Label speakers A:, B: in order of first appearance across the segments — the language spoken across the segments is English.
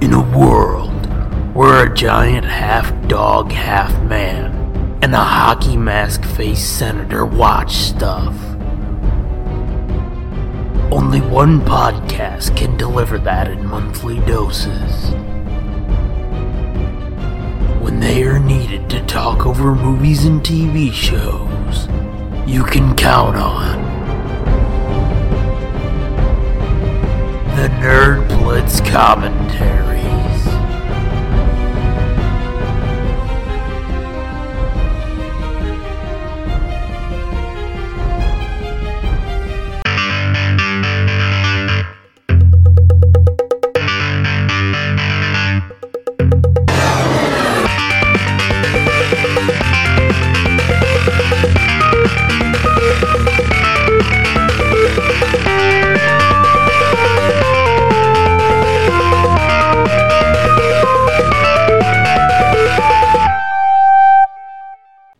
A: in a world where a giant half dog, half man, and the hockey mask faced senator watch stuff. Only one podcast can deliver that in monthly doses. When they are needed to talk over movies and TV shows, you can count on the Nerd Blitz commentaries.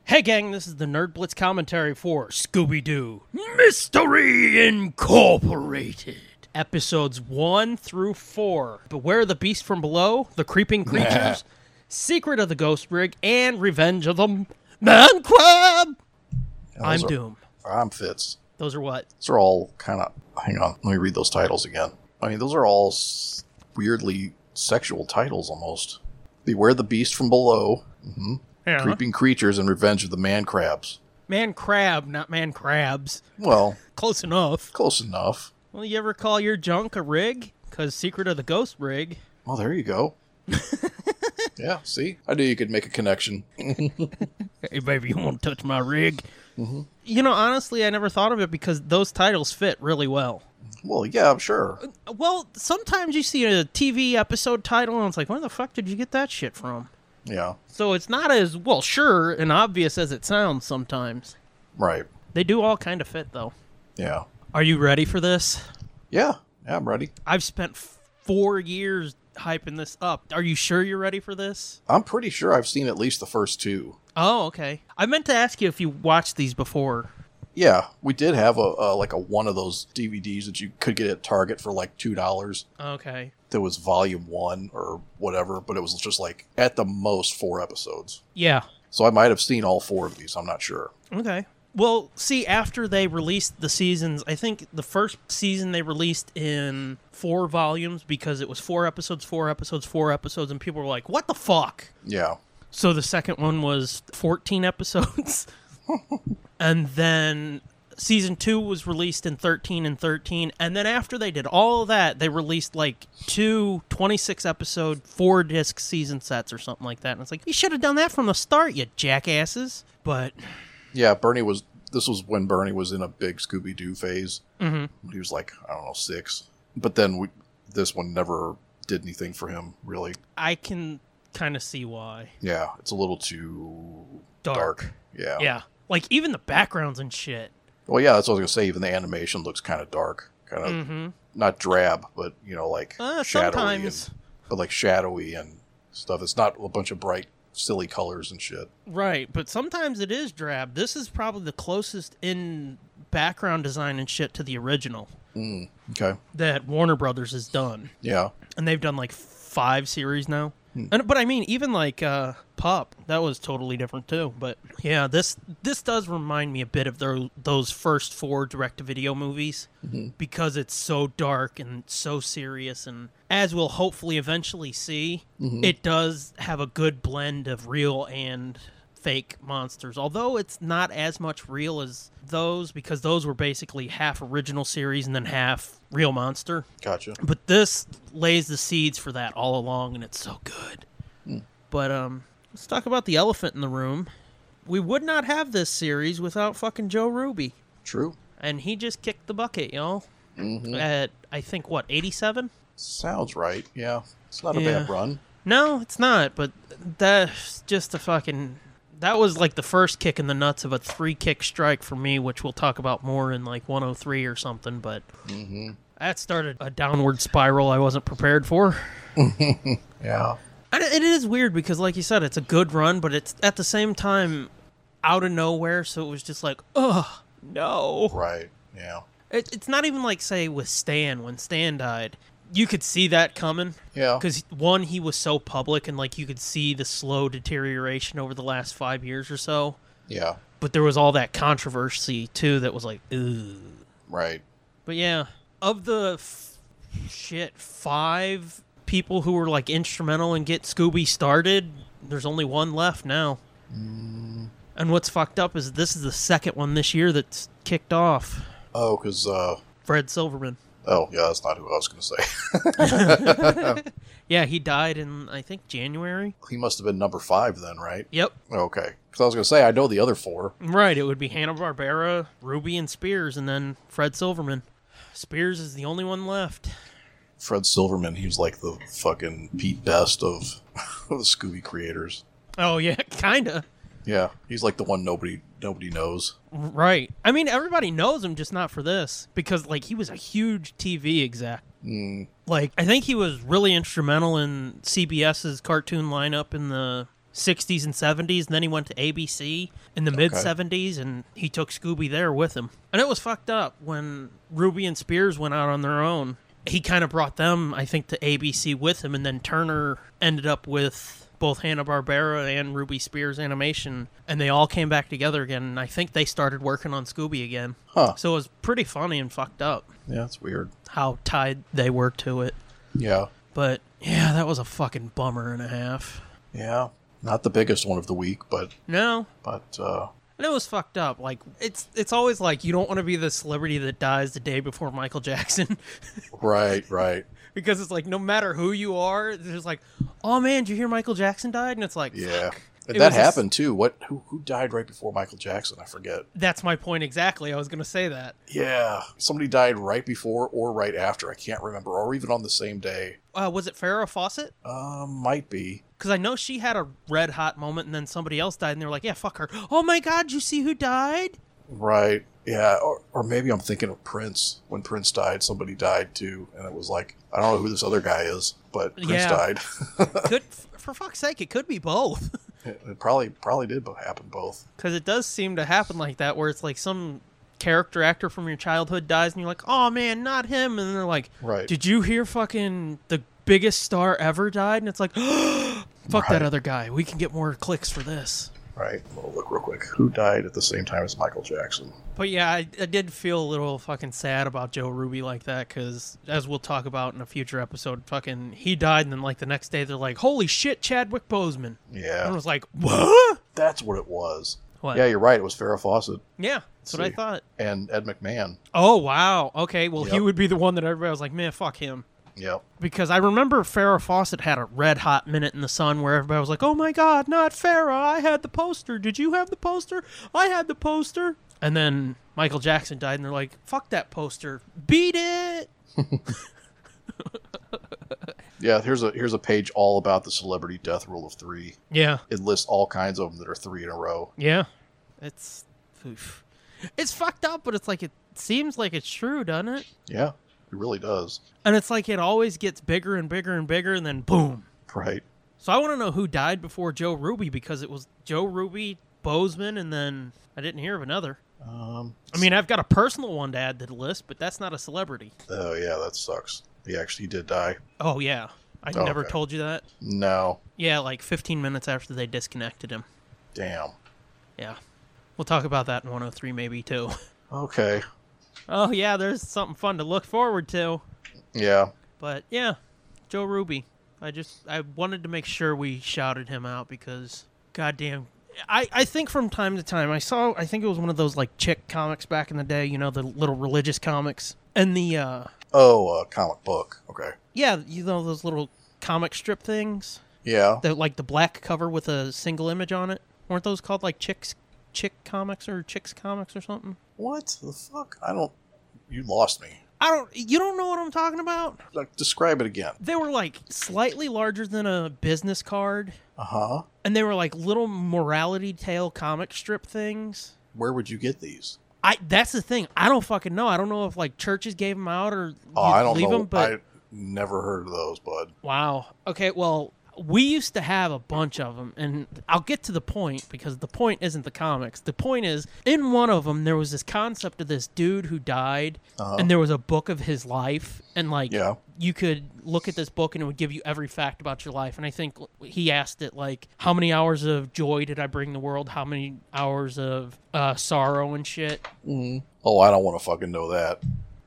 B: Hey, gang, this is the Nerd Blitz commentary for Scooby Doo,
A: Mystery Incorporated.
B: episodes 1 through 4. Beware the Beast from Below, The Creeping Creatures, Secret of the Ghost Rig, and Revenge of the M- Man Crab. I'm
C: Those are-
B: Doom.
C: I'm Fitz.
B: Those are what?
C: Those are all kind of. Hang on, let me read those titles again. I mean, those are all s- weirdly sexual titles almost. Beware the Beast from Below, hmm Creeping Creatures, and Revenge of the Man Crabs.
B: Man Crab, not Man Crabs.
C: Well,
B: Close enough.
C: close enough.
B: Well, you ever call your junk a rig? Because Secret of the Ghost Rig.
C: Well, there you go. yeah, see? I knew you could make a connection.
B: Hey, baby, you want to touch my rig?
C: Mm-hmm.
B: You know, honestly, I never thought of it because those titles fit really well.
C: Well, yeah, I'm sure.
B: Well, sometimes you see a TV episode title and it's like, where the fuck did you get that shit from?
C: Yeah,
B: So it's not as well sure and obvious as it sounds sometimes.
C: right.
B: They do all kind of fit though.
C: Yeah.
B: Are you ready for this?
C: Yeah, yeah, I'm ready.
B: I've spent f- 4 years hyping this up. Are you sure you're ready for this?
C: I'm pretty sure I've seen at least the first two.
B: Oh, okay. I meant to ask you if you watched these before.
C: Yeah, we did have a uh, like a one of those DVDs that you could get at Target for like two dollars.
B: Okay.
C: That was volume one or whatever, but it was just like at the most four episodes.
B: Yeah.
C: So I might have seen all four of these. I'm not sure.
B: Okay. Well, see, after they released the seasons, I think the first season they released in four volumes because it was four episodes, four episodes, four episodes, and people were like, what the fuck?
C: Yeah,
B: So the second one was 14 episodes. and then season two was released in 13 and 13. And then after they did all of that, they released like two 26 episode, four disc season sets or something like that. And it's like, you should have done that from the start, you jackasses. But.
C: yeah. Bernie was. This was when Bernie was in a big Scooby Doo phase. Mm-hmm. He was like I don't know six, but then we, this one never did anything for him really.
B: I can kind of see why.
C: Yeah, it's a little too
B: Dark.
C: dark. Yeah.
B: Yeah. Like even the backgrounds and shit.
C: Well, yeah. That's what I was gonna say. Even the animation looks kind of dark. Kind of
B: Mm-hmm.
C: not drab, but you know, like
B: Uh,
C: shadowy,
B: sometimes.
C: and, but like shadowy and stuff. It's not a bunch of bright, silly colors and shit.
B: Right, but sometimes it is drab. This is probably the closest in background design and shit to the original
C: Mm, okay,
B: that Warner Brothers has done.
C: yeah,
B: And they've done like five series now. And but I mean even like uh Pup, that was totally different too. But yeah, this this does remind me a bit of their, those first four direct to video movies. because it's so dark and so serious and as we'll hopefully eventually see it does have a good blend of real and fake monsters although it's not as much real as those because those were basically half original series and then half real monster
C: gotcha.
B: but this lays the seeds for that all along and it's so good but um let's talk about the elephant in the room we would not have this series without fucking joe ruby
C: True.
B: and he just kicked the bucket, y'all. At I think what eighty-seven?
C: Sounds right. Yeah, it's not a
B: Yeah.
C: bad run.
B: No, it's not. But that's just a fucking. That was like the first kick in the nuts of a three-kick strike for me, which we'll talk about more in like one hundred three or something. But that started a downward spiral I wasn't prepared for.
C: Yeah,
B: And it is weird because, like you said, it's a good run, but it's at the same time out of nowhere. So it was just like, oh no.
C: right. Yeah,
B: It, it's not even like say with Stan when Stan died. you could see that coming
C: Yeah.
B: because one, he was so public, and like you could see the slow deterioration over the last five years or so.
C: Yeah.
B: But there was all that controversy too that was like, ooh.
C: Right.
B: But yeah, of the f- shit, five people who were like instrumental in get Scooby started, there's only one left now. And what's fucked up is this is the second one this year that's kicked off.
C: Oh, because uh,
B: Fred Silverman.
C: oh yeah, that's not who I was gonna say.
B: Yeah, he died in I think January.
C: he must have been number five then, right?
B: Yep.
C: Okay. Because I was gonna say I know the other four.
B: Right, it would be Hanna Barbera, Ruby and Spears, and then Fred Silverman. Spears is the only one left.
C: Fred Silverman, he was like the fucking Pete Best of, of the Scooby creators.
B: Oh yeah, kinda.
C: Yeah, he's like the one nobody nobody knows.
B: Right. I mean, everybody knows him, just not for this, because like he was a huge TV exec. Like I think he was really instrumental in CBS's cartoon lineup in the 60s and 70s, and then he went to ABC in the mid 70s, and he took Scooby there with him. And it was fucked up when Ruby and Spears went out on their own. He kind of brought them, I think, to ABC with him, and then Turner ended up with both Hanna Barbera and Ruby Spears Animation, and they all came back together again. And I think they started working on Scooby again.
C: Huh.
B: So it was pretty funny and fucked up
C: Yeah, that's weird.
B: how tied they were to it.
C: Yeah,
B: But yeah, that was a fucking bummer and a half.
C: yeah, not the biggest one of the week, but
B: No,
C: but uh,
B: and it was fucked up. Like it's it's always like you don't want to be the celebrity that dies the day before Michael Jackson,
C: right, right.
B: because it's like no matter who you are, there's like, oh man, did you hear Michael Jackson died? And it's like,
C: Yeah,
B: fuck.
C: And
B: It
C: that
B: was a s-
C: happened too. What who who died right before Michael Jackson? I forget.
B: That's my point exactly. I was gonna say that.
C: Yeah, somebody died right before or right after. I can't remember, or even on the same day.
B: Uh, was it Farrah Fawcett?
C: Uh, might be.
B: Because I know she had a red hot moment, and then somebody else died, and they were like, yeah, fuck her. Oh my god, you see who died?
C: Right. Yeah. Or, or maybe I'm thinking of Prince. When Prince died, somebody died too. And it was like, I don't know who this other guy is, but Prince
B: Yeah.
C: died.
B: Could for fuck's sake, it could be both.
C: it, it probably probably did bo- happen both.
B: Because it does seem to happen like that, where it's like some character actor from your childhood dies, and you're like, "Oh man, not him!" And they're like,
C: Right.
B: Did you hear fucking the biggest star ever died?" And it's like, "Fuck
C: Right.
B: that other guy. We can get more clicks for this."
C: Right. Well, look real quick. Who died at the same time as Michael Jackson?
B: But yeah, I, I did feel a little fucking sad about Joe Ruby like that, because as we'll talk about in a future episode, fucking he died, and then like the next day they're like, "Holy shit, Chadwick Boseman!" And I
C: Yeah.
B: was like, "What?"
C: That's what it was.
B: What?
C: Yeah, you're right. It was Farrah Fawcett
B: Yeah, that's what I
C: See.
B: thought.
C: and Ed McMahon.
B: Oh wow. Okay. Well, he
C: Yep.
B: would be the one that everybody was like, "Man, fuck him,"
C: Yep.
B: because I remember Farrah Fawcett had a red hot minute in the sun where everybody was like, "Oh my God, not Farrah! I had the poster. Did you have the poster? I had the poster." And then Michael Jackson died, and they're like, "Fuck that poster. Beat it."
C: Yeah. Here's a here's a page all about the celebrity death rule of three.
B: Yeah.
C: It lists all kinds of them that are three in a row.
B: Yeah. It's, oof. it's fucked up, but it's like it seems like it's true, doesn't it?
C: Yeah. It really does.
B: And it's like it always gets bigger and bigger and bigger, and then boom.
C: Right.
B: So I want to know who died before Joe Ruby because it was Joe Ruby, Bozeman, and then I didn't hear of another.
C: Um,
B: I mean, I've got a personal one to add to the list, but that's not a celebrity.
C: Oh yeah, that sucks. He actually did die.
B: Oh yeah, I
C: Oh,
B: never
C: okay.
B: told you that.
C: No,
B: Yeah, like 15 minutes after they disconnected him.
C: damn.
B: Yeah, we'll talk about that in 103 maybe too.
C: Okay,
B: oh yeah, there's something fun to look forward to.
C: yeah,
B: But yeah, Joe Ruby. I just I wanted to make sure we shouted him out because goddamn I, I think from time to time I saw I think it was one of those like chick comics back in the day, you know, the little religious comics. And the uh
C: Oh, uh, comic book. Okay,
B: yeah, you know those little comic strip things
C: yeah.
B: that like the black cover with a single image on it. Weren't those called like chicks chick comics or chicks comics or something?
C: What the fuck? I don't. You lost me.
B: I don't you don't know what I'm talking about?
C: Like, describe it again.
B: They were like slightly larger than a business card.
C: Uh huh.
B: and they were like little morality tale comic strip things.
C: Where would you get these?
B: I that's the thing. I don't fucking know. I don't know if like churches gave them out or
C: Oh,
B: you'd
C: I don't
B: leave
C: know.
B: them. But
C: I never heard of those, bud.
B: wow. Okay. Well, we used to have a bunch of them and i'll get to the point because the point isn't the comics the point is in one of them there was this concept of this dude who died and there was a book of his life and like
C: Uh-huh. Yeah.
B: you could look at this book and it would give you every fact about your life and i think he asked it like how many hours of joy did i bring the world how many hours of uh, sorrow and shit
C: Oh, I don't want to fucking know that.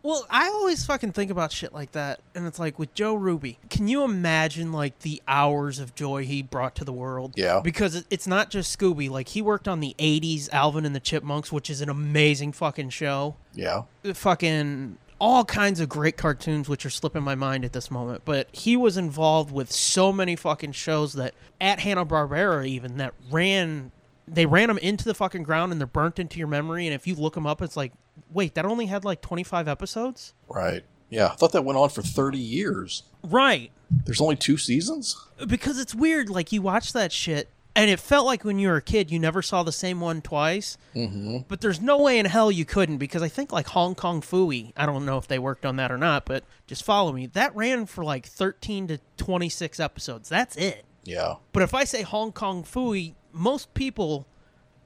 B: well, I always fucking think about shit like that, and it's like with Joe Ruby. Can you imagine like the hours of joy he brought to the world?
C: Yeah.
B: because it- it's not just Scooby. Like he worked on the '80s Alvin and the Chipmunks, which is an amazing fucking show.
C: Yeah.
B: Uh, Fucking all kinds of great cartoons, which are slipping my mind at this moment. But he was involved with so many fucking shows that at Hanna Barbera even that ran. They ran them into the fucking ground and they're burnt into your memory. And if you look them up, it's like, wait, that only had like 25 episodes?
C: Right. Yeah. I thought that went on for 30 years.
B: Right.
C: There's only two seasons?
B: Because it's weird. Like, you watch that shit, and it felt like when you were a kid, you never saw the same one twice. Mm-hmm. But there's no way in hell you couldn't, because I think, like, Hong Kong Fooey, I don't know if they worked on that or not, but just follow me. That ran for like 13 to 26 episodes. That's it.
C: Yeah.
B: But if I say Hong Kong Fooey, most people,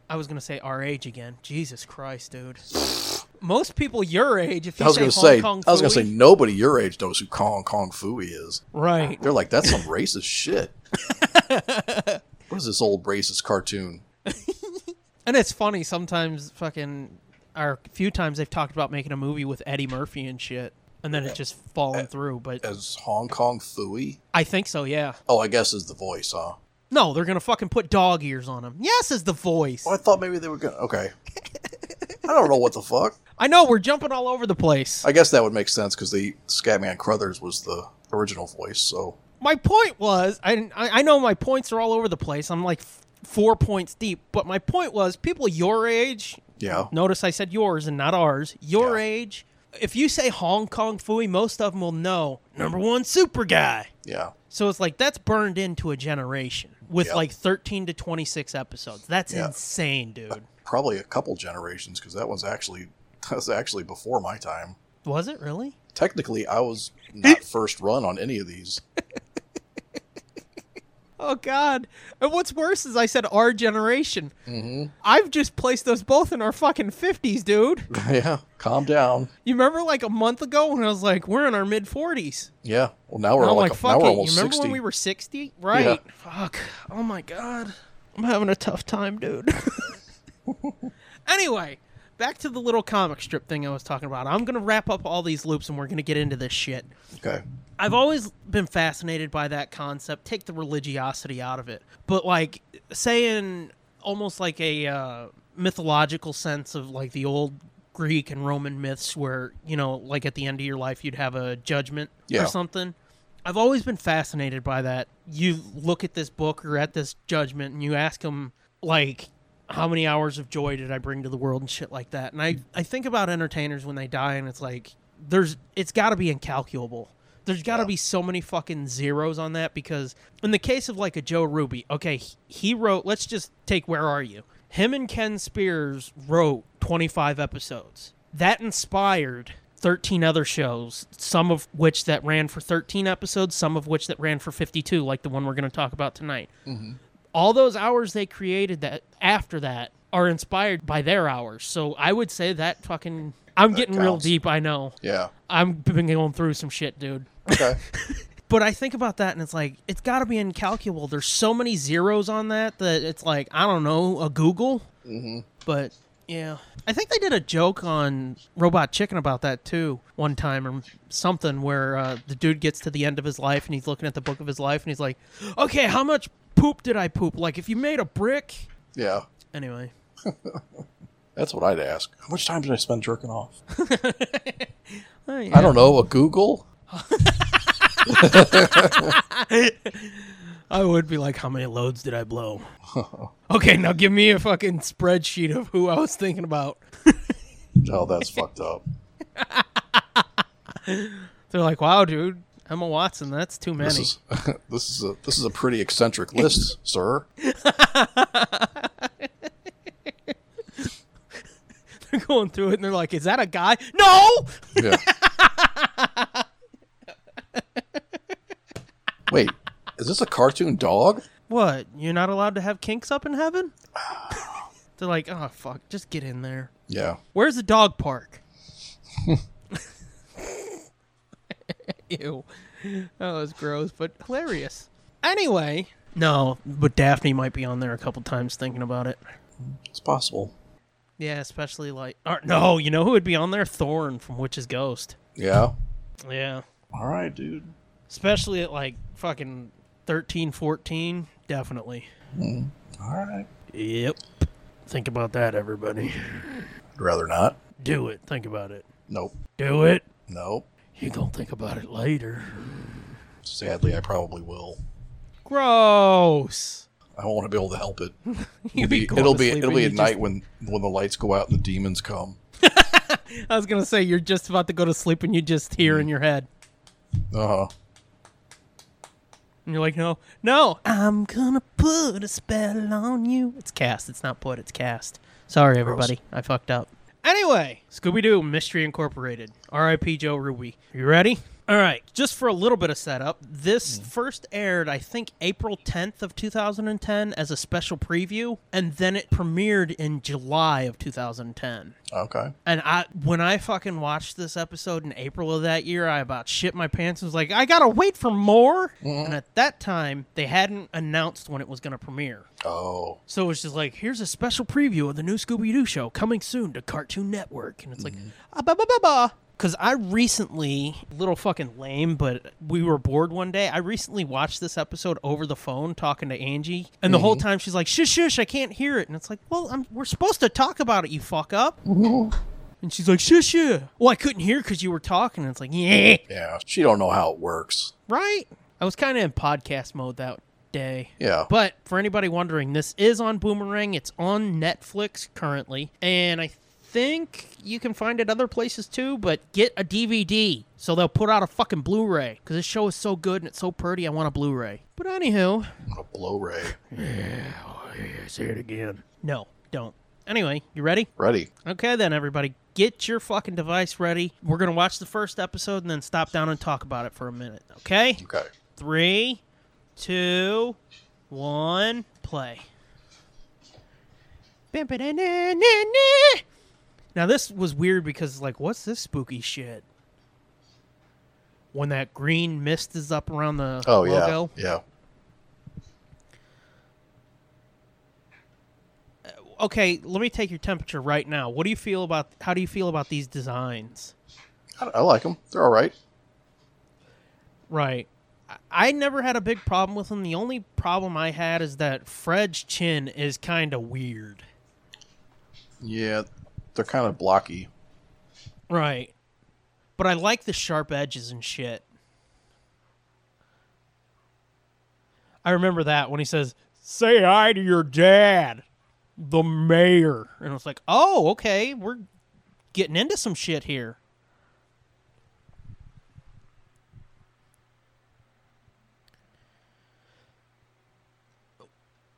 B: I was going to say our age again. Jesus Christ, dude. Most people your age, if you
C: I was
B: say
C: going
B: Hong
C: to say,
B: Kong
C: I was going to
B: Phooey-
C: say, nobody your age knows who Kong Kong Fooey is.
B: right.
C: They're like, that's some racist shit. what is this old racist cartoon?
B: And it's funny sometimes, fucking, or a few times they've talked about making a movie with Eddie Murphy and shit, and then it just
C: Uh,
B: fallen through. But
C: As Hong Kong Fooey?
B: I think so, yeah.
C: Oh, I guess is the voice, huh?
B: No, they're gonna fucking put dog ears on him. Yes, is the voice.
C: Oh, I thought maybe they were going to. Okay. I don't know what the fuck.
B: I know we're jumping all over the place.
C: I guess that would make sense because the Scatman Crothers was the original voice, so.
B: my point was, I I I know my points are all over the place. I'm like f- four points deep, but my point was, people your age.
C: Yeah.
B: Notice I said yours and not ours. Your
C: Yeah.
B: age. If you say Hong Kong Fooey, most of them will know. Number one, super guy.
C: Yeah.
B: So it's like that's burned into a generation with
C: Yeah.
B: like 13 to 26 episodes. That's
C: Yeah.
B: insane, dude.
C: probably a couple generations because that was actually that was actually before my time.
B: Was it really?
C: Technically, I was not first run on any of these.
B: Oh god. And what's worse is I said our generation. I've just placed us both in our fucking 50s, dude.
C: yeah, calm down.
B: You remember like a month ago when I was like we're in our mid 40s.
C: Yeah. Well, now we're
B: And I'm
C: like,
B: like,
C: a-
B: fuck
C: now we're
B: it. You
C: almost
B: remember
C: sixty.
B: when we were 60? Right. Fuck. Oh my god. I'm having a tough time, dude. anyway, back to the little comic strip thing I was talking about. I'm going to wrap up all these loops and we're going to get into this shit.
C: Okay.
B: I've always been fascinated by that concept. Take the religiosity out of it, but like saying almost like a uh, mythological sense of like the old Greek and Roman myths, where you know, like at the end of your life, you'd have a judgment
C: Yeah.
B: or something. I've always been fascinated by that. You look at this book or at this judgment, and you ask them like. How many hours of joy did I bring to the world and shit like that? And I, I think about entertainers when they die, and it's like there's it's got to be incalculable. There's got to be so many fucking zeros on that because in the case of like a Joe Ruby, okay, he- he wrote. Let's just take Where Are You? Him and Ken Spears wrote 25 episodes. That inspired 13 other shows, some of which that ran for 13 episodes, some of which that ran for 52, like the one we're going to talk about tonight. All those hours they created that after that are inspired by their hours. So I would say that fucking. I'm getting real
C: counts.
B: deep, I know.
C: Yeah.
B: I've been going through some shit, dude.
C: Okay.
B: But I think about that and it's like, it's got to be incalculable. There's so many zeros on that that it's like, I don't know, a Google. Mm-hmm. But yeah. I think they did a joke on Robot Chicken about that too, one time or something, where uh, the dude gets to the end of his life and he's looking at the book of his life and he's like, okay, how much poop did I poop? Like, if you made a brick.
C: yeah.
B: Anyway.
C: That's what I'd ask. How much time did I spend jerking off?
B: Oh,
C: I
B: yeah.
C: don't know. A Google.
B: I would be like, how many loads did I blow? okay, now give me a fucking spreadsheet of who I was thinking about.
C: Oh, that's fucked up.
B: They're like, wow, dude, Emma Watson, that's too many.
C: This is this is a this is a pretty eccentric list, sir.
B: they're going through it and they're like, is that a guy? No!
C: Yeah. Wait, Is this a cartoon dog?
B: What? You're not allowed to have kinks up in heaven? They're like, oh fuck, just get in there.
C: Yeah.
B: Where's the dog park? Ew. That was gross, but hilarious. Anyway. No, but Daphne might be on there a couple times thinking about it.
C: It's possible.
B: Yeah, especially like. Or, no, you know who would be on there? Thorn from Witch's Ghost.
C: Yeah.
B: Yeah.
C: All right, dude.
B: Especially at like fucking 13, 14. Definitely.
C: Hmm. All right.
B: Yep. Think about that, everybody.
C: I'd rather not.
B: Do it. Think about it.
C: Nope.
B: Do it.
C: Nope.
B: You gonna think about it later.
C: Sadly, I probably will.
B: Gross.
C: I won't be able to help it.
B: You
C: It'll be
B: going
C: it'll
B: to
C: be,
B: sleep
C: it'll
B: and
C: be
B: you
C: at
B: just-
C: night when when the lights go out and the demons come.
B: I was gonna say you're just about to go to sleep and you just hear
C: Hmm.
B: in your head,
C: Uh huh.
B: and you're like, no, no, I'm gonna put a spell on you. It's cast. It's not put. It's cast. Sorry, everybody. I fucked up. Anyway, Scooby Doo Mystery Incorporated. R.I.P. Joe Ruby. You ready? All right. Just for a little bit of setup, this first aired, I think, April 10th of 2010 as a special preview, and then it premiered in July of 2010.
C: Okay.
B: And I when I fucking watched this episode in April of that year, I about shit my pants and was like, I gotta wait for more. And at that time, they hadn't announced when it was gonna premiere.
C: Oh,
B: So it was just like, here's a special preview of the new Scooby Doo show coming soon to Cartoon Network. And it's like, ah, ba ba ba ba. Because I recently, little fucking lame, but we were bored one day. I recently watched this episode over the phone talking to Angie. And the whole time she's like, shush, shush, I can't hear it. And it's like, well, I'm, we're supposed to talk about it, you fuck up. And she's like, shush, yeah. Well, I couldn't hear because you were talking. And it's like, yeah,
C: yeah. She don't know how it works.
B: right? I was kind of in podcast mode that day.
C: Yeah.
B: But for anybody wondering, this is on Boomerang. It's on Netflix currently, and I think you can find it other places too. But get a DVD, so they'll put out a fucking Blu-ray because this show is so good and it's so pretty. I want a Blu-ray. But anywho,
C: a Blu-ray.
A: Say it again.
B: no, don't. Anyway, you ready?
C: Ready?
B: Okay, then everybody, get your fucking device ready. We're gonna watch the first episode and then stop down and talk about it for a minute. Okay,
C: Okay.
B: three, two, one, play. Now this was weird because like, what's this spooky shit? When that green mist is up around the
C: Oh yeah.
B: logo,
C: Yeah.
B: okay. Let me take your temperature right now. What do you feel about? How do you feel about these designs?
C: I, I like them. They're all right.
B: Right. I- I never had a big problem with him. The only problem I had is that Fred's chin is kind of weird.
C: Yeah. They're kind of blocky.
B: Right. But I like the sharp edges and shit. I remember that when he says, Say hi to your dad, the mayor. And I was like, Oh, okay, we're getting into some shit here.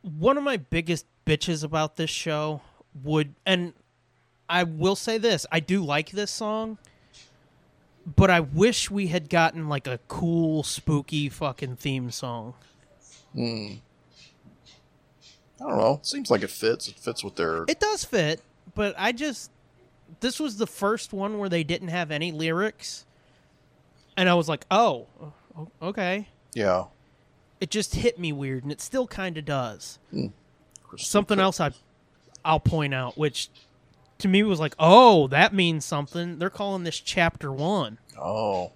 B: One of my biggest bitches about this show would, and I will say this: I do like this song, but I wish we had gotten like a cool, spooky fucking theme song.
C: I don't know. Seems like it fits. It fits with their.
B: It does fit, but I just this was the first one where they didn't have any lyrics, and I was like, oh, o- okay.
C: yeah.
B: It just hit me weird, and it still kind of does.
C: Crystal
B: Something
C: clear.
B: else I I'll point out, which to me was like, oh, that means something. They're calling this chapter one.
C: Oh.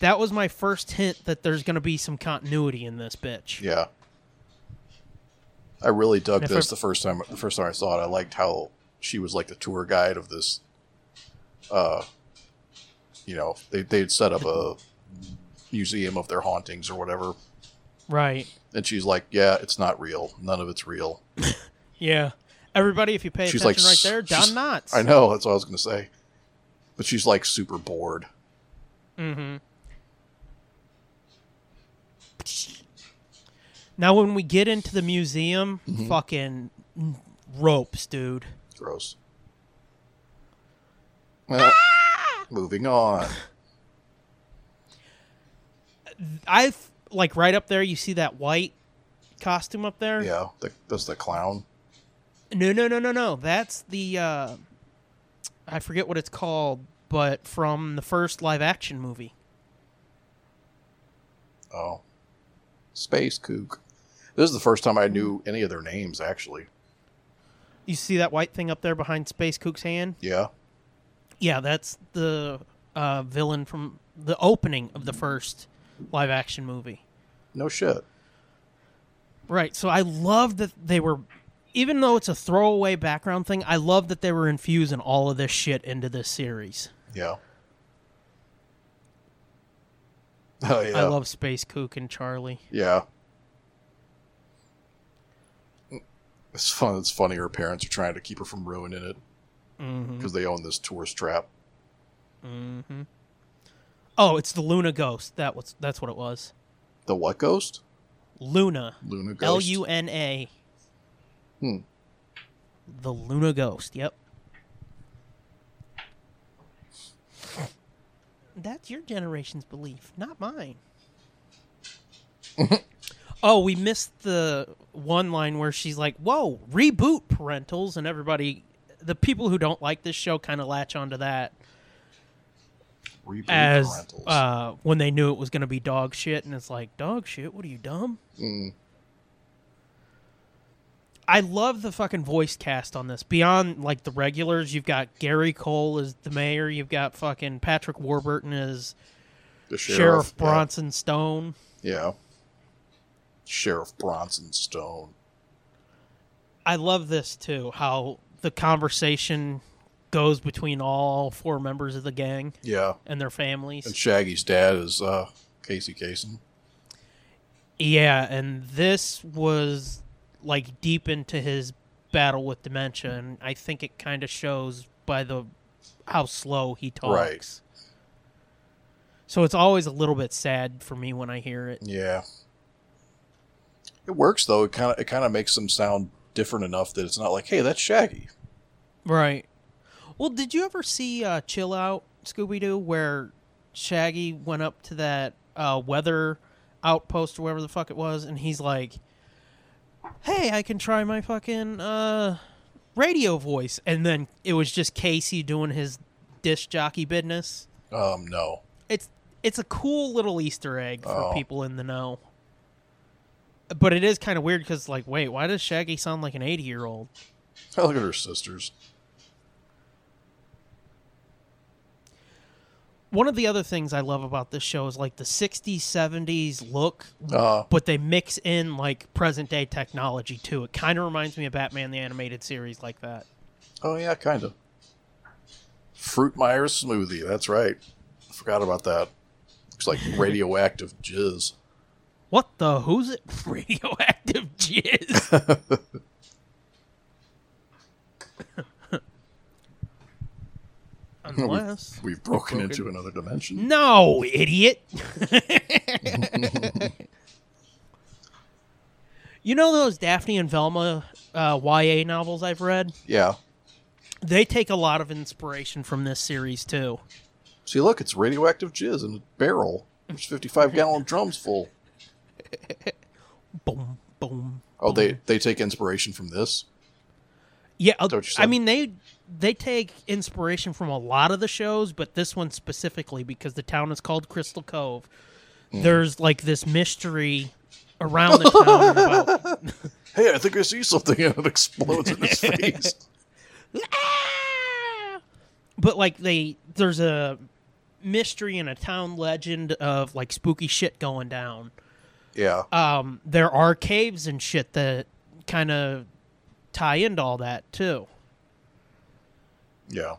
B: that was my first hint that there's going to be some continuity in this bitch.
C: Yeah. I really dug
B: And if
C: this
B: I-
C: the first time the first time I saw it. I liked how she was like the tour guide of this uh you know, they they had set up a museum of their hauntings or whatever.
B: Right.
C: And she's like, Yeah, it's not real. None of it's real.
B: Yeah. Everybody, if you pay
C: She's like
B: attention right
C: s-
B: there, Don
C: she's-
B: Knotts.
C: I know, that's what I was gonna say. But she's like super bored.
B: Mm-hmm. Now, when we get into the museum,
C: Mm-hmm.
B: fucking ropes, dude.
C: Gross. Well, moving on.
B: I like right up there, you see that white costume up there.
C: Yeah, the, that's the clown.
B: No, no, no, no, no. That's the uh, I forget what it's called, but from the first live action movie.
C: Oh, space kook. This is the first time I knew any of their names actually.
B: You see that white thing up there behind Space Kook's hand?
C: Yeah.
B: Yeah, that's the uh, villain from the opening of the first live action movie.
C: No shit.
B: Right. So I love that they were, even though it's a throwaway background thing, I love that they were infusing all of this shit into this series.
C: Yeah. Oh yeah.
B: I love Space Kook and Charlie.
C: yeah. It's fun. It's funny. Her parents are trying to keep her from ruining it
B: Mm-hmm.
C: because they own this tourist trap.
B: Mm-hmm. Oh, it's the Luna Ghost. That was that's what it was.
C: The what ghost?
B: Luna.
C: Luna ghost.
B: L U N A.
C: Hmm.
B: The Luna Ghost. Yep. That's your generation's belief, not mine. oh, we missed the one line where she's like, "Whoa, reboot parentals," and everybody, the people who don't like this show, kind of latch onto that
C: Reboot
B: as
C: parentals.
B: uh, when they knew it was going to be dog shit, and it's like dog shit. What are you dumb?
C: Mm.
B: I love the fucking voice cast on this. Beyond like the regulars, you've got Gary Cole as the mayor. You've got fucking Patrick Warburton as
C: The
B: Sheriff,
C: yeah.
B: Bronson Stone.
C: Yeah. Sheriff Bronson Stone.
B: I love this too. How the conversation goes between all four members of the gang
C: Yeah.
B: and their families.
C: And Shaggy's dad is uh, Casey Kasem.
B: Yeah, and this was like deep into his battle with dementia, and I think it kind of shows by the how slow he talks.
C: Right.
B: So it's always a little bit sad for me when I hear it.
C: Yeah. It works though. It kind of it kind of makes them sound different enough that it's not like, hey, that's Shaggy.
B: Right. Well, did you ever see uh, Chill Out Scooby Doo where Shaggy went up to that uh, weather outpost or wherever the fuck it was, and he's like, "Hey, I can try my fucking uh, radio voice," and then it was just Casey doing his disc jockey business.
C: Um, no.
B: It's it's a cool little Easter egg for
C: Oh.
B: people in the know. But it is kind of weird because, like, wait, why does Shaggy sound like an eighty-year-old?
C: I look at her sisters.
B: one of the other things I love about this show is like the 60s, 70s look,
C: Uh,
B: but they mix in like present day technology too. It kind of reminds me of Batman the Animated Series like that.
C: oh yeah, kind of. Fruit Myers smoothie. That's right. I forgot about that. Looks like radioactive jizz.
B: What the? Who's it? Radioactive jizz. Unless.
C: We've broken into another
B: Hmm.
C: dimension.
B: No, idiot. you know those Daphne and Velma uh, YA novels I've read?
C: Yeah.
B: They take a lot of inspiration from this series too.
C: See, look, it's radioactive jizz in a barrel. There's 55 gallon drums full.
B: Boom, boom.
C: Oh, they
B: Mm-hmm.
C: they take inspiration from this.
B: Yeah, I'll-
C: that what you
B: I
C: said?
B: mean they they take inspiration from a lot of the shows, but this one specifically because the town is called Crystal Cove.
C: Hmm.
B: There's like this mystery around the town about
C: Hey, I think I see something, and it explodes in his face.
B: but like they there's a mystery and a town legend of like spooky shit going down.
C: Yeah.
B: Um there are caves and shit that kind of tie into all that too.
C: Yeah.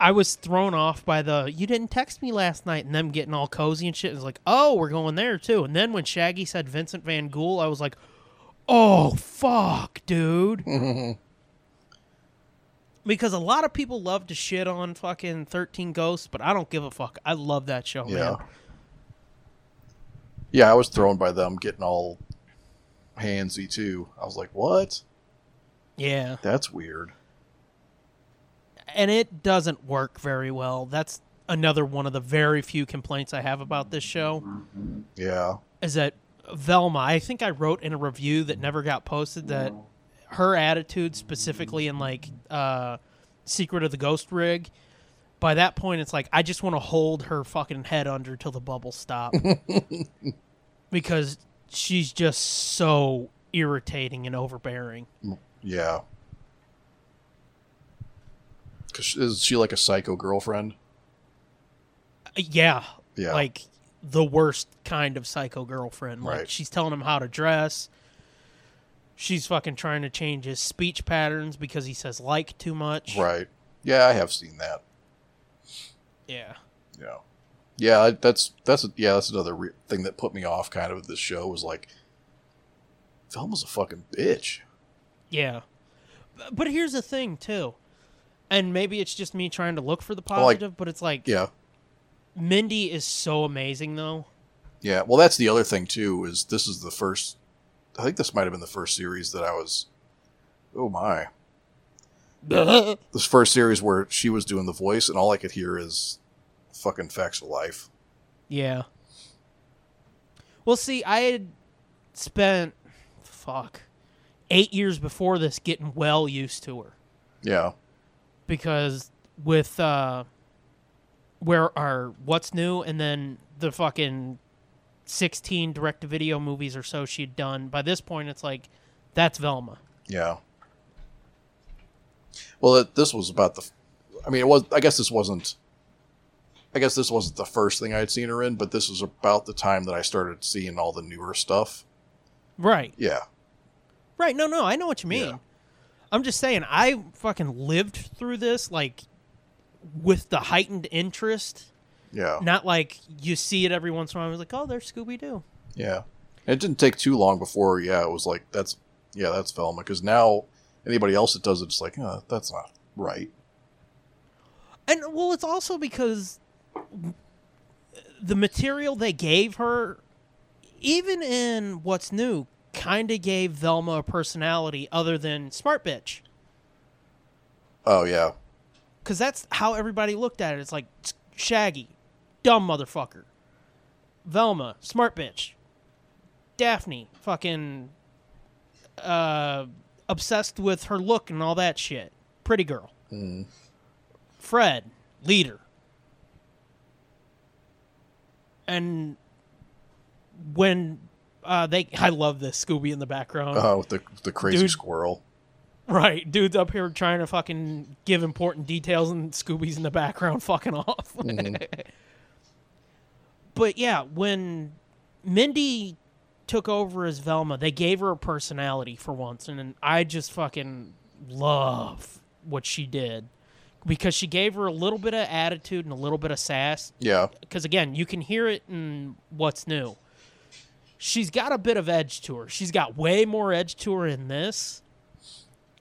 B: I was thrown off by the you didn't text me last night and them getting all cozy and shit. It was like, oh, we're going there too. And then when Shaggy said Vincent Van Gool, I was like, oh fuck, dude. because a lot of people love to shit on fucking Thirteen Ghosts, but I don't give a fuck. I love that show,
C: Yeah.
B: oh, man.
C: Yeah, I was thrown by them getting all handsy too. I was like, "What?
B: Yeah,
C: That's weird."
B: and it doesn't work very well. That's another one of the very few complaints I have about this show
C: Yeah.
B: is that Velma, I think I wrote in a review that never got posted that her attitude specifically in like uh Secret of the Ghost Rig by that point it's like I just want to hold her fucking head under till the bubbles stop because she's just so irritating and overbearing.
C: Yeah. 'Cause is she like a psycho girlfriend?
B: Uh, Yeah,
C: Yeah.
B: like the worst kind of psycho girlfriend. Like
C: Right.
B: she's telling him how to dress. She's fucking trying to change his speech patterns because he says like too much.
C: right. Yeah, I have seen that.
B: Yeah.
C: Yeah, yeah. I- That's that's yeah. That's another re- thing that put me off kind of with this show was like, Velma's a fucking bitch.
B: Yeah. B- But here's the thing too. And maybe it's just me trying to look for the
C: Well, like-
B: positive, but it's like
C: Yeah,
B: Mindy is so amazing though.
C: yeah. Well, that's the other thing too is this is the first. I think this might have been the first series that I was. Oh my! This first series where she was doing the voice, and all I could hear is fucking facts of life.
B: Yeah. Well, see, I had spent fuck eight years before this getting well used to her
C: Yeah,
B: because with uh, where are what's new and then the fucking sixteen direct to video movies or so she'd done. By this point, it's like that's Velma.
C: yeah. Well, it, this was about the. I mean, it was. I guess this wasn't. I guess this wasn't the first thing I had seen her in, but this was about the time that I started seeing all the newer stuff.
B: Right.
C: Yeah,
B: Right. No, no, I know what you mean.
C: Yeah.
B: I'm just saying, I fucking lived through this, like, with the heightened interest.
C: yeah,
B: Not like you see it every once in a while. I was like, oh, there's Scooby Doo.
C: yeah. And it didn't take too long before. Yeah, it was like that's. Yeah, that's Velma. Because now anybody else that does it's like, uh, that's not right.
B: And, well, it's also because the material they gave her, even in What's New, kind of gave Velma a personality other than Smart Bitch.
C: Oh yeah,
B: because that's how everybody looked at it. It's like Shaggy, dumb motherfucker, Velma, smart bitch, Daphne, fucking uh, obsessed with her look and all that shit, pretty girl,
C: Mm.
B: Fred, leader, and when uh, they, I love this Scooby in the background.
C: uh, with the the crazy
B: Dude.
C: squirrel.
B: Right, dude's up here trying to fucking give important details, and Scooby's in the background fucking off. but yeah, when Mindy took over as Velma, they gave her a personality for once, and then I just fucking love what she did because she gave her a little bit of attitude and a little bit of sass
C: Yeah,
B: because again, you can hear it in what's new. She's got a bit of edge to her. She's got way more edge to her in this,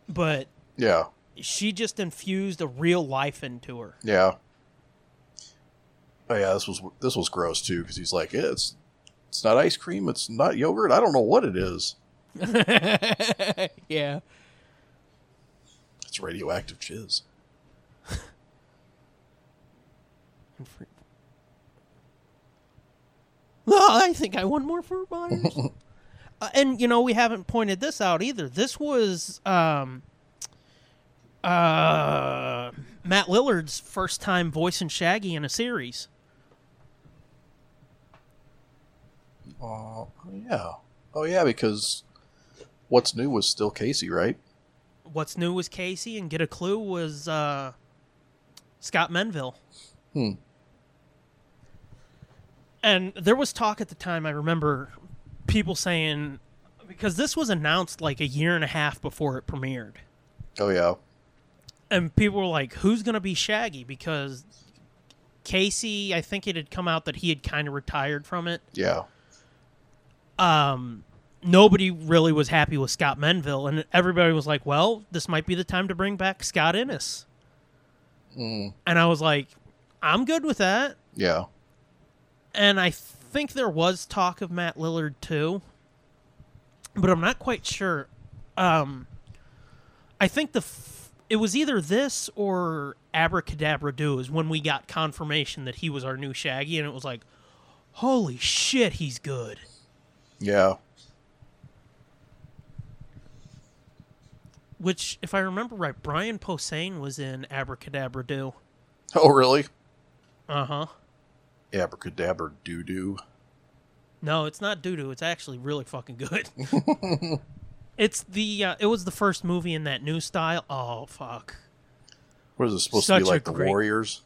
B: but
C: yeah.
B: she just infused a real life into her.
C: Yeah. Oh yeah, this was this was gross too because he's like, "Yeah, it's it's not ice cream, it's not yogurt. I don't know what it is.
B: yeah.
C: It's radioactive jizz.
B: Oh, I think I won more for Myers. uh, and you know we haven't pointed this out either. This was um, uh, Matt Lillard's first time voicing Shaggy in a series.
C: Uh, oh yeah, oh yeah, because what's new was still Casey, right?
B: What's new was Casey, and Get a Clue was uh, Scott Menville.
C: Hmm.
B: And there was talk at the time, I remember people saying, because this was announced like a year and a half before it premiered.
C: Oh yeah,
B: And people were like, who's going to be Shaggy? Because Casey, I think it had come out that he had kind of retired from it.
C: yeah,
B: um, nobody really was happy with Scott Menville, and everybody was like, "Well, this might be the time to bring back Scott Innes." And I was like, "I'm good with that."
C: yeah,
B: And I think there was talk of Matt Lillard too, but I'm not quite sure. Um, I think the f- it was either this or Abracadabra Do is when we got confirmation that he was our new Shaggy, and it was like, holy shit, he's good.
C: Yeah.
B: Which, if I remember right, Brian Posehn was in Abracadabra Do.
C: Oh, really?
B: Uh huh.
C: Abracadabra doo doo.
B: No, it's not doo doo. It's actually really fucking good. it's the uh, it was the first movie in that new style. Oh fuck.
C: What is it supposed
B: Such
C: to
B: a
C: be like? The
B: great-
C: Warriors?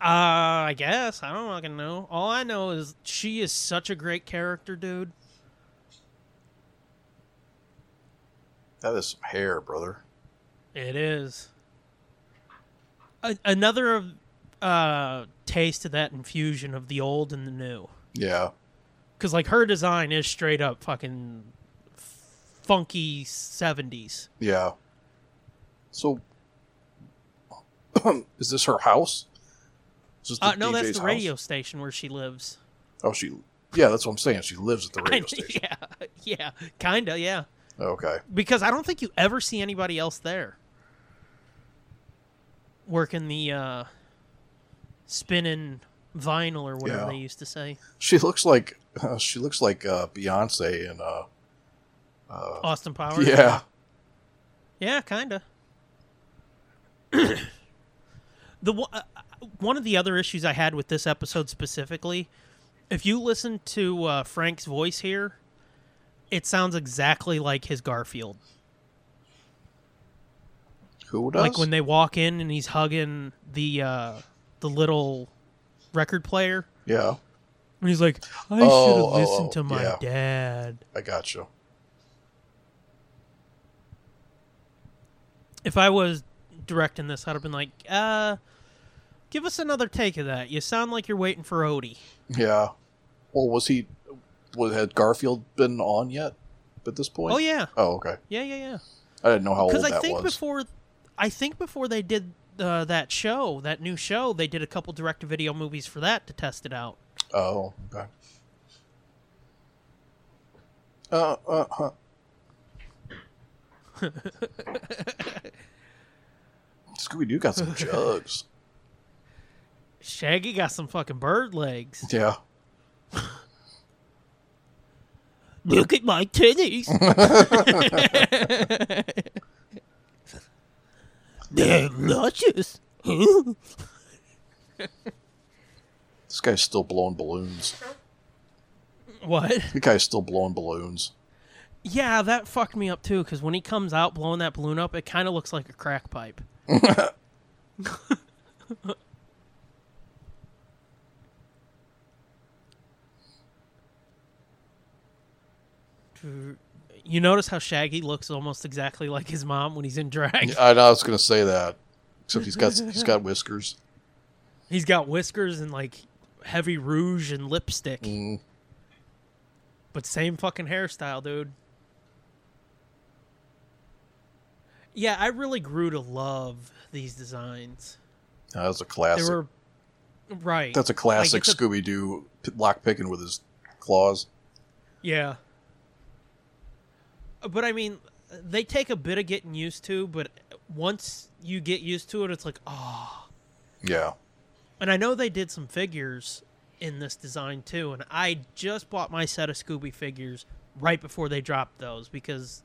B: Uh, I guess I don't fucking know. All I know is she is such a great character, dude.
C: That is some hair, brother.
B: It is. A- another uh, taste of that infusion of the old and the new.
C: Yeah.
B: Because, like, her design is straight up fucking funky 70s.
C: Yeah. So, is this her house? Is this
B: Uh, no, that's
C: DJ's
B: the
C: house?
B: radio station where she lives.
C: Oh, she. Yeah, that's what I'm saying. She lives at the radio
B: Kinda,
C: station.
B: yeah, yeah, kind of, yeah.
C: Okay.
B: Because I don't think you ever see anybody else there working the uh, spinning vinyl or whatever
C: Yeah.
B: they used to say.
C: She looks like uh, she looks like uh, Beyonce and uh, uh,
B: Austin Powers.
C: yeah,
B: Yeah, kind of. the one- uh, uh, one of the other issues I had with this episode specifically, if you listen to uh, Frank's voice here, it sounds exactly like his Garfield.
C: who does?
B: Like when they walk in and he's hugging the uh, the little record player,
C: yeah,
B: and he's like, "I
C: Oh, oh,
B: should have listened
C: oh,
B: to my
C: yeah.
B: dad."
C: I got you.
B: If I was directing this, I'd have been like, "Uh, give us another take of that. You sound like you're waiting for Odie."
C: Yeah. Well, was he? Was, had Garfield been on yet at this point?
B: Oh yeah,
C: Oh, okay.
B: yeah, yeah, yeah.
C: I didn't know how old
B: Because I
C: that
B: think
C: was.
B: before, I think before they did uh, that show, that new show, they did a couple direct-to-video movies for that to test it out.
C: Oh, okay. Uh, uh, huh. Scooby Doo got some jugs.
B: Shaggy got some fucking bird legs.
C: Yeah.
B: Look at my titties. They're luscious.
C: This guy's still blowing balloons.
B: what?
C: The guy's still blowing balloons.
B: Yeah, that fucked me up too. Because when he comes out blowing that balloon up, it kind of looks like a crack pipe. you notice how Shaggy looks almost exactly like his mom when he's in drag.
C: I know I was gonna say that. Except he's got he's got whiskers.
B: He's got whiskers and like heavy rouge and lipstick,
C: Mm.
B: but same fucking hairstyle, dude. Yeah, I really grew to love these designs.
C: That's a
B: They
C: classic.
B: were right.
C: That's a classic
B: it's a-
C: Scooby Doo lock picking with his claws.
B: yeah. Uh, But I mean, they take a bit of getting used to, but once you get used to it, it's like, oh,
C: Yeah.
B: And I know they did some figures in this design too. And I just bought my set of Scooby figures right before they dropped those because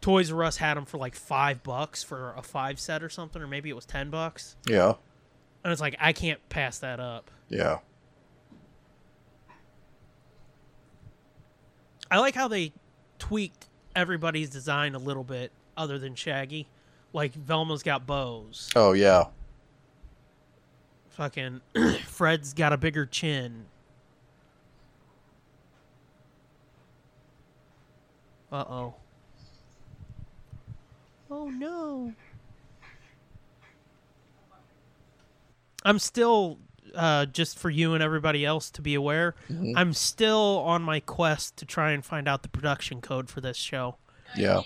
B: Toys R Us had them for like five bucks for a five set or something, or maybe it was ten bucks.
C: Yeah.
B: And it's like I can't pass that up.
C: Yeah.
B: I like how they tweaked everybody's design a little bit, other than Shaggy. Like Velma's got bows.
C: Oh yeah.
B: Fucking Fred's got a bigger chin. Uh oh. Oh no. I'm still, uh, just for you and everybody else to be aware, I'm still on my quest to try and find out the production code for this show.
C: Yeah.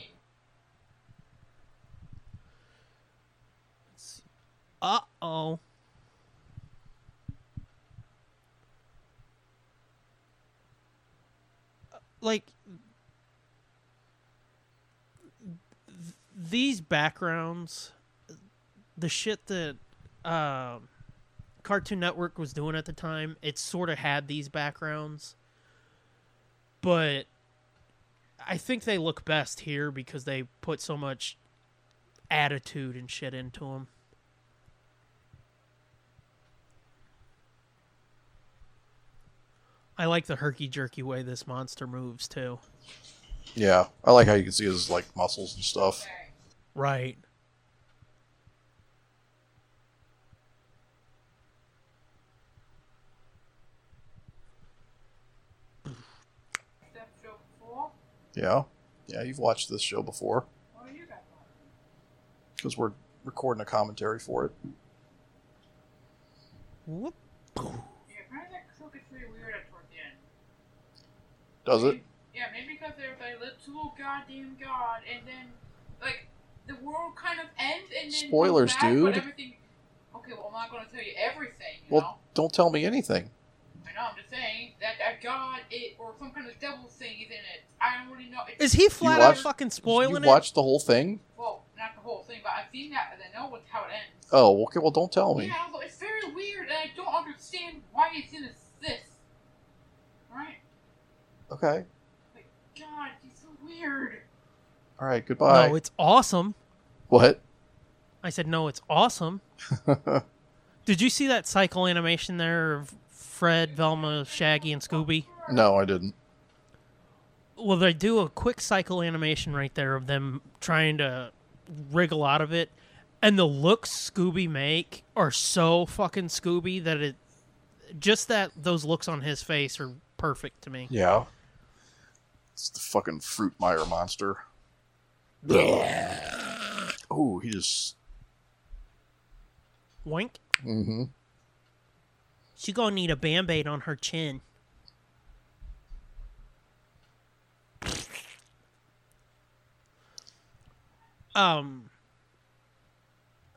B: Uh oh. Uh, Like, th- these backgrounds, the shit that um Cartoon Network was doing at the time, it sort of had these backgrounds, but I think they look best here because they put so much attitude and shit into them. I like the herky jerky way this monster moves too.
C: Yeah, I like how you can see his like muscles and stuff.
B: Right.
C: Yeah, yeah, you've watched this show before because we're recording a commentary for it.
B: Whoop.
D: Yeah, probably that still gets really weird at toward the end.
C: Does it?
D: Yeah, maybe because they're they live to a goddamn god, and then like the world kind of ends, and then goes
C: Spoilers,
D: back, but
C: dude.
D: everything. Okay, well I'm not going to tell you everything. You
C: Well, don't tell me anything.
D: know, I know. I'm just saying that that god it or some kind of devil thing is in it. I don't really know. It's,
B: Is he flat out
C: watched-
B: fucking spoiling
C: you watched the whole thing?
D: well, not the whole thing, but I've seen that, and I know what how it ends.
C: Oh, okay. Well, don't tell me.
D: Yeah, although it's very weird, and I don't understand why it's in this. this. Right?
C: Okay.
D: God, he's so weird.
C: All right.
B: it?
C: Goodbye.
B: No, it's awesome.
C: what?
B: I said, no, it's awesome. Did you see that cycle animation there of Fred, Velma, Shaggy, and Scooby?
C: No, I didn't.
B: Well, they do a quick cycle animation right there of them trying to wriggle out of it, and the looks Scooby make are so fucking Scooby that it just that those looks on his face are perfect to me.
C: Yeah. It's the fucking fruit Meyer monster. oh, he just.
B: Wink.
C: Mm-hmm.
B: She gonna need a band aid on her chin. Um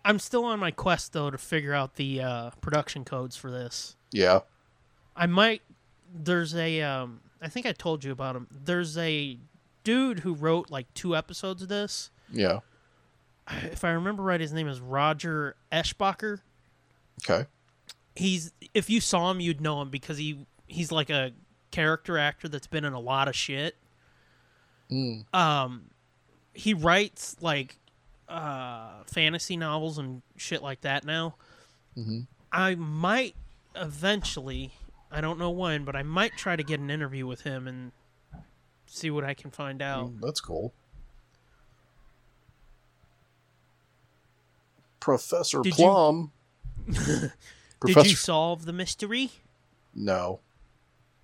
B: I'm still on my quest though to figure out the uh, production codes for this.
C: Yeah.
B: I might there's a um I think I told you about him. There's a dude who wrote like two episodes of this.
C: Yeah.
B: If I remember right his name is Roger Eschbacher.
C: Okay.
B: he's if you saw him you'd know him because he he's like a character actor that's been in a lot of shit
C: Mm.
B: um he writes like uh fantasy novels and shit like that now
C: Mhm.
B: i might eventually i don't know when but i might try to get an interview with him and see what i can find out
C: Mm, that's cool. Professor
B: Did you-
C: Plum.
B: did
C: Professor.
B: you solve the mystery
C: No.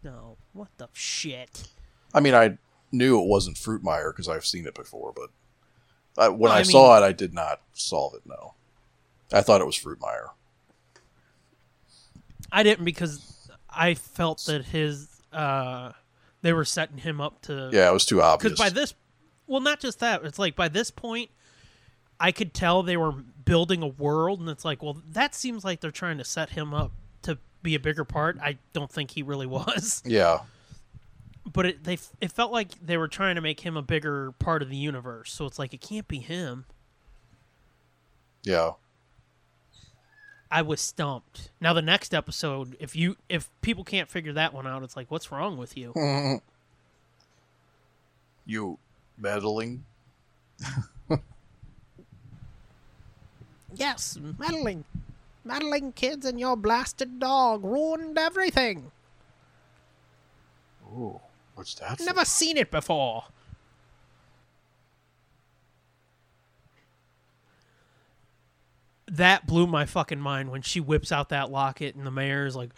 B: no what the shit
C: I mean, I knew it wasn't Fruit Meyer because I've seen it before, but I, when
B: Well,
C: I,
B: I
C: saw it, I did not solve it. No, I thought it was Fruit Meyer.
B: I didn't because I felt that his uh they were setting him up to
C: Yeah, it was too obvious.
B: because by this well not just that it's like by this point I could tell they were building a world and it's like well that seems like they're trying to set him up to be a bigger part I don't think he really was
C: yeah,
B: but it they it felt like they were trying to make him a bigger part of the universe so it's like it can't be him
C: yeah,
B: I was stumped now the next episode if you if people can't figure that one out it's like what's wrong with you
C: you meddling.
B: Yes, meddling. Meddling kids and your blasted dog ruined everything.
C: Ooh, what's that?
B: Never seen it before. That blew my fucking mind when she whips out that locket and the mayor is like,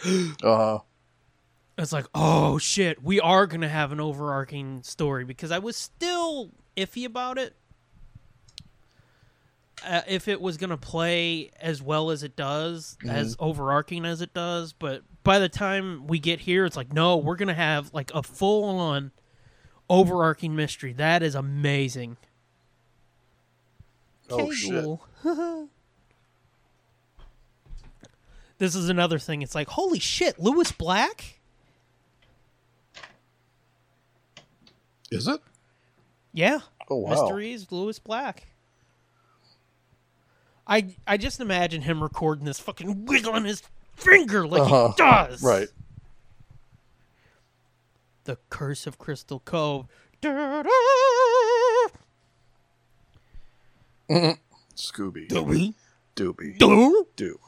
C: Uh,
B: it's like, oh shit, we are gonna have an overarching story because I was still iffy about it. Uh, if it was gonna play as well as it does,
C: Mm-hmm.
B: as overarching as it does, but by the time we get here, it's like, no, we're gonna have like a full on overarching mystery. That is amazing.
C: oh shit!
B: Cable. this is another thing. It's like, holy shit, Lewis Black?
C: Is it?
B: Yeah.
C: Oh wow.
B: Mysteries, Lewis Black. I I just imagine him recording this, fucking wiggling his finger like
C: Uh-huh.
B: he does.
C: Right.
B: The Curse of Crystal Cove. Da-da!
C: Scooby.
B: Doobie.
C: Doobie.
B: Doo.
C: Do.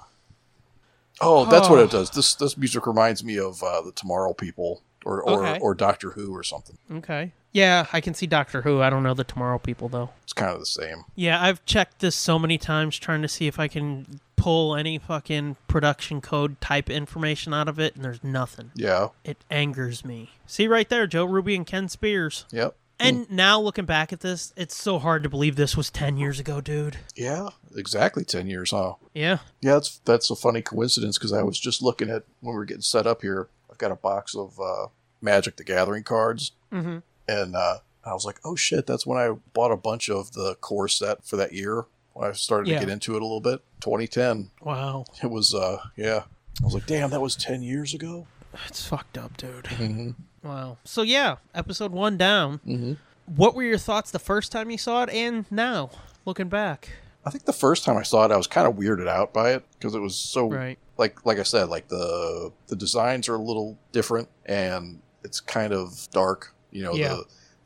C: Oh, that's what
B: Oh.
C: it does. This this music reminds me of uh, the Tomorrow People or or,
B: Okay.
C: or Doctor Who or something.
B: Okay. Yeah, I can see Doctor Who. I don't know the Tomorrow People though.
C: It's kind of the same.
B: Yeah, I've checked this so many times trying to see if I can pull any fucking production code type information out of it, and there's nothing.
C: Yeah.
B: It angers me. See right there, Joe Ruby and Ken Spears.
C: Yep.
B: And now looking back at this, it's so hard to believe this was 10 years ago, dude.
C: Yeah. Exactly ten years, huh?
B: Yeah.
C: Yeah, that's that's a funny coincidence because I was just looking at when we were getting set up here. I've got a box of uh, Magic the Gathering cards,
B: Mm-hmm.
C: and uh, I was like, "Oh shit!" That's when I bought a bunch of the core set for that year. When I started
B: Yeah.
C: to get into it a little bit, 2010.
B: Wow.
C: It was, uh, yeah. I was like, "Damn, that was 10 years ago."
B: That's fucked up, dude.
C: Mm-hmm.
B: Wow. So, yeah, episode one down.
C: Mm-hmm.
B: What were your thoughts the first time you saw it and now looking back?
C: I think the first time I saw it, I was kind of weirded out by it because it was so
B: Right.
C: like like I said, like the the designs are a little different and it's kind of dark. You know,
B: Yeah.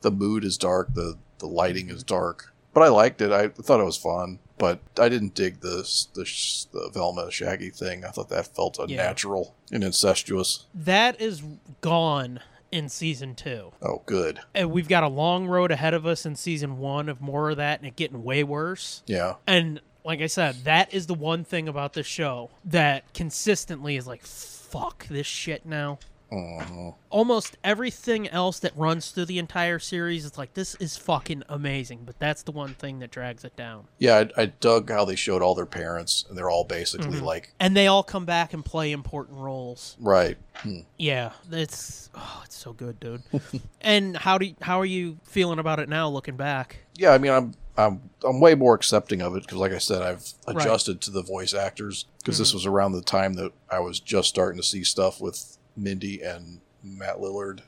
C: the the mood is dark, the the lighting is dark. But I liked it. I thought it was fun, but I didn't dig the s- the, sh- the Velma Shaggy thing. I thought that felt unnatural and incestuous.
B: That is gone in season two.
C: Oh, good.
B: And we've got a long road ahead of us in season one of more of that and it getting way worse.
C: Yeah.
B: And like I said, that is the one thing about this show that consistently is like, fuck this shit now.
C: Mhm.
B: Almost everything else that runs through the entire series is like, this is fucking amazing. But that's the one thing that drags it down.
C: Yeah, I, I dug how they showed all their parents, and they're all
B: Mm-hmm.
C: basically like,
B: And they all come back and play important roles.
C: right. Hmm.
B: Yeah, it's oh, it's so good, dude. and how do you, how are you feeling about it now, looking back?
C: yeah i mean i'm i'm i'm way more accepting of it because like i said i've
B: Right.
C: adjusted to the voice actors because this was around the time that i was just starting to see stuff with mindy and matt lillard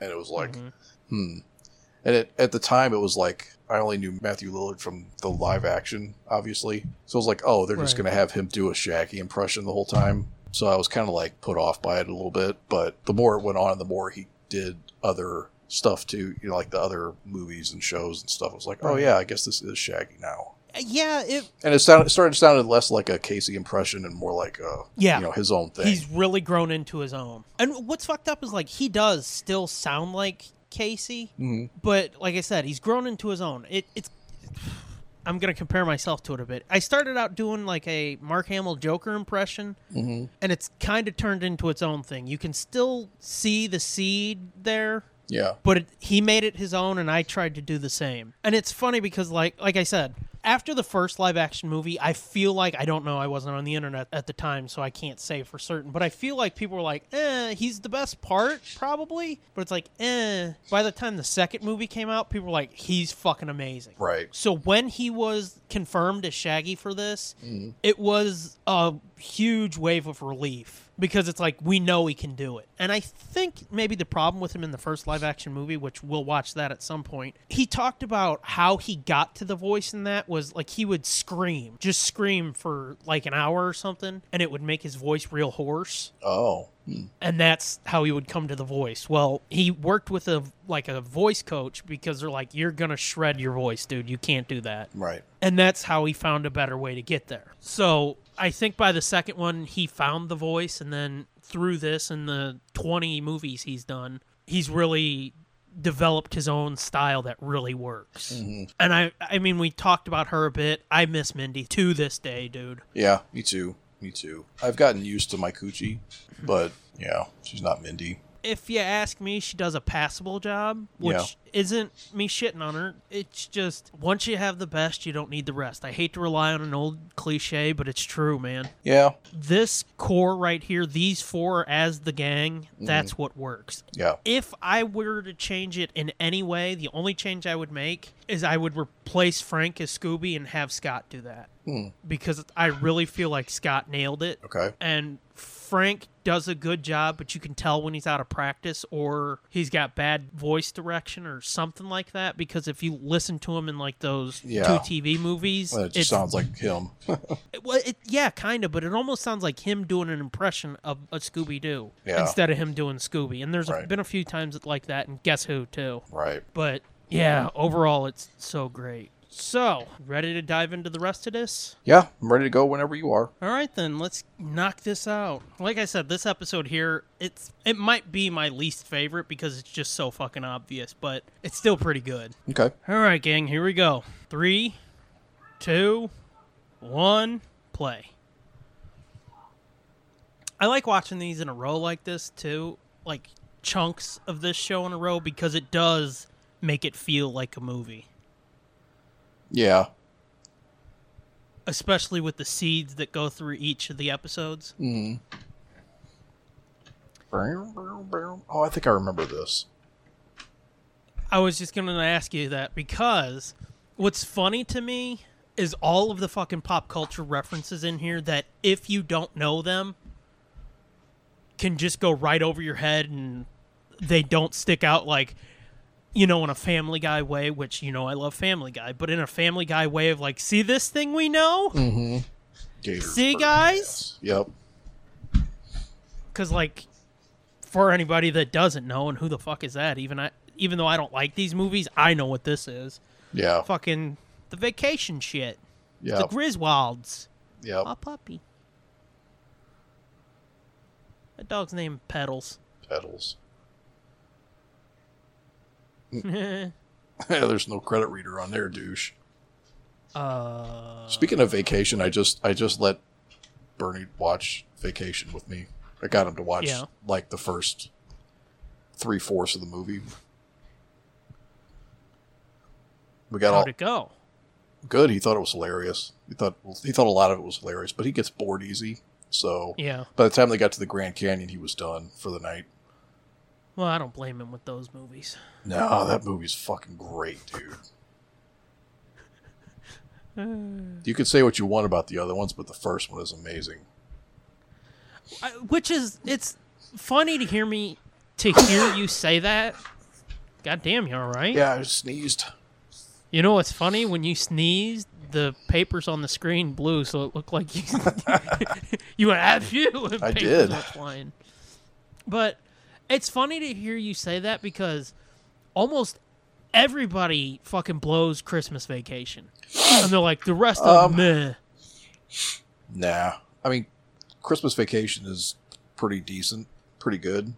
C: and it was like
B: Mhm.
C: hmm and it, at the time it was like i only knew matthew lillard from the live action obviously so it was like oh they're just
B: Right.
C: going to have him do a shaggy impression the whole time so i was kind of like put off by it a little bit but the more it went on the more he did other stuff too you know like the other movies and shows and stuff i was like oh
B: Right.
C: yeah i guess this is shaggy now
B: Uh, Yeah, it.
C: and it sounded it started sounded less like a casey impression and more like uh
B: Yeah,
C: you know his own thing
B: he's really grown into his own. And what's fucked up is like he does still sound like Casey,
C: Mhm.
B: but like I said, he's grown into his own. It, it's. I'm gonna compare myself to it a bit. I started out doing like a Mark Hamill Joker impression,
C: Mhm.
B: and it's kind of turned into its own thing. You can still see the seed there,
C: yeah
B: but it, he made it his own and i tried to do the same and it's funny because like like i said after the first live action movie i feel like i don't know i wasn't on the internet at the time so i can't say for certain but i feel like people were like eh he's the best part probably but it's like eh by the time the second movie came out people were like he's fucking amazing
C: right
B: so when he was confirmed as Shaggy for this, it was a huge wave of relief because it's like we know he can do it. And I think maybe the problem with him in the first live action movie, which we'll watch that at some point, he talked about how he got to the voice in that was like he would scream, just scream for like an hour or something, and it would make his voice real hoarse
C: oh Hmm.
B: and that's how he would come to the voice. Well, he worked with a like a voice coach because they're like, "You're gonna shred your voice, dude. You can't do that."
C: right
B: And that's how he found a better way to get there. So I think by the second one, he found the voice, and then through this and the 20 movies he's done, he's really developed his own style that really works. And I, I mean, we talked about her a bit. I miss Mindy to this day, dude.
C: Yeah, me too. Me too. I've gotten used to my coochie, but yeah, she's not Mindy.
B: if you ask me, she does a passable job, which isn't me shitting on her. It's just once you have the best, you don't need the rest. I hate to rely on an old cliche, but it's true, man.
C: Yeah,
B: This core right here, these four as the gang,
C: Mm-hmm.
B: that's what works.
C: yeah,
B: If I were to change it in any way, the only change I would make is I would replace Frank as Scooby and have Scott do that.
C: Hmm.
B: Because I really feel like Scott nailed it
C: okay.
B: and Frank does a good job, but you can tell when he's out of practice or he's got bad voice direction or something like that because if you listen to him in like those two
C: Yeah.
B: TV movies,
C: Well, it just
B: it's-
C: sounds like him.
B: it- well, it, yeah, kind of, but it almost sounds like him doing an impression of a Scooby Doo
C: Yeah.
B: instead of him doing Scooby. And there's a-
C: Right.
B: been a few times that- like that, and Guess Who too.
C: right.
B: But yeah, overall, it's so great. So, ready to dive into the rest of this?
C: Yeah, I'm ready to go whenever you are.
B: All right, then let's knock this out. Like I said, this episode here, it's it might be my least favorite because it's just so fucking obvious, but it's still pretty good.
C: Okay.
B: All right, gang, here we go. Three, two, one, play. I like watching these in a row like this too, like chunks of this show in a row because it does make it feel like a movie,
C: Yeah.
B: especially with the seeds that go through each of the episodes.
C: Mm. Oh, I think I remember this.
B: I was just going to ask you that because what's funny to me is all of the fucking pop culture references in here that if you don't know them can just go right over your head and they don't stick out like you know in a family guy way which you know I love family guy but in a family guy way of like see this thing we know
C: Mm-hmm. Gator.
B: See,
C: bird,
B: guys?
C: yes. Yep.
B: because like for anybody that doesn't know and who the fuck is that even I even though I don't like these movies I know what this is
C: Yeah.
B: fucking the vacation shit
C: Yep.
B: The Griswolds.
C: Yep.
B: A puppy. The dog's name Petals.
C: Pedals. Mm.
B: uh,
C: There's no credit reader on there, douche.
B: Uh,
C: Speaking of vacation, I just I just let Bernie watch Vacation with me. I got him to watch
B: Yeah.
C: like the first three fourths of the movie. We got all
B: how'd it go?
C: good. He thought it was hilarious. He thought he thought a lot of it was hilarious, but he gets bored easy. So
B: Yeah.
C: by the time they got to the Grand Canyon, he was done for the night.
B: Well, I don't blame him with those movies.
C: No, that movie's fucking great, dude. You could say what you want about the other ones, but the first one is amazing.
B: I, which is, it's funny to hear me, to hear you say that. God damn, you all right?
C: Yeah, I just sneezed.
B: You know what's funny? When you sneezed, the papers on the screen blew, so it looked like you you went at you. and
C: I
B: papers
C: did.
B: went flying. But it's funny to hear you say that because almost everybody fucking blows Christmas vacation, and they're like the rest of
C: Um,
B: meh.
C: Nah, I mean, Christmas Vacation is pretty decent, pretty good,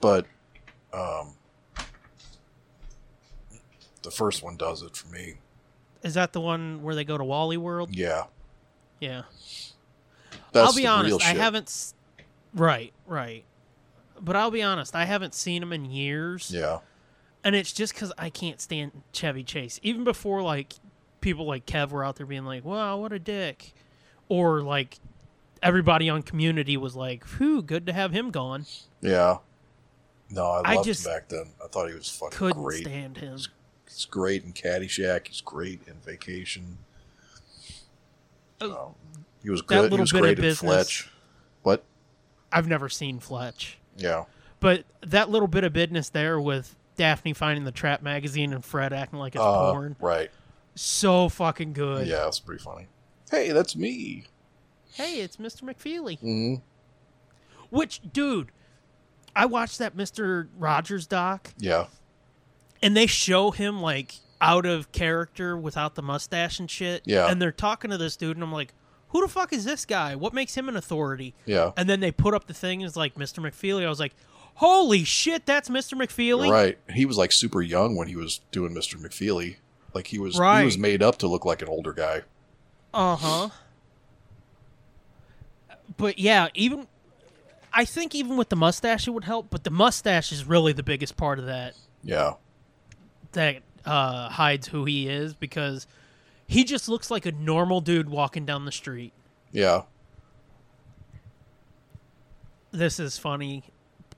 C: but um, the first one does it for me.
B: Is that the one where they go to Wally World?
C: Yeah,
B: Yeah.
C: that's
B: I'll be
C: the
B: honest,
C: real
B: I
C: shit.
B: haven't. s- Right, right. But I'll be honest, I haven't seen them in years.
C: Yeah,
B: and it's just because I can't stand Chevy Chase. Even before like people like Kev were out there being like, "Wow, what a dick," or like everybody on Community was like, "Whew, good to have him gone."
C: yeah. No, I loved
B: I
C: him
B: just
C: back then. I thought he was fucking
B: Couldn't
C: great.
B: stand him.
C: He's great in Caddyshack. He's great in Vacation.
B: Oh.
C: Um, he was
B: That
C: good. He
B: little
C: was
B: bit of
C: great in
B: business.
C: Fletch. What?
B: I've never seen Fletch,
C: Yeah.
B: but that little bit of business there with Daphne finding the Trap magazine and Fred acting like it's
C: Uh,
B: porn,
C: right.
B: so fucking good.
C: Yeah, that's pretty funny. Hey, that's me.
B: Hey, it's Mr. McFeely.
C: hmm
B: Which dude? I watched that Mr. Rogers doc.
C: Yeah.
B: and they show him like out of character without the mustache and shit.
C: Yeah.
B: And they're talking to this dude, and I'm like, who the fuck is this guy? What makes him an authority?
C: Yeah.
B: And then they put up the thing, and it's like Mr. McFeely. I was like, holy shit, that's Mr. McFeely.
C: Right. He was like super young when he was doing Mr. McFeely. Like he was he
B: Right.
C: was made up to look like an older guy.
B: Uh huh. But yeah, even I think even with the mustache, it would help. But the mustache is really the biggest part of that.
C: Yeah.
B: that uh, hides who he is because he just looks like a normal dude walking down the street.
C: Yeah.
B: This is funny.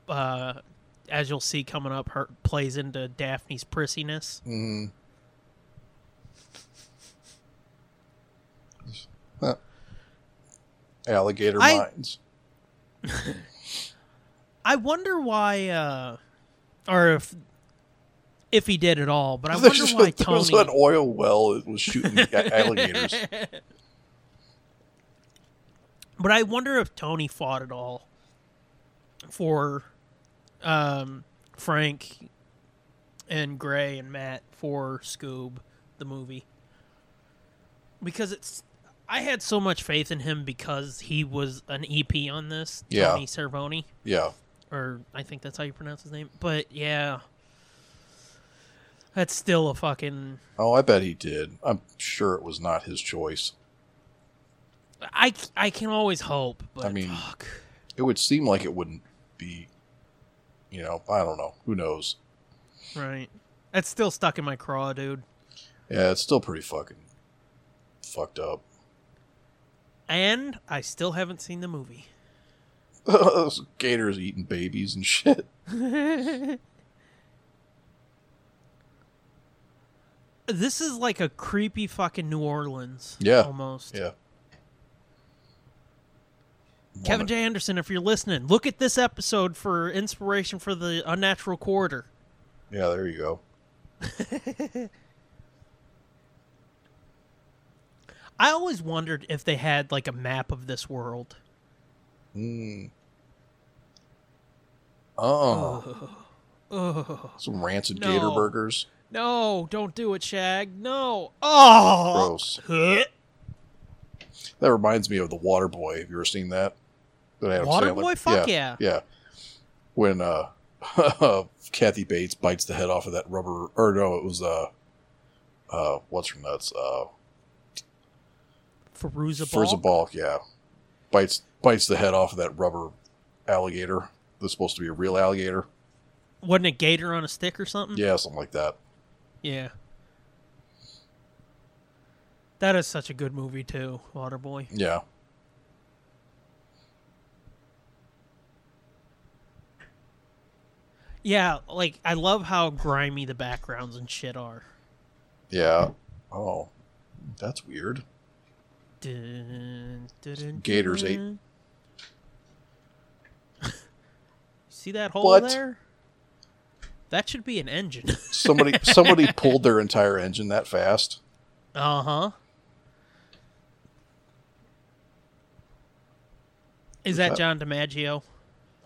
B: Uh, as you'll see coming up, her plays into Daphne's prissiness.
C: Mm. Alligator
B: I-
C: minds.
B: I wonder why, uh, or if if he did at all. But I
C: There's
B: wonder
C: just-
B: why
C: there was an
B: Tony.
C: oil well that was shooting the a- alligators.
B: But I wonder if Tony fought at all for um, Frank and Gray and Matt for Scoob, the movie. Because it's. I had so much faith in him because he was an EP on this.
C: Yeah.
B: Tony Cervoni.
C: Yeah.
B: Or I think that's how you pronounce his name. But yeah. That's still a fucking.
C: Oh, I bet he did. I'm sure it was not his choice.
B: I, I can always hope, but
C: I mean-
B: fuck.
C: It would seem like it wouldn't be. You know, I don't know. Who knows?
B: Right. That's still stuck in my craw, dude.
C: Yeah, it's still pretty fucking fucked up.
B: And I still haven't seen the movie.
C: Those Gators eating babies and shit.
B: This is like a creepy fucking New Orleans.
C: Yeah.
B: Almost.
C: Yeah.
B: Kevin
C: Woman.
B: J. Anderson, if you're listening, look at this episode for inspiration for the unnatural quarter.
C: Yeah, there you go.
B: I always wondered if they had like a map of this world.
C: Mm. Oh,
B: Ugh.
C: some rancid
B: No.
C: gator burgers.
B: Oh. No, don't do it, Shag. No. Oh.
C: Gross.
B: Huh?
C: That reminds me of the Water Boy. Have you ever seen that? That Adam
B: Waterboy?
C: Sandler-
B: Fuck
C: yeah.
B: yeah.
C: When uh, Kathy Bates bites the head off of that rubber, or no, it was uh, uh, what's her nuts? Uh,
B: Feruza Balk?
C: Frizza Balk. Yeah, bites bites the head off of that rubber alligator. That's supposed to be a real alligator.
B: Wasn't a gator on a stick or something?
C: Yeah, something like that.
B: Yeah. That is such a good movie too, Waterboy.
C: Yeah.
B: Yeah, like I love how grimy the backgrounds and shit are.
C: Yeah. Oh, that's weird.
B: Dun, dun, dun,
C: Gators ate-
B: dun. See that hole
C: What?
B: there? That should be an engine.
C: Somebody somebody pulled their entire engine that fast.
B: uh huh. Is that
C: that?
B: John DiMaggio?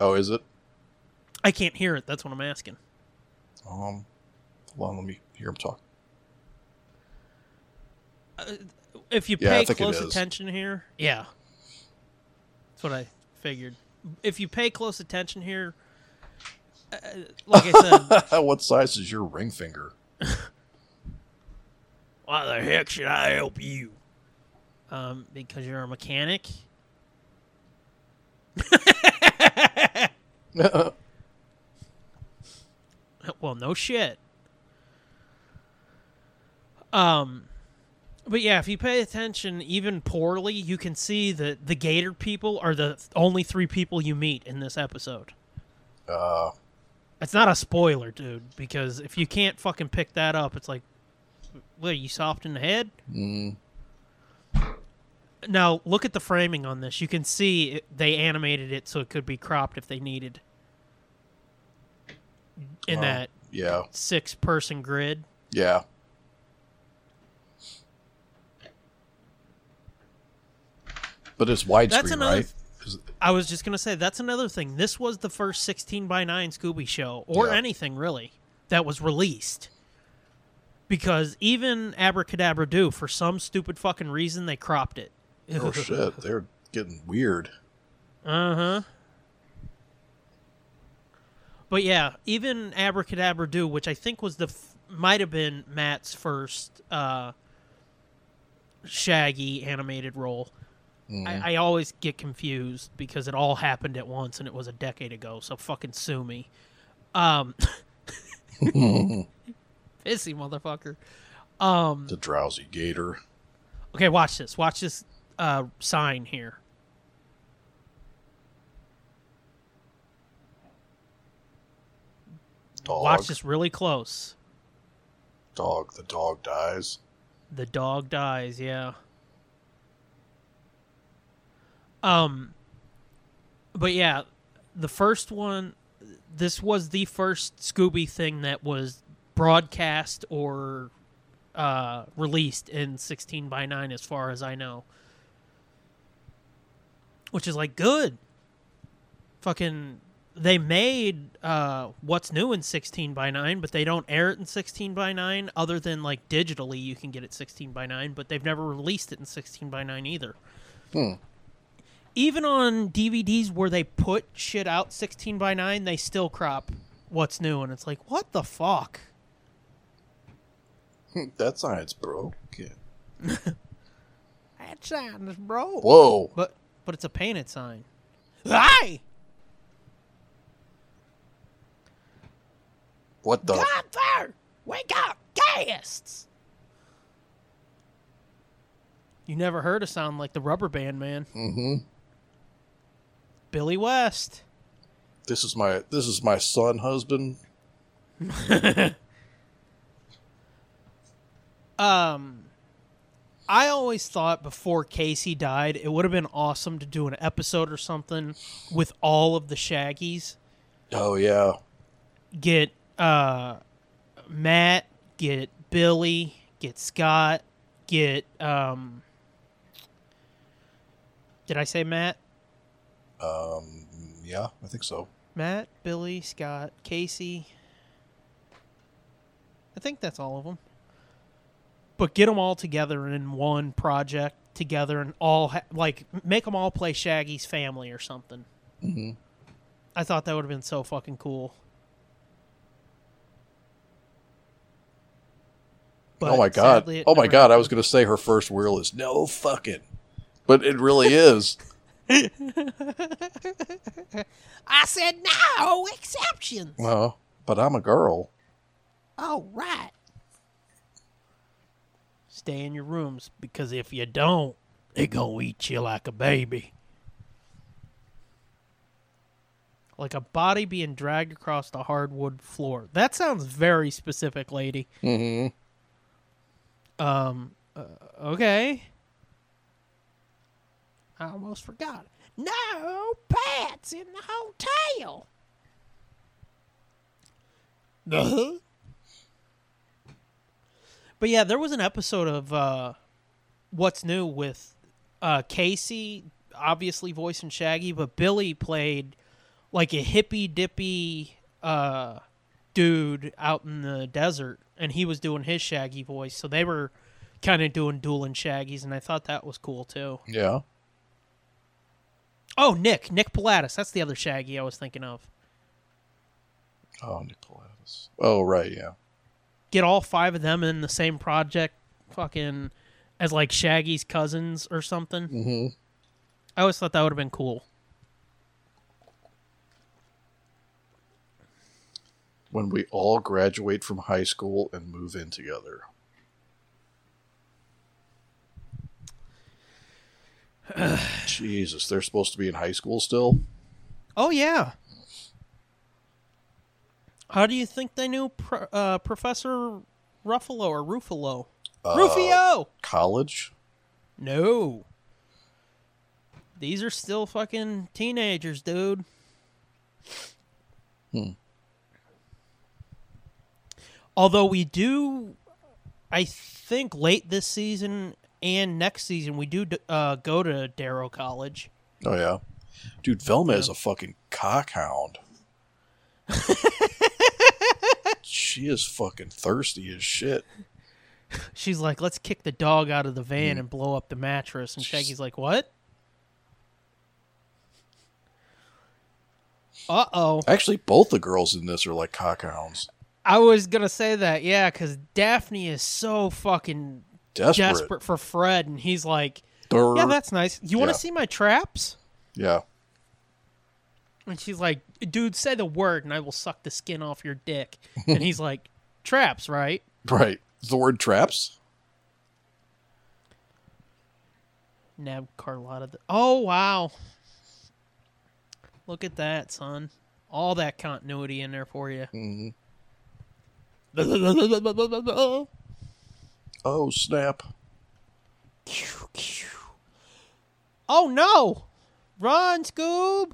C: Oh, is it?
B: I can't hear it. That's what I'm asking.
C: Um, hold on, let me hear him talk.
B: if you
C: Yeah, I
B: pay
C: think it
B: close
C: is.
B: attention here, yeah, that's what I figured. If you pay close attention here, uh, like I said,
C: what size is your ring finger?
B: why the heck should I help you? Um, because you're a mechanic.
C: Uh,
B: Well, no shit. Um, but yeah, if you pay attention even poorly, you can see that the Gator people are the only three people you meet in this episode.
C: Uh,
B: It's not a spoiler, dude, because if you can't fucking pick that up, it's like, what, are you soft in the head?
C: mm,
B: Now, look at the framing on this. You can see it, they animated it so it could be cropped if they needed. In
C: Wow.
B: that
C: yeah,
B: six person grid.
C: yeah. But it's widescreen,
B: That's another-
C: right? Is-
B: I was just gonna say that's another thing. This was the first sixteen by nine Scooby show, or
C: Yeah.
B: anything really, that was released. Because even Abracadabra Do, for some stupid fucking reason, they cropped it.
C: oh shit, they're getting weird.
B: Uh huh. But yeah, even Abracadabra Do, which I think was the f- might have been Matt's first uh, Shaggy animated role. I, I always get confused because it all happened at once and it was a decade ago. So fucking sue me. Um, pissy motherfucker. Um,
C: The drowsy gator.
B: okay, watch this. Watch this uh, sign here.
C: Dog.
B: Watch this really close.
C: Dog. The dog dies.
B: The dog dies, yeah. Um but yeah, the first one this was the first Scooby thing that was broadcast or uh, released in 16 by 9 as far as I know. Which is like good. Fucking they made uh, what's new in 16 by 9 but they don't air it in 16 by 9 other than like digitally you can get it 16 by 9 but they've never released it in 16 by 9 either
C: Hmm.
B: even on dvds where they put shit out 16 by 9 they still crop what's new and it's like what the fuck
C: Hmm, That sign's broken.
B: that sign is broke
C: Whoa.
B: But but it's a painted sign. Hey!
C: What the?
B: Godfather! We got guests! You never heard a sound like the rubber band man.
C: Mm-hmm.
B: Billy West.
C: This is my this is my son husband.
B: Um I always thought before Casey died, it would have been awesome to do an episode or something with all of the Shaggies.
C: Oh yeah.
B: get uh, Matt, get Billy, get Scott, get um. Did I say Matt?
C: Um. Yeah, I think so.
B: Matt, Billy, Scott, Casey. I think that's all of them. But get them all together in one project together and all ha- like make them all play Shaggy's family or something.
C: Mm-hmm.
B: I thought that would have been so fucking cool.
C: oh my
B: But
C: god.
B: sadly, it
C: Oh my
B: never
C: god. I was gonna say her first wheel is no fucking, but it really is.
B: I said no exceptions.
C: Well, but I'm a girl.
B: All right. Stay in your rooms because if you don't, they gonna eat you like a baby. Like a body being dragged across the hardwood floor. That sounds very specific, lady.
C: Mm-hmm.
B: Um. uh, okay. I almost forgot. No pets in the hotel. No. But yeah, there was an episode of uh, What's New with uh, Casey, obviously voicing Shaggy, but Billy played like a hippy dippy uh, dude out in the desert, and he was doing his Shaggy voice. So they were kind of doing dueling Shaggies, and I thought that was cool too.
C: Yeah.
B: Oh, Nick, Nick Pilatus, that's the other Shaggy I was thinking of.
C: Oh, Nicholas. Oh right. Yeah.
B: Get all five of them in the same project, fucking as like Shaggy's cousins or something.
C: Mm-hmm.
B: I always thought that would have been cool.
C: When we all graduate from high school and move in together. Jesus, they're supposed to be in high school still.
B: Oh yeah. How do you think they knew Pro- uh, Professor Ruffalo or Ruffalo? Rufio.
C: College.
B: No. These are still fucking teenagers, dude.
C: Hmm.
B: Although we do, I think late this season and next season, we do uh, go to Darrow College.
C: Oh yeah, dude, Velma is a fucking cockhound. she is fucking thirsty as shit.
B: She's like, let's kick the dog out of the van and blow up the mattress. And
C: She's-
B: Shaggy's like, what? Uh oh.
C: Actually, both the girls in this are like cockhounds.
B: I was gonna say that, yeah, because Daphne is so fucking
C: Desperate.
B: desperate for Fred, and he's like,
C: Durr.
B: "Yeah, that's nice. You want to
C: Yeah.
B: see my traps?"
C: yeah.
B: And she's like, "Dude, say the word, and I will suck the skin off your dick." and he's like, "Traps, right?"
C: Right. The word traps?
B: Nab Carlotta. The- oh wow, look at that, son! All that continuity in there for you.
C: Mhm.
B: Pew,
C: Oh, snap.
B: pew. Oh no! Run, Scoob!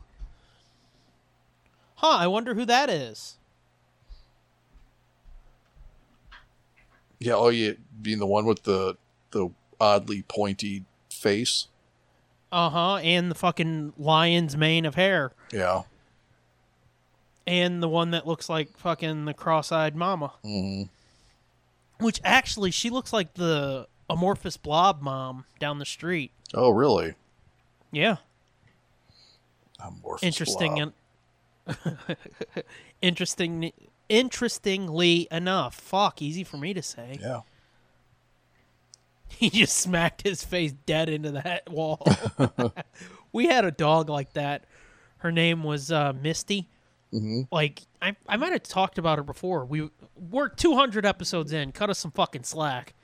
B: Huh, I wonder who that is.
C: Yeah, oh yeah, being the one with the the oddly pointy face.
B: Uh huh. And the fucking lion's mane of hair.
C: Yeah.
B: And the one that looks like fucking the cross eyed mama.
C: hmm
B: Which actually, she looks like the amorphous blob mom down the street.
C: Oh, really?
B: Yeah.
C: Amorphous
B: Interesting.
C: blob.
B: And interesting. Interestingly enough, fuck, easy for me to say.
C: Yeah.
B: He just smacked his face dead into that wall. we had a dog like that. Her name was uh, Misty.
C: Mhm.
B: Like I, I might have talked about her before. We we're 200 episodes in. Cut us some fucking slack.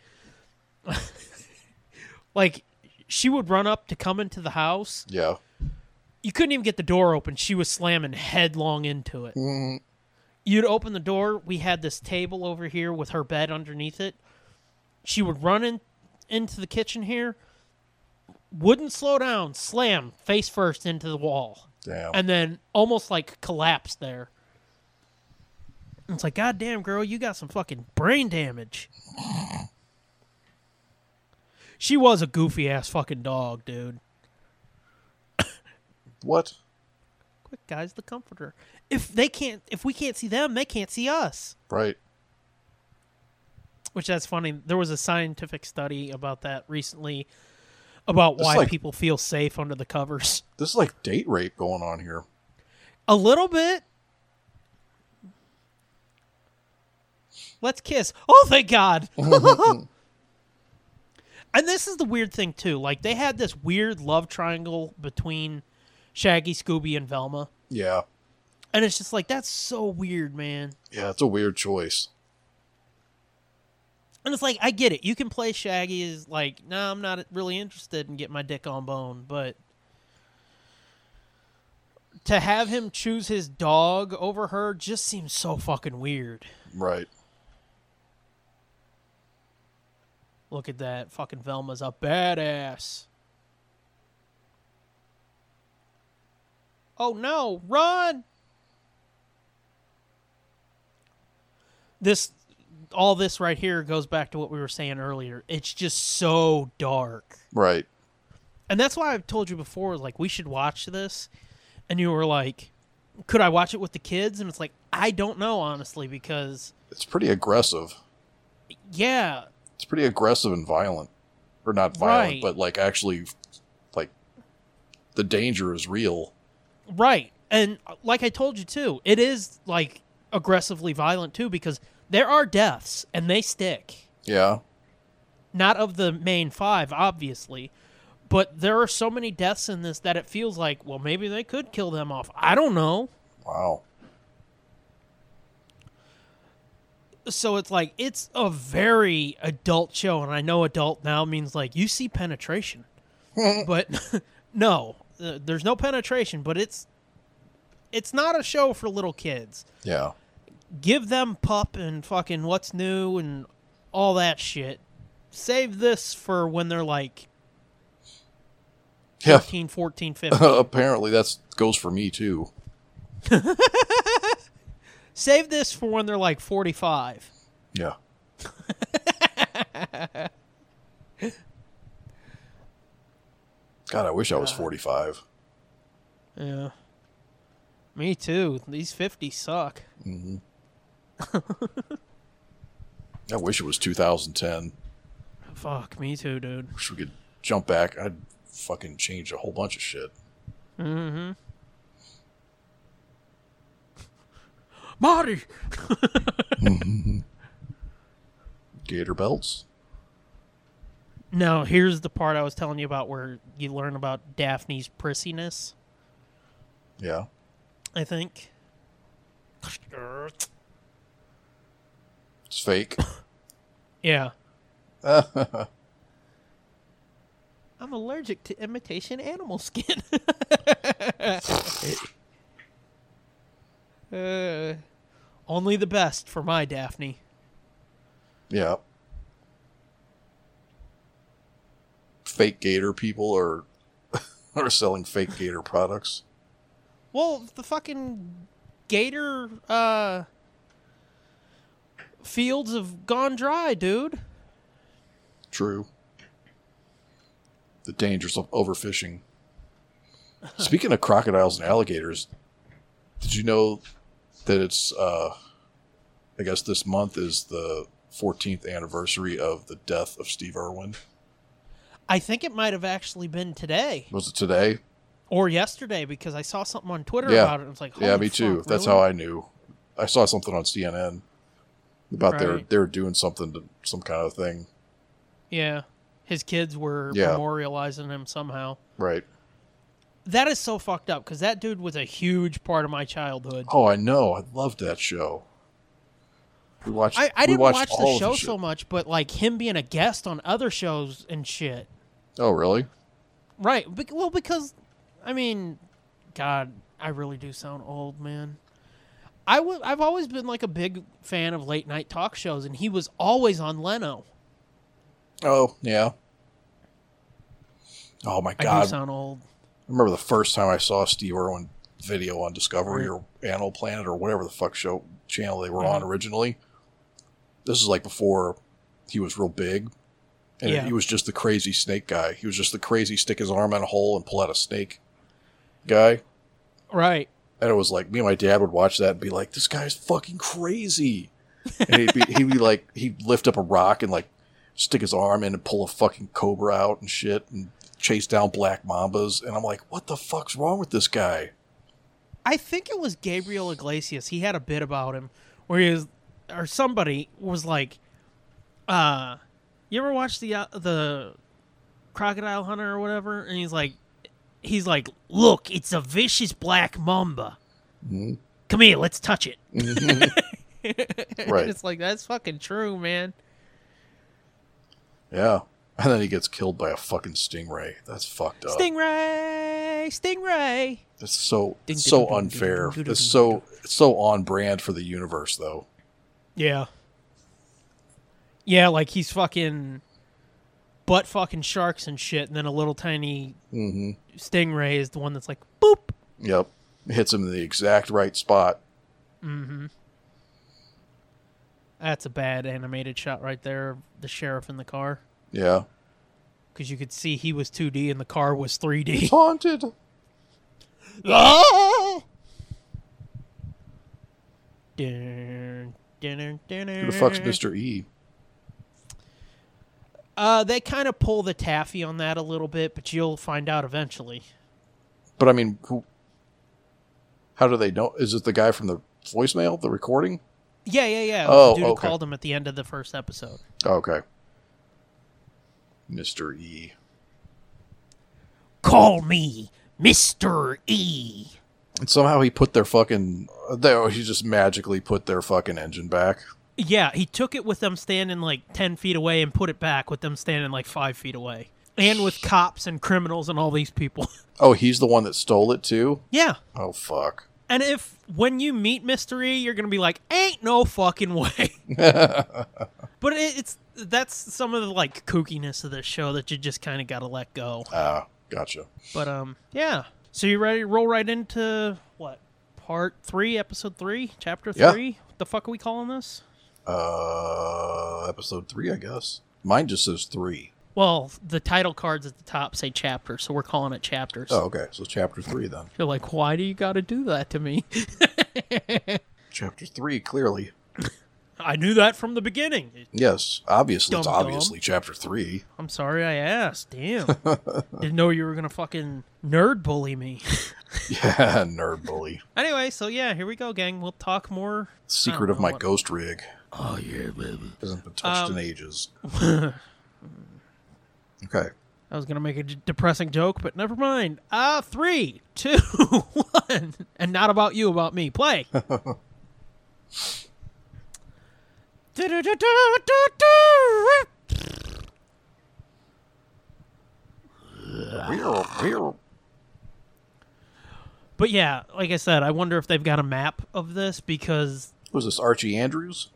B: like she would run up to come into the house.
C: Yeah.
B: You couldn't even get the door open. She was slamming headlong into it.
C: Mm,
B: You'd open the door. We had this table over here with her bed underneath it. She would run in, into the kitchen here, wouldn't slow down, slam face first into the wall,
C: damn.
B: and then almost like collapse there. And It's like, God damn, girl, you got some fucking brain damage. She was a goofy ass fucking dog, dude.
C: what?
B: Quick, guys, the comforter. If they can't, if we can't see them, they can't see us.
C: Right.
B: Which that's funny. There was a scientific study about that recently about
C: It's
B: why
C: like-
B: people feel safe under the covers.
C: This is like date rape going on here.
B: A little bit. Let's kiss. Oh, thank God. and this is the weird thing, too. Like, they had this weird love triangle between Shaggy, Scooby, and Velma.
C: Yeah.
B: And it's just like, that's so weird, man.
C: Yeah, it's a weird choice.
B: And it's like, I get it. You can play Shaggy as like, no, I'm not really interested in getting my dick on bone, but to have him choose his dog over her just seems so fucking weird.
C: Right.
B: Look at that. Fucking Velma's a badass. Oh no, run! This all this right here goes back to what we were saying earlier. It's just so dark.
C: Right.
B: And that's why I've told you before, like, we should watch this. And you were like, could I watch it with the kids? And it's like, I don't know, honestly, because,
C: It's pretty aggressive.
B: yeah,
C: It's pretty aggressive and violent. Or not violent,
B: Right.
C: but like actually like the danger is real.
B: right. And uh, like I told you, too, it is, like, aggressively violent, too, because there are deaths and they stick.
C: Yeah.
B: Not of the main five, obviously. But there are so many deaths in this that it feels like, well, maybe they could kill them off. I don't know.
C: Wow.
B: so it's like it's a very adult show and i know adult now means like you see penetration but no uh, there's no penetration but it's it's not a show for little kids
C: Yeah.
B: give them pup and fucking what's new and all that shit save this for when they're like
C: Yeah.
B: 13 14 15
C: Apparently that's goes for me too.
B: save this for when they're like 45
C: Yeah. God, I wish I was 45.
B: yeah me too these 50 suck
C: I wish it was 2010.
B: fuck me too dude
C: Wish we could jump back. I'd fucking change a whole bunch of shit.
B: marty
C: Gator belts?
B: Now, here's the part I was telling you about where you learn about Daphne's prissiness,
C: Yeah.
B: I think.
C: It's fake.
B: Yeah. I'm allergic to imitation animal skin. Uh, only the best for my Daphne.
C: yeah. Fake gator people are are selling fake gator products.
B: Well, the fucking gator uh fields have gone dry, dude.
C: True. The dangers of overfishing. Speaking of crocodiles and alligators, did you know that it's, uh, I guess this month is the 14th anniversary of the death of Steve Irwin?
B: I think it might have actually been today
C: Was it today?
B: or yesterday because I saw something on Twitter
C: Yeah.
B: about it. And I was like,
C: yeah,
B: holy
C: me
B: fuck,
C: too. That's
B: really?
C: how I knew. I saw something on CNN about they were
B: Right.
C: they were doing something to some kind of thing,
B: Yeah, his kids were
C: Yeah.
B: memorializing him somehow.
C: right?
B: That is so fucked up because that dude was a huge part of my childhood.
C: Oh, I know. I loved that show. We watched.
B: I, I
C: we
B: didn't
C: watched
B: watch
C: all
B: the
C: of
B: show
C: shit.
B: so much, but like him being a guest on other shows and shit.
C: Oh, really?
B: Right. Bec- well, because, I mean, God, I really do sound old, man. I w- I've always been like a big fan of late night talk shows, and he was always on Leno.
C: Oh, yeah. Oh my
B: I
C: god!
B: do sound old.
C: I remember the first time I saw Steve Irwin video on Discovery or Animal Planet or whatever the fuck show channel they were on
B: Mhm.
C: originally. This is like before he was real big. And
B: Yeah.
C: he was just the crazy snake guy. He was just the crazy stick his arm in a hole and pull out a snake guy.
B: Right.
C: And it was like me and my dad would watch that and be like, This guy's fucking crazy. And he'd be he'd be like he'd lift up a rock and like stick his arm in and pull a fucking cobra out and shit and chase down black mambas and I'm like, What the fuck's wrong with this guy?
B: I think it was Gabriel Iglesias. He had a bit about him where he was, or somebody was like, uh, you ever watch the, uh, the Crocodile Hunter or whatever? And he's like, he's like, look, it's a vicious black mamba.
C: Mhm.
B: Come here, let's touch it.
C: Right.
B: it's like, that's fucking true, man.
C: Yeah. And then he gets killed by a fucking stingray. That's fucked up.
B: Stingray! Stingray!
C: That's so
B: Ding,
C: it's so
B: ding, ding,
C: unfair.
B: ding, ding, ding,
C: It's
B: ding,
C: so it's so on brand for the universe though.
B: Yeah. Yeah, like he's fucking butt fucking sharks and shit, and then a little tiny
C: Mhm.
B: stingray is the one that's like boop.
C: Yep. Hits him in the exact right spot.
B: Mm-hmm. That's a bad animated shot right there. of The sheriff in the car,
C: Yeah.
B: because you could see he was 2D and the car was 3D.
C: Haunted.
B: Ah! Dun, dun, dun,
C: Who the fuck's
B: dun.
C: Mr. E?
B: Uh, they kind of pull the taffy on that a little bit, but you'll find out eventually.
C: But I mean, who? How do they know? Is it the guy from the voicemail, the recording?
B: Yeah, yeah, yeah.
C: Oh,
B: the dude
C: okay.
B: who called him at the end of the first episode.
C: Okay. Mr. E.
B: Call me Mr. E.
C: And somehow he put their fucking. They, oh, he just magically put their fucking engine back.
B: Yeah, he took it with them standing like 10 feet away and put it back with them standing like 5 feet away. And with cops and criminals and all these people.
C: Oh, he's the one that stole it too?
B: yeah.
C: Oh, fuck.
B: And if when you meet Mr. E, you're going to be like, ain't no fucking way. but it, it's that's some of the like kookiness of this show that you just kind of got to let go.
C: Ah, gotcha.
B: But um yeah. So you ready to roll right into what? Part 3, episode 3, chapter 3?
C: Yeah.
B: What the fuck are we calling this?
C: Uh, episode three, I guess. Mine just says three.
B: Well, the title cards at the top say chapter, so we're calling it chapters.
C: Oh, okay. So chapter three then.
B: You're like, why do you got to do that to me?
C: Chapter three, clearly.
B: I knew that from the beginning.
C: Yes, obviously. it's
B: Dum dum.
C: obviously chapter three.
B: I'm sorry I asked. Damn. Didn't know you were going to fucking nerd bully me.
C: Yeah, nerd bully.
B: anyway, so yeah, here we go, gang. We'll talk more.
C: Secret
B: I
C: of
B: don't
C: my
B: know what-
C: ghost rig.
A: Oh, yeah, baby.
C: hasn't been touched
B: Um,
C: in ages. okay.
B: I was going to make a d- depressing joke, but never mind. Uh, three, two, one. And not about you, about me. Play. Do-do-do-do-do-do.
C: We're, we're,
B: But yeah, like I said, I wonder if they've got a map of this because
C: who's this? Archie Andrews?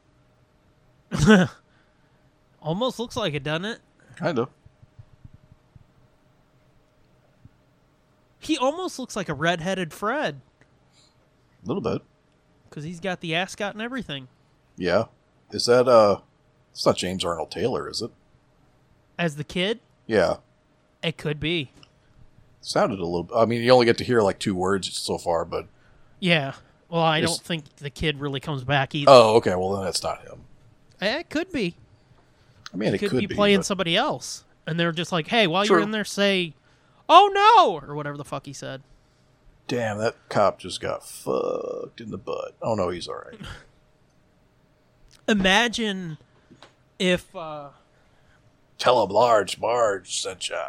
B: almost looks like it, doesn't it?
C: Kind of.
B: He almost looks like a redheaded Fred
C: A little bit.
B: because he's got the ascot and everything.
C: Yeah. Is that uh? It's not James Arnold Taylor, is it?
B: As the kid,
C: Yeah,
B: it could be.
C: sounded a little. I mean, you only get to hear like two words so far, but
B: Yeah. Well, I
C: Yes.
B: don't think the kid really comes back either.
C: oh, okay. Well, then that's not him.
B: Eh, it could be.
C: I mean, it
B: could,
C: Oh. could,
B: be, playing
C: but-
B: somebody else, and they're just like, "Hey, while
C: True.
B: you're in there, say, oh no,' or whatever the fuck he said."
C: Damn, that cop just got fucked in the butt. Oh no, he's all right.
B: Imagine if uh,
C: Tell him large, Marge sent ya.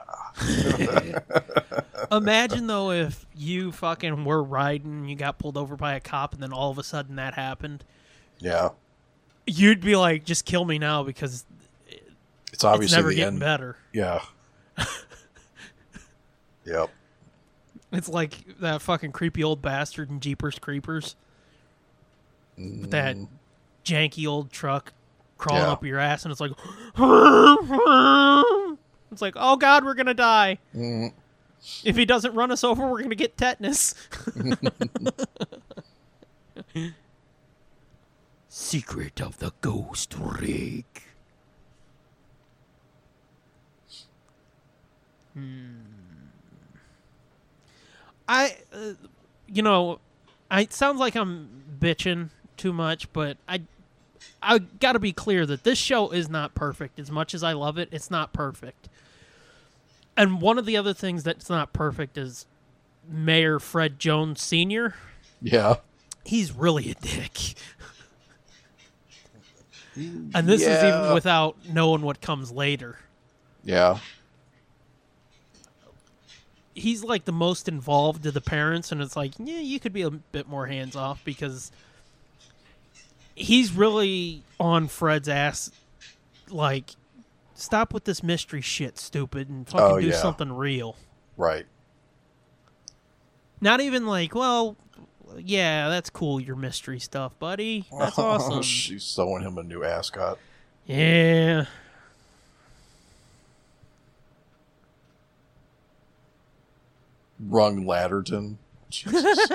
B: Imagine though if you fucking were riding, you got pulled over by a cop, and then all of a sudden that happened.
C: Yeah,
B: You'd be like, "Just kill me now," because
C: it's obviously
B: it's never
C: the
B: getting
C: end.
B: better.
C: Yeah. yep.
B: It's like that fucking creepy old bastard in Jeepers Creepers with that janky old truck crawling
C: Yeah.
B: up your ass, and it's like, it's like, "Oh God, we're gonna die."
C: Mm,
B: If he doesn't run us over, we're gonna get tetanus.
A: Secret of the Ghost Rig.
B: Hmm. I, uh, you know, I it sounds like I'm bitching too much, but I, I got to be clear that this show is not perfect. As much as I love it, it's not perfect. And one of the other things that's not perfect is Mayor Fred Jones Senior.
C: yeah.
B: He's really a dick. And this is even
C: Yeah.
B: without knowing what comes later.
C: Yeah.
B: he's like the most involved to the parents and it's like yeah you could be a bit more hands off because he's really on fred's ass like stop with this mystery shit stupid and fucking
C: Oh,
B: do
C: yeah.
B: something real
C: Right.
B: not even like well yeah that's cool your mystery stuff buddy that's awesome
C: She's sewing him a new ascot.
B: yeah
C: Rung Ladderton. Jesus.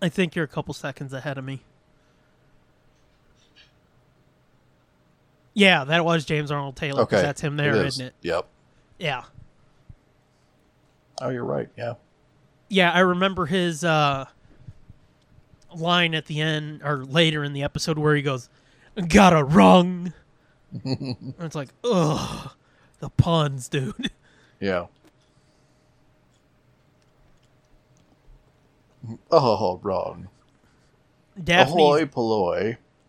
B: i think you're a couple seconds ahead of me yeah that was james arnold taylor 'cause
C: Okay.
B: that's him there,
C: is.
B: isn't it
C: Yep.
B: yeah
C: Oh, you're right. Yeah.
B: Yeah, I remember his uh, line at the end or later in the episode where he goes, "Got a rung." and it's like, ugh, the puns, dude.
C: Yeah. Oh, wrong.
B: Daphne's,
C: Ahoy,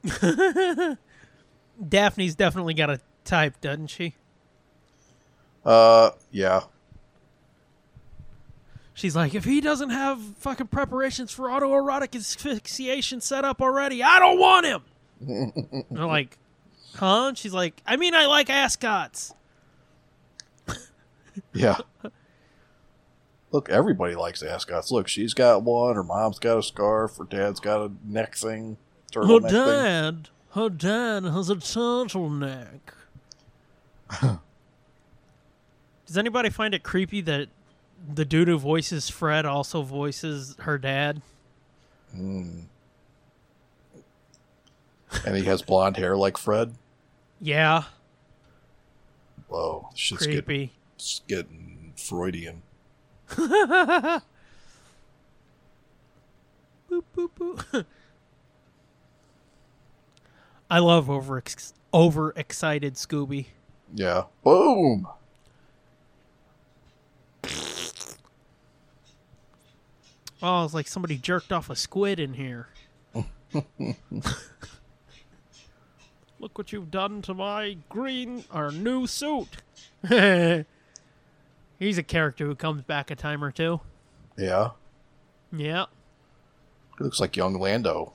C: Paloy.
B: Daphne's definitely got a type, doesn't she?
C: Uh, yeah.
B: She's like, if he doesn't have fucking preparations for autoerotic asphyxiation set up already, I don't want him. And They're like, huh? And she's like, I mean, I like ascots.
C: Yeah. Look, everybody likes ascots. Look, she's got one. Her mom's got a scarf. Her dad's got a neck thing.
B: Her
C: Turtleneck thing.
B: dad, her dad has a turtleneck. Does anybody find it creepy that the dude who voices Fred also voices her dad?
C: Hmm. And he has blonde hair like Fred.
B: Yeah,
C: Whoa, shit's getting,
B: creepy.
C: it's getting Freudian.
B: Boop, boop, boop. I love over ex- over excited Scooby.
C: Yeah. Boom.
B: Oh, it's like somebody jerked off a squid in here. Look what you've done to my green, our new suit. He's a character who comes back a time or two.
C: Yeah.
B: Yeah,
C: He looks like young Lando.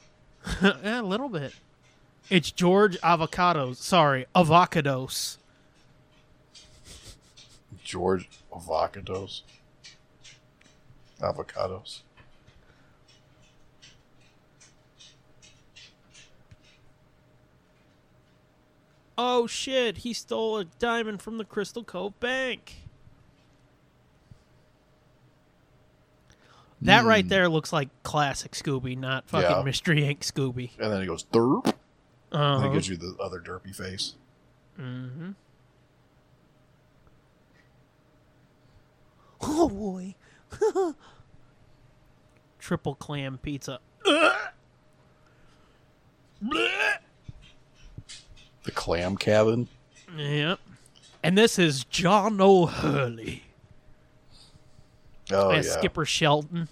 B: yeah, a little bit. It's George Avocados. Sorry, Avocados.
C: George Avocados. Avocados.
B: Oh shit, he stole a diamond from the Crystal Cove Bank. That right there looks like classic Scooby, not fucking
C: Hmm. Yeah.
B: Mystery Inc. Scooby.
C: And then it goes derp. And
B: Uh-huh.
C: it gives you the other derpy face.
B: hmm Oh boy. Triple clam pizza. Ugh. Blech.
C: The clam cabin.
B: Yep. And this is John O'Hurley
C: Oh
B: as
C: yeah.
B: Skipper Shelton.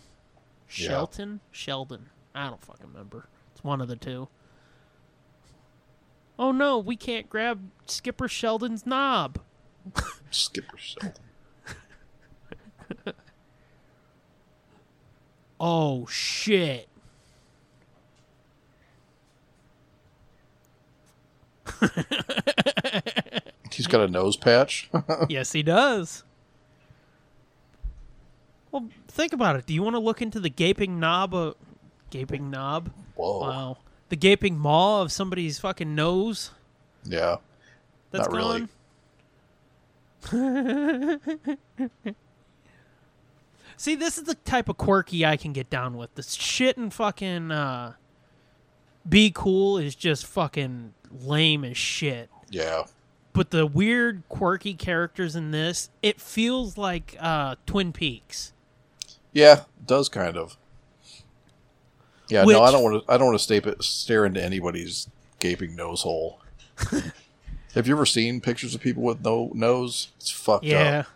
C: Yeah.
B: Shelton? Sheldon. I don't fucking remember. It's one of the two. Oh no, we can't grab Skipper Sheldon's knob.
C: Skipper Sheldon.
B: Oh shit.
C: He's got a nose patch.
B: yes, he does. Well, think about it. Do you want to look into the gaping knob of gaping knob?
C: Whoa.
B: Wow. The gaping maw of somebody's fucking nose
C: Yeah.
B: that's
C: Not really.
B: gone? See, this is the type of quirky I can get down with. This shit and fucking uh, be cool is just fucking lame as shit
C: Yeah.
B: but the weird quirky characters in this it feels like uh twin peaks
C: Yeah, it does kind of. Yeah,
B: Which-
C: no, I don't want to. I don't want to stare, stare into anybody's gaping nose hole. Have you ever seen pictures of people with no nose? It's fucked up.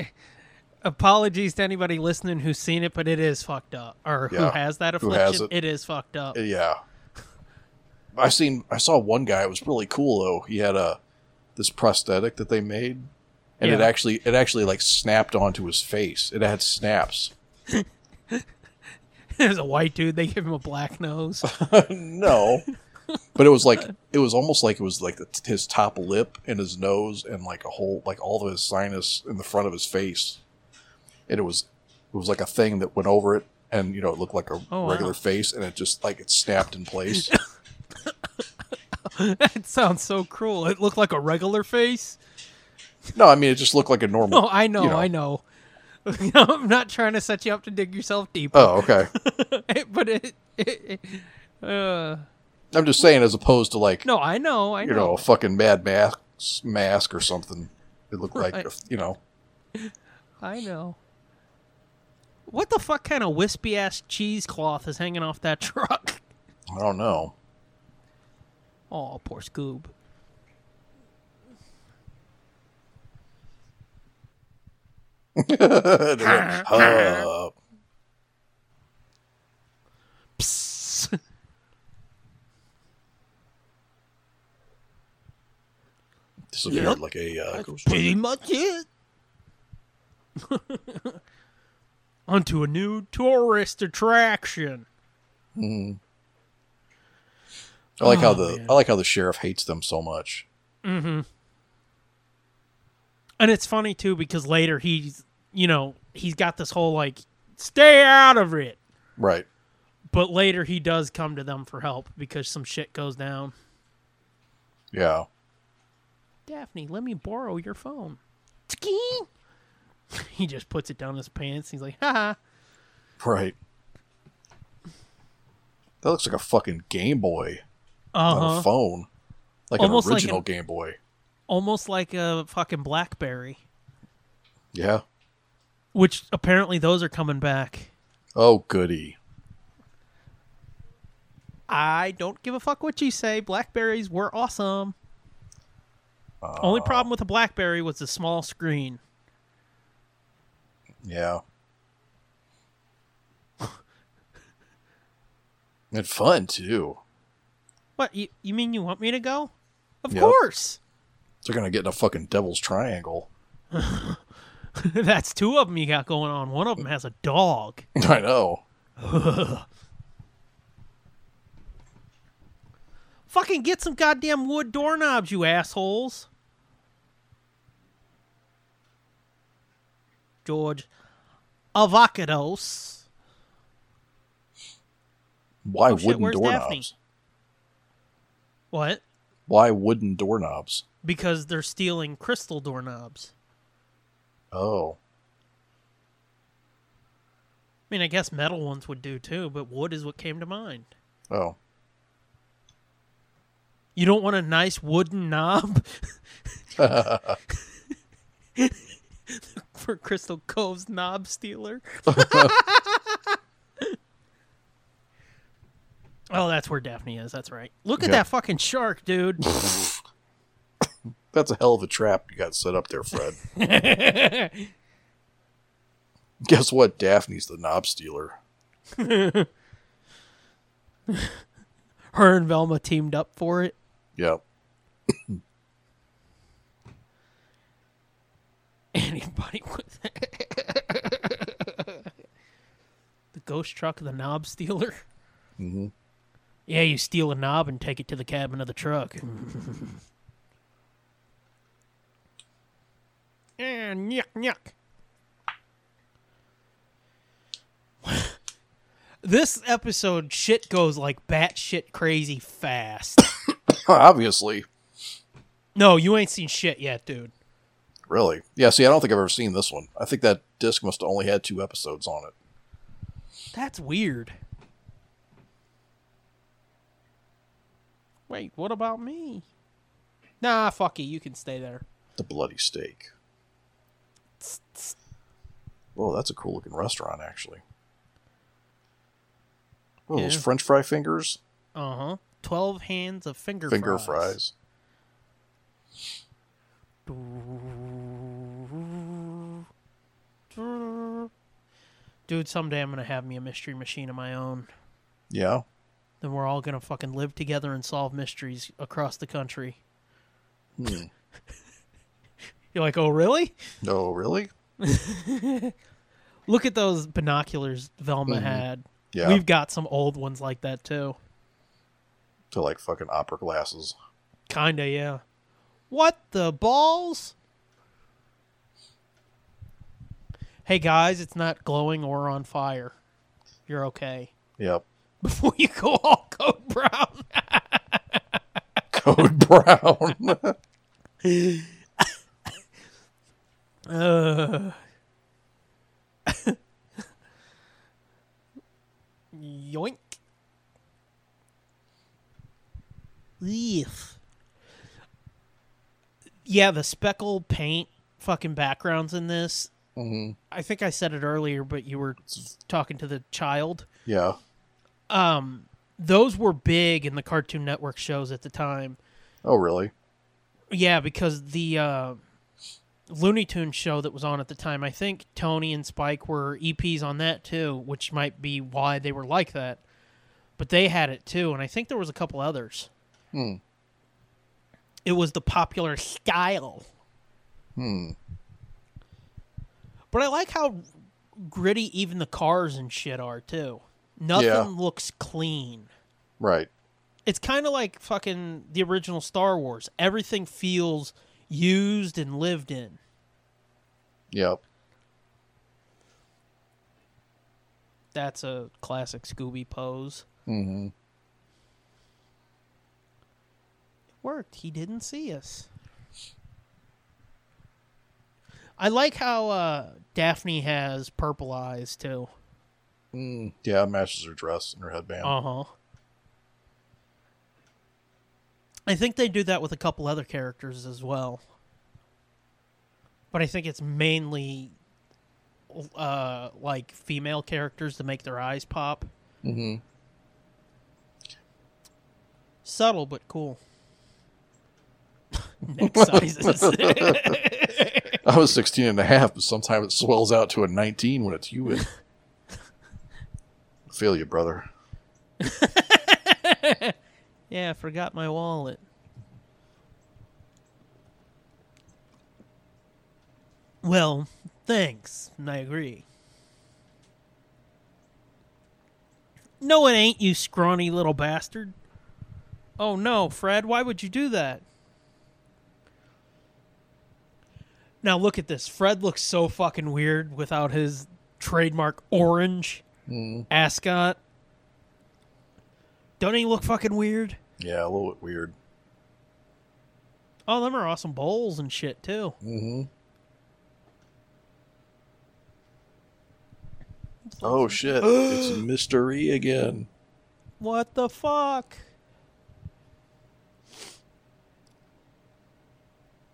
B: apologies to anybody listening who's seen it but it is fucked up or who
C: Yeah,
B: has that
C: who
B: affliction
C: has it.
B: it is fucked up
C: Yeah, I seen. I saw one guy. It was really cool though. He had a this prosthetic that they made, and it
B: Yeah.
C: actually it actually like snapped onto his face. It had snaps.
B: there's a white dude they give him a black nose
C: no. But it was like it was almost like it was like the, his top lip and his nose and like a whole like all of his sinus in the front of his face, and it was it was like a thing that went over it, and you know it looked like a
B: Oh, wow.
C: regular face, and it just like it snapped in place.
B: that sounds so cruel it looked like a regular face
C: no, I mean it just looked like a normal.
B: oh i know,
C: you
B: i know i'm not trying to set you up to dig yourself deep
C: Oh, okay.
B: but it, it, it uh
C: I'm just saying, as opposed to like
B: no i know i
C: you know a fucking Mad Max mask or something, it looked like
B: Right.
C: you know
B: I know. What the fuck kind of wispy ass cheesecloth is hanging off that truck?
C: I don't know.
B: Oh, poor Scoob.
C: Uh,
B: Psst.
C: disappeared
B: Yep.
C: like a uh, ghost.
B: Pretty much it. Onto a new tourist attraction.
C: I like how
B: Oh,
C: the
B: man.
C: I like how the sheriff hates them so much.
B: And it's funny too because later he's, you know, he's got this whole like, stay out of it.
C: Right.
B: But later he does come to them for help because some shit goes down.
C: Yeah.
B: Daphne, let me borrow your phone. Tski. He just puts it down his pants. He's like, ha
C: Right. That looks like a fucking Game Boy
B: ha. Uh
C: on a
B: huh.
C: phone. Like
B: Almost
C: an
B: like
C: original
B: an-
C: Game Boy.
B: Almost like a fucking Blackberry,
C: Yeah.
B: which apparently those are coming back.
C: Oh goody.
B: I don't give a fuck what you say. Blackberries were awesome. Only problem with a Blackberry was the small screen.
C: Yeah. and fun too.
B: What? You, you mean you want me to go? Of
C: Yep.
B: course.
C: They're gonna get in a fucking devil's triangle.
B: That's two of them you got going on. One of them has a dog.
C: I know.
B: Fucking get some goddamn wood doorknobs, you assholes. George Avocados.
C: Why
B: Oh, shit,
C: wooden
B: where's
C: doorknobs?
B: Daphne? What?
C: Why wooden doorknobs?
B: Because they're stealing crystal doorknobs.
C: Oh.
B: mean, I guess metal ones would do too, but wood is what came to mind.
C: Oh,
B: You don't want a nice wooden knob for Crystal Cove's knob stealer. oh, that's where Daphne is. That's right. Look at
C: Yeah.
B: that fucking shark, dude.
C: that's a hell of a trap you got set up there, Fred. Guess what? Daphne's the knob stealer.
B: Her and Velma teamed up for it.
C: Yep.
B: Anybody with the ghost truck of the knob stealer. Mm-hmm. Yeah, you steal a knob and take it to the cabin of the truck. and yuck, yuck. this episode, shit goes like batshit crazy fast.
C: Obviously.
B: no, you ain't seen shit yet, dude.
C: Really? Yeah, see, I don't think I've ever seen this one. I think that disc must have only had two episodes on it.
B: That's weird. Wait, what about me? Nah, fuck you. You can stay there.
C: The Bloody Steak. Whoa, that's a cool looking restaurant, actually. Whoa, those
B: Yeah.
C: French fry fingers?
B: Uh huh. Twelve hands of finger
C: Finger
B: fries.
C: fries.
B: Dude, someday I'm gonna have me a mystery machine of my own.
C: Yeah.
B: Then we're all gonna fucking live together and solve mysteries across the country.
C: Hmm.
B: You're like, oh really?
C: No, really?
B: Look at those binoculars Velma had.
C: Mm-hmm. Yeah.
B: We've got some old ones like that too.
C: To like fucking opera glasses.
B: Kinda, yeah. What the balls? Hey guys, it's not glowing or on fire. You're okay.
C: Yep.
B: Before you go all code brown.
C: Code Brown.
B: Uh. Yoink. Eef. Yeah, the speckle paint fucking backgrounds in this.
C: Mhm.
B: I think I said it earlier, but you were talking to the child.
C: Yeah.
B: Um, those were big in the Cartoon Network shows at the time.
C: Oh, really?
B: Yeah, because the uh, Looney Tunes show that was on at the time, I think Tony and Spike were EPs on that too, which might be why they were like that. But they had it too, and I think there was a couple others. It was the popular style. Hmm. But I like how gritty even the cars and shit are too. Nothing
C: Yeah.
B: looks clean
C: Right.
B: it's kind of like fucking the original Star Wars. Everything feels used and lived in.
C: Yep.
B: That's a classic Scooby pose.
C: hmm
B: It worked. He didn't see us. I like how uh, Daphne has purple eyes too.
C: Mm, yeah, matches her dress and her headband.
B: Uh huh. I think they do that with a couple other characters as well. But I think it's mainly uh, like female characters to make their eyes pop.
C: hmm
B: Subtle but cool. Neck sizes.
C: I was 16 and a half, but sometimes it swells out to a 19 when it's you. Feel you, brother.
B: yeah, I forgot my wallet. Well, thanks. and I agree. No, it ain't, you scrawny little bastard. Oh no, Fred, why would you do that? Now look at this. Fred looks so fucking weird without his trademark orange
C: Mm.
B: ascot. Don't he look fucking weird?
C: Yeah, a little bit weird.
B: Oh, them are awesome bowls and shit too.
C: Mm-hmm.
B: It's
C: Oh shit! it's mystery again.
B: What the fuck?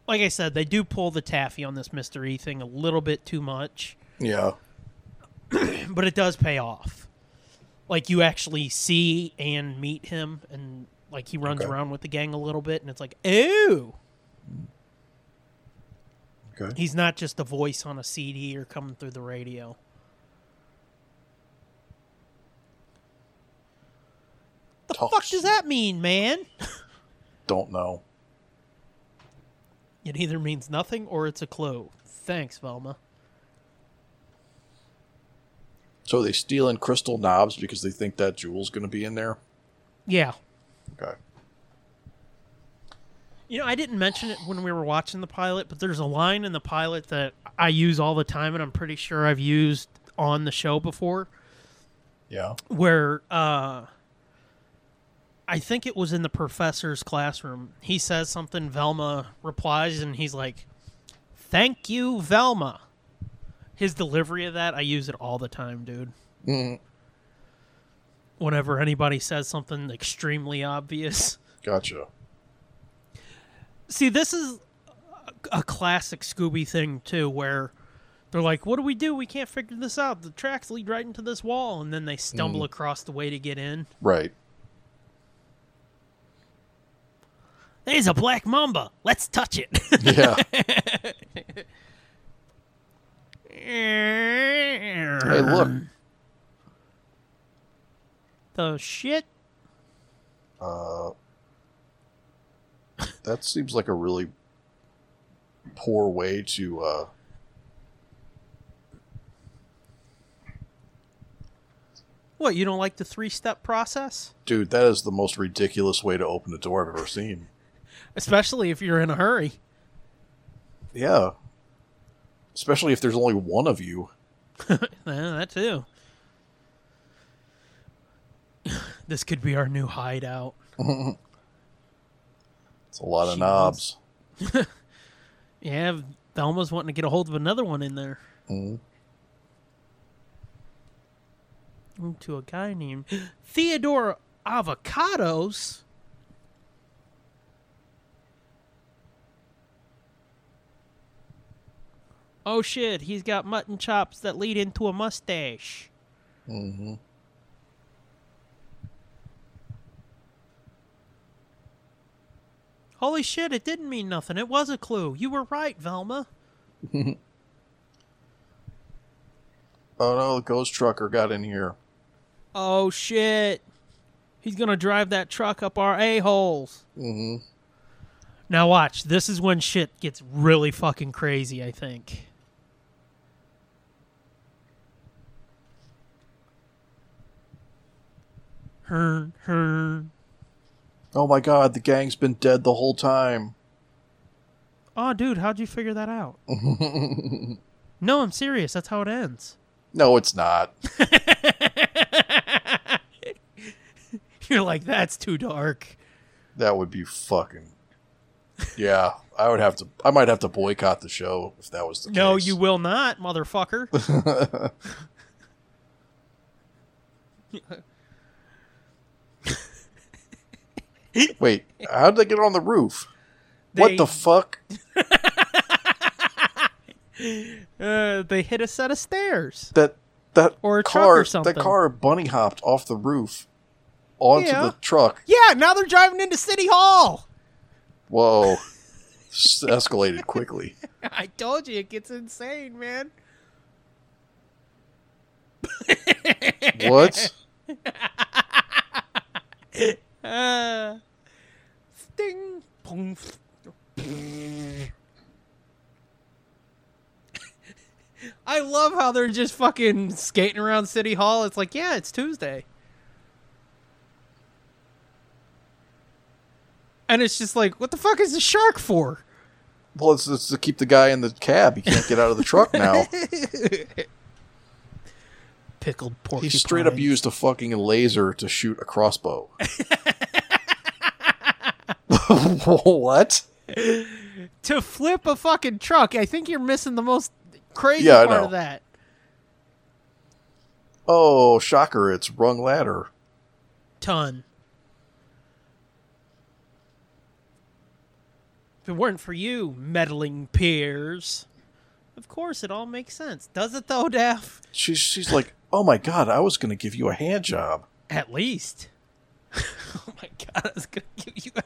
B: Like I said, they do pull the taffy on this mystery thing a little bit too much,
C: Yeah.
B: but it does pay off. Like you actually see and meet him, and like he runs
C: Okay.
B: around with the gang a little bit, and it's like, ooh,
C: Okay.
B: he's not just a voice on a CD or coming through the radio. The
C: Oh,
B: fuck does that mean, man?
C: Don't know.
B: It either means nothing or it's a clue. Thanks, Velma.
C: So they stealing crystal knobs because they think that jewel's going to be in there.
B: Yeah.
C: Okay.
B: You know, I didn't mention it when we were watching the pilot, but there's a line in the pilot that I use all the time, and I'm pretty sure I've used on the show before,
C: Yeah.
B: where uh, I think it was in the professor's classroom. He says something, Velma replies, and he's like, Thank you, Velma. His delivery of that, I use it all the time, dude.
C: Mm,
B: Whenever anybody says something extremely obvious.
C: gotcha.
B: see this is a a classic scooby thing too where they're like what do we do we can't figure this out the tracks lead right into this wall and then they stumble across the way to get in
C: Right.
B: there's a black mamba let's touch it
C: Yeah. hey, look.
B: the shit
C: Uh, that seems like a really poor way to uh,
B: what you don't like the three step process
C: dude that is the most ridiculous way to open a door i've ever seen
B: especially if you're in a hurry
C: yeah especially if there's only one of you
B: Yeah, that too this could be our new hideout
C: it's a lot of
B: Jeez.
C: knobs
B: Yeah, Velma's wanting to get a hold of another one in there.
C: Mhm.
B: Ooh, To a guy named Theodore Avocados. Oh shit, he's got mutton chops that lead into a mustache.
C: mm-hmm.
B: Holy shit, it didn't mean nothing. It was a clue. You were right, Velma.
C: oh no the ghost trucker got in here
B: Oh shit. He's gonna drive that truck up our a-holes.
C: mm-hmm.
B: Now watch, this is when shit gets really fucking crazy, I think. Her, her.
C: oh my god the gang's been dead the whole time
B: Oh, dude, how'd you figure that out? no, I'm serious. That's how it ends.
C: no it's not
B: You're like, that's too dark.
C: that would be fucking yeah i would have to i might have to boycott the show if that was the
B: No,
C: case
B: you will not, motherfucker.
C: wait how'd they get on the roof what
B: They-
C: the fuck
B: Uh, they hit a set of stairs.
C: that that
B: Or a
C: car
B: truck or
C: that
B: something.
C: car bunny hopped off the roof onto
B: Yeah.
C: the truck.
B: Yeah, now they're driving into City Hall.
C: Whoa, S- escalated quickly.
B: I told you it gets insane, man.
C: What?
B: Uh, sting. Boom. I love how they're just fucking skating around City Hall. It's like, yeah, it's Tuesday. And it's just like, what the fuck is the shark for?
C: Well, it's, it's to keep the guy in the cab. He can't get out of the truck now.
B: Pickled pork.
C: He straight up used a fucking laser to shoot a crossbow. what?
B: to flip a fucking truck. I think you're missing the most crazy
C: Yeah, I
B: part
C: know.
B: of that.
C: Oh, shocker, it's Rung Ladder.
B: Ton. If it weren't for you, meddling peers. Of course, it all makes sense. Does it though, Daph?
C: She's, she's like, oh my god, I was going to give you a hand job.
B: At least. oh my god, I was gonna give you a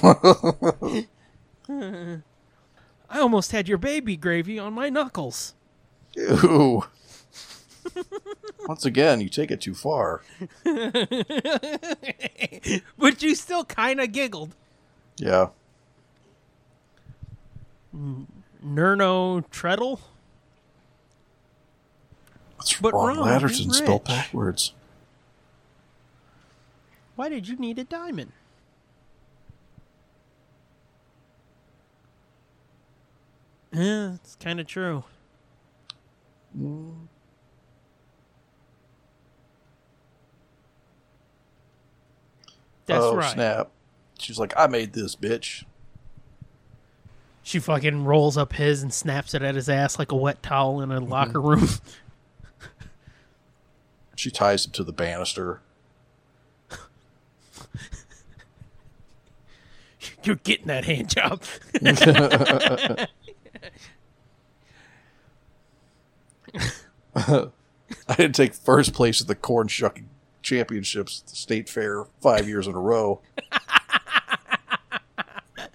B: hand job. I almost had your baby gravy on my knuckles.
C: Ew. Once again, you take it too far.
B: but you still kind of giggled.
C: Yeah.
B: Nerno Treadle?
C: What's
B: But
C: wrong?
B: Ron,
C: Ladders
B: you're
C: and spell
B: rich.
C: backwards.
B: Why did you need a diamond? Yeah, it's kind of true. That's
C: oh,
B: right.
C: snap. She's like, I made this, bitch.
B: She fucking rolls up his and snaps it at his ass like a wet towel in a
C: Mm-hmm.
B: locker room.
C: She ties him to the banister.
B: You're getting that hand job.
C: I didn't take first place at the corn shucking championships at the state fair five years in a row.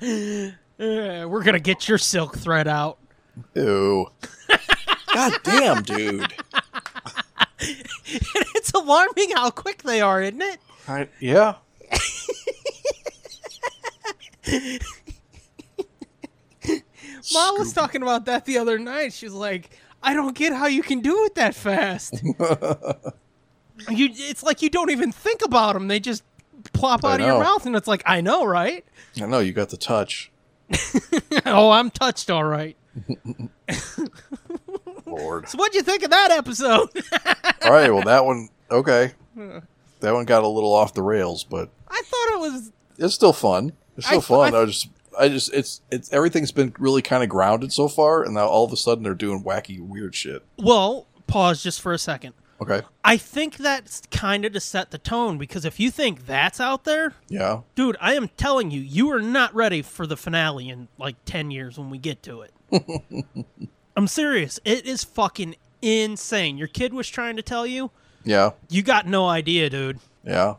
B: Uh, we're gonna get your silk thread out.
C: Ew. God damn, dude.
B: it's alarming how quick they are, isn't it?
C: I, yeah.
B: Mom was talking about that the other night. She's like, "I don't get how you can do it that fast. you, it's like you don't even think about them. They just plop
C: I
B: out of your
C: know.
B: mouth, and it's like, I know, right?
C: I know, you got the touch.
B: oh, I'm touched, all right.
C: Lord.
B: So, what'd you think of that episode?
C: All right, well, that one, okay. That one got a little off the rails, but
B: I thought it was
C: it's still fun. It's
B: I
C: still
B: th-
C: fun.
B: I
C: I, just, I just, it's, it's everything's been really kind of grounded so far, and now all of a sudden they're doing wacky, weird shit.
B: well. Pause just for a second.
C: Okay,
B: I think that's kind of to set the tone because if you think that's out there,
C: yeah,
B: dude, I am telling you, you are not ready for the finale in like 10 years when we get to it. I'm serious. It is fucking insane. Your kid was trying to tell you,
C: yeah,
B: you got no idea, dude.
C: yeah.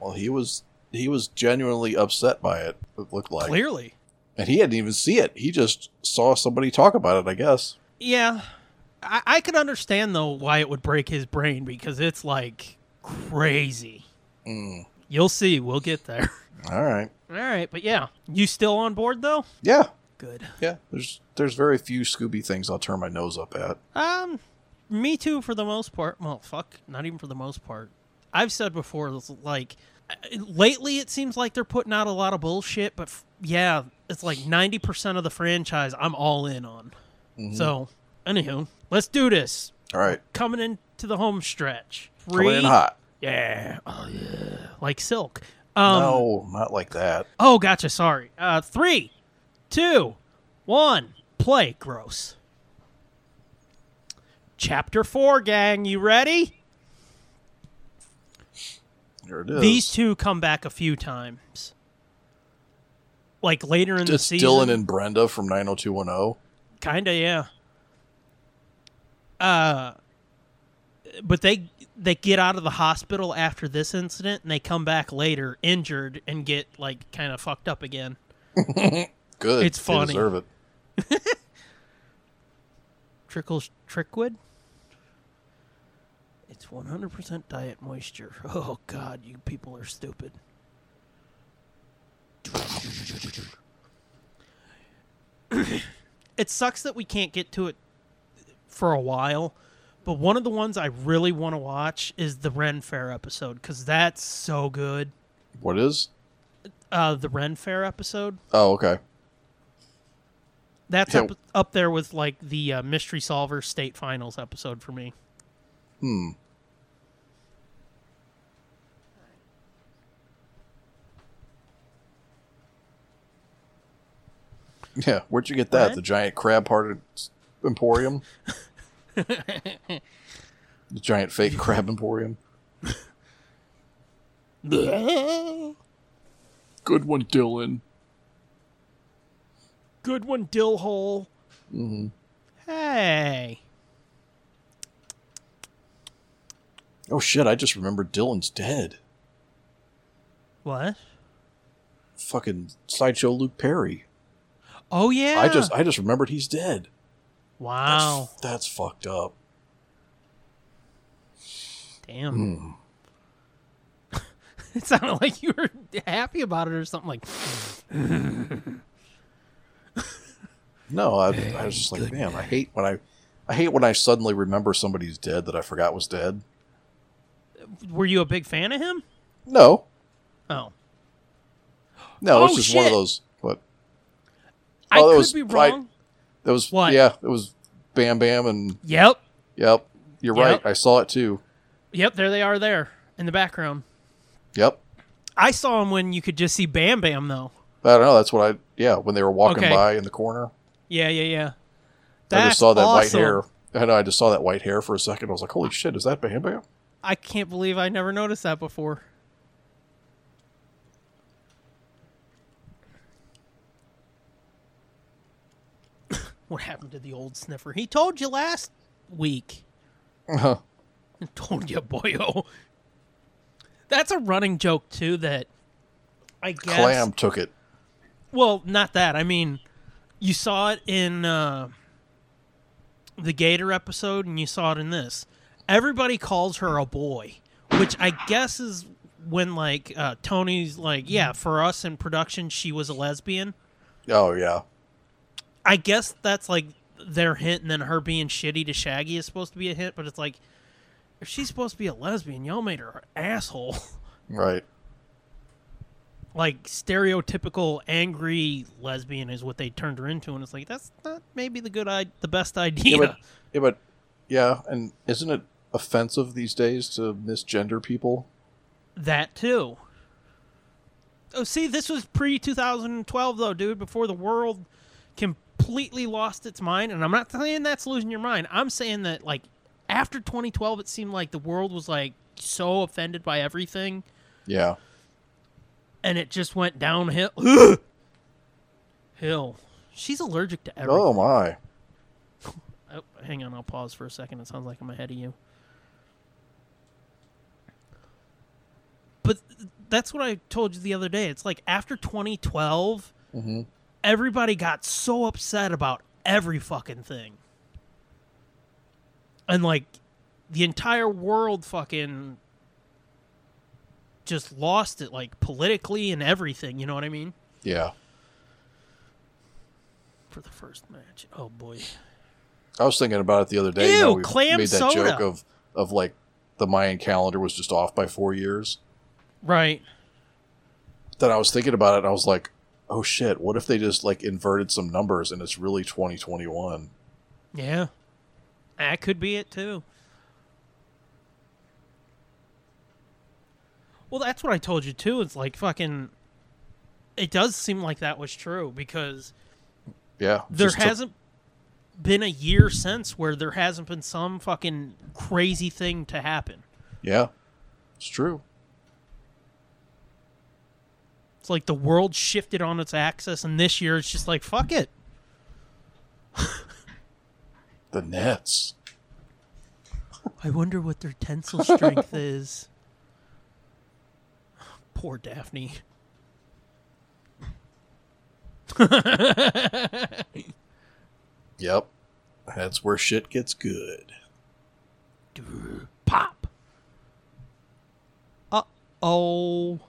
C: Well, he was, he was genuinely upset by it. It looked like,
B: Clearly.
C: and he didn't even see it. He just saw somebody talk about it. I guess.
B: Yeah. I, I could understand, though, why it would break his brain because it's like crazy. You'll see. We'll get there.
C: All right.
B: All right. But yeah, you still on board, though?
C: Yeah,
B: Good.
C: yeah. There's, there's very few Scooby things I'll turn my nose up at.
B: Um, me too for the most part. Well, fuck, not even for the most part. I've said before, it's like uh, lately it seems like they're putting out a lot of bullshit, but f- yeah, it's like ninety percent of the franchise I'm all in on.
C: Mm-hmm.
B: So, anywho, let's do this.
C: All right,
B: Coming into the home stretch,
C: coming in hot.
B: yeah, oh yeah, like silk. Um,
C: no, not like that.
B: oh, gotcha. Sorry. Uh, three, two, one. Play gross. Chapter four, gang. You ready?
C: Here it is.
B: These two come back a few times. Like later in the
C: It's
B: season.
C: Dylan and Brenda from 90210.
B: Kinda, yeah. Uh, but they they get out of the hospital after this incident, and they come back later injured and get like kind of fucked up again.
C: Good.
B: It's
C: They
B: funny.
C: deserve it.
B: Trickles Trickwood. It's 100% diet moisture. Oh god, you people are stupid. it sucks that we can't get to it for a while, but one of the ones I really want to watch is the Ren Fair episode cuz that's so good.
C: What is?
B: Uh the Ren Fair episode.
C: Oh, okay.
B: That's
C: Yeah.
B: up, up there with like the uh, Mystery Solver State Finals episode for me.
C: Hmm. Yeah, where'd you get that?
B: What?
C: The giant crab hearted emporium? The giant fake crab emporium.
B: Good
C: Good one, Dylan.
B: one, Dill Hole.
C: Mm-hmm.
B: Hey.
C: Oh shit! I just remembered Dylan's dead.
B: What?
C: Fucking sideshow Luke Perry.
B: Oh yeah. Oh.
C: I just I just remembered he's dead. That's-
B: Wow.
C: that's fucked up.
B: Damn.
C: Hmm.
B: It sounded like you were happy about it or something like
C: No, I, I was just like, man, I hate when I, I hate when I suddenly remember somebody's dead that I forgot was dead.
B: were you a big fan of him?
C: No,
B: Oh.
C: no, it's
B: Oh,
C: just one of
B: shit.
C: those. What?
B: I
C: Oh, that
B: could
C: was
B: be
C: right-
B: wrong.
C: That was
B: What?
C: yeah. It was Bam Bam and
B: Yep.
C: yep. You're
B: Yep.
C: right. I saw it too.
B: Yep, there they are there in the background.
C: Yep.
B: I saw him when you could just see Bam Bam though.
C: I don't know. That's what I yeah. When they were walking
B: Okay.
C: by in the corner,
B: Yeah, yeah, yeah.
C: I
B: That's
C: just saw that
B: awesome.
C: white hair. I know. I just saw that white hair for a second. I was like, holy shit, is that Bam Bam?
B: I can't believe I never noticed that before. what happened to the old sniffer? He told you last week.
C: Uh-huh.
B: told you, boyo. That's a running joke too. That I guess.
C: Clam took it.
B: Well, not that. I mean, you saw it in uh, the Gator episode, and you saw it in this. Everybody calls her a boy, which I guess is when like uh, Tony's like, yeah, for us in production, she was a lesbian.
C: Oh yeah.
B: I guess that's like their hint, and then her being shitty to Shaggy is supposed to be a hint. But it's like, if she's supposed to be a lesbian, y'all made her an asshole.
C: Right.
B: like stereotypical angry lesbian is what they turned her into, and it's like that's not maybe the good I- the best idea.
C: Yeah, but yeah, but yeah. And isn't it offensive these days to misgender people?
B: that too. Oh, see, this was pre 2012 though, dude. Before the world completely lost its mind, and I'm not saying that's losing your mind. I'm saying that like after 2012, it seemed like the world was like so offended by everything,
C: Yeah.
B: and it just went downhill. Hill, she's allergic to everything.
C: Oh my.
B: Oh, hang on, I'll pause for a second. It sounds like I'm ahead of you. But th- that's what I told you the other day. It's like after 2012,
C: hmm
B: everybody got so upset about every fucking thing. And like the entire world fucking just lost it like politically and everything, you know what I mean?
C: Yeah.
B: For the first match. Oh boy.
C: I was thinking about it the other day. you know,
B: Ew,
C: we
B: clam
C: made that
B: soda.
C: joke of of like the Mayan calendar was just off by four years.
B: Right.
C: Then I was thinking about it and I was like, oh shit, what if they just like inverted some numbers and it's really twenty twenty one?
B: Yeah. That could be it too. Well, that's what I told you too. It's like fucking it does seem like that was true because
C: Yeah.
B: there
C: just to-
B: hasn't been a year since where there hasn't been some fucking crazy thing to happen.
C: yeah. It's true.
B: It's like the world shifted on its axis and this year it's just like fuck it.
C: The Nets.
B: I wonder what their tensile strength is. Poor Daphne.
C: Yep. That's where shit gets good.
B: Pop. Uh oh.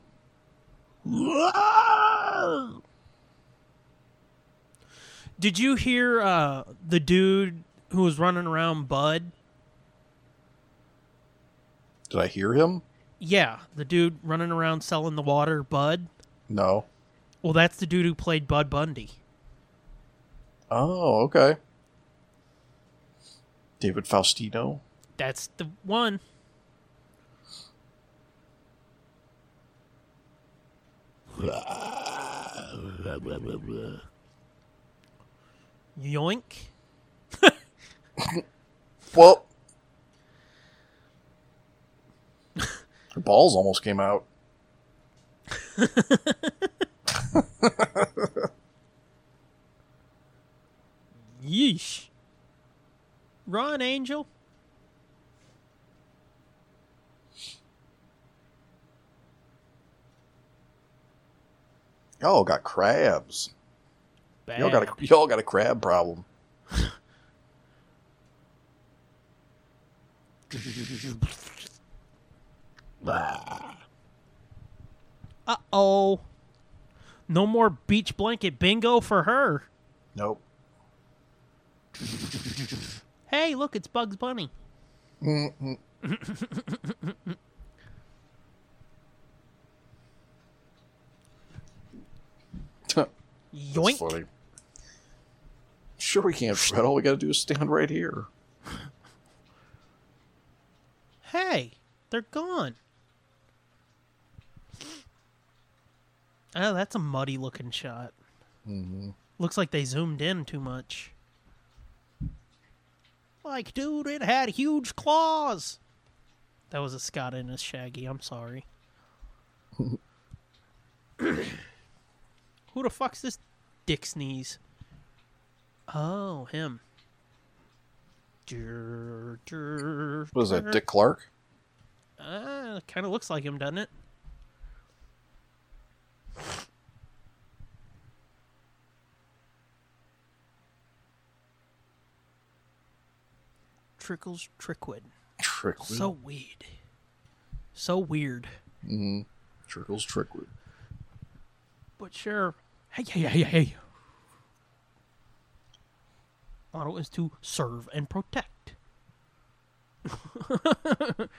B: Did you hear uh, the dude who was running around Bud?
C: Did I hear him?
B: Yeah, the dude running around selling the water, Bud.
C: No.
B: Well, that's the dude who played Bud Bundy.
C: Oh, okay. David Faustino.
B: That's the one. Yoink.
C: Well, Her balls almost came out.
B: Yeesh. Run, Angel.
C: Y'all got crabs.
B: Bad.
C: Y'all got a y'all got a crab problem.
B: Uh oh. No more beach blanket bingo for her.
C: Nope.
B: Hey, look, it's Bugs Bunny.
C: Mm-mm. That's
B: Yoink.
C: funny. Sure, we can't fret. All we got to do is stand right here.
B: Hey, they're gone. Oh, that's a muddy looking shot.
C: Mm-hmm.
B: Looks like they zoomed in too much. Like, dude, it had huge claws. That was a Scott and a Shaggy. I'm sorry. Who the fuck's this dick sneeze? Oh, him. Jurr, jurr,
C: What is that,
B: jurr.
C: Dick Clark?
B: Uh, kind of looks like him, doesn't it? Trickles Trickwood.
C: Trickwood.
B: So weird. So weird.
C: Trickles Trickwood.
B: But sure. Hey, hey, hey, hey, hey. Motto is to serve and protect.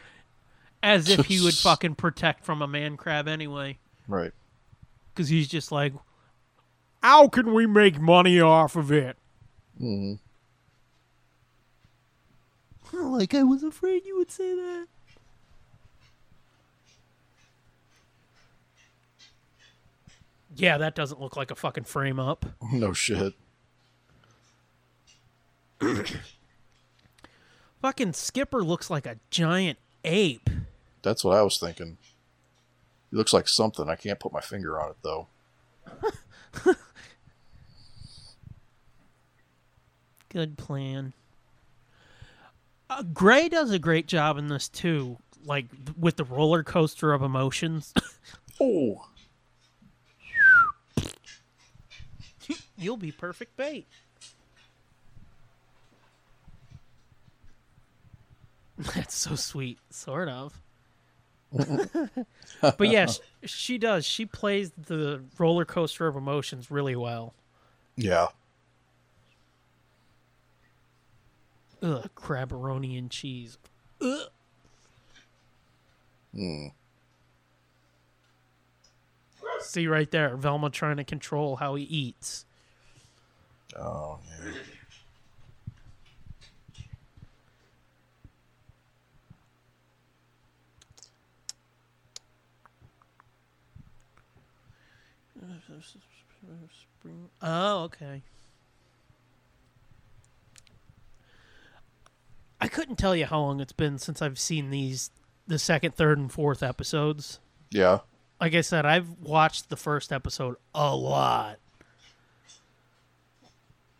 B: As if he would fucking protect from a man crab anyway.
C: Right.
B: Because he's just like, how can we make money off of it? Mm-hmm. Like, I was afraid you would say that. Yeah, that doesn't look like a fucking frame up.
C: No shit.
B: Fucking Skipper looks like a giant ape.
C: That's what I was thinking. It looks like something. I can't put my finger on it though.
B: Good plan. Uh, Gray does a great job in this too, like th- with the roller coaster of emotions.
C: Oh,
B: You'll be perfect bait. That's so sweet, sort of. but yeah, she, she does. She plays the roller coaster of emotions really well.
C: yeah.
B: Ugh, crabberoni and cheese. Ugh. See right there, Velma trying to control how he eats.
C: Oh, yeah.
B: Oh, okay. I couldn't tell you how long it's been since I've seen these the second, third, and fourth episodes.
C: Yeah.
B: Like I said, I've watched the first episode a lot.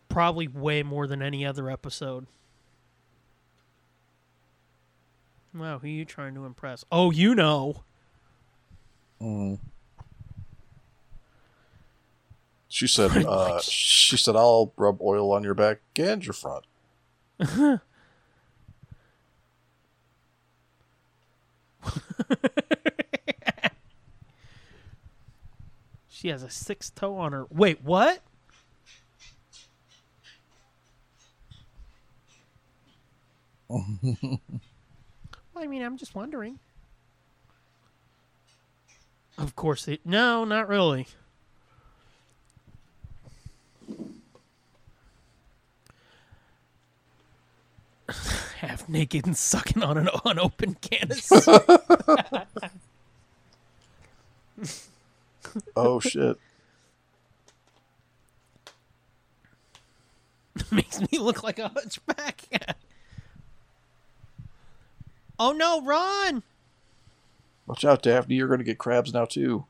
B: Probably way more than any other episode. Wow, who are you trying to impress? Oh, you know.
C: She said. Uh, she said, "I'll rub oil on your back and your front."
B: She has a six toe on her. Wait, what? well, I mean, I'm just wondering. Of course, they. No, not really. Half naked and sucking on an unopened can of soup.
C: Oh shit.
B: makes me look like a hunchback. oh no, Ron!
C: Watch out, Daphne. You're going to get crabs now, too.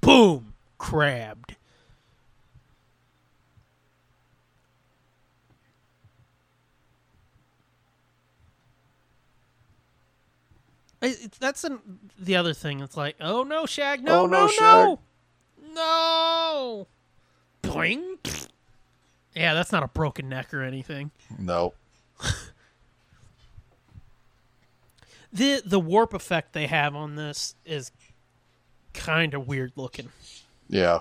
B: Boom! Crabbed. I- it's- That's an, the other thing. It's like, oh no, Shag, no,
C: Oh, no,
B: no,
C: Shag.
B: no, no, boing. Yeah, that's not a broken neck or anything.
C: No.
B: the The warp effect they have on this is kind of weird looking.
C: Yeah.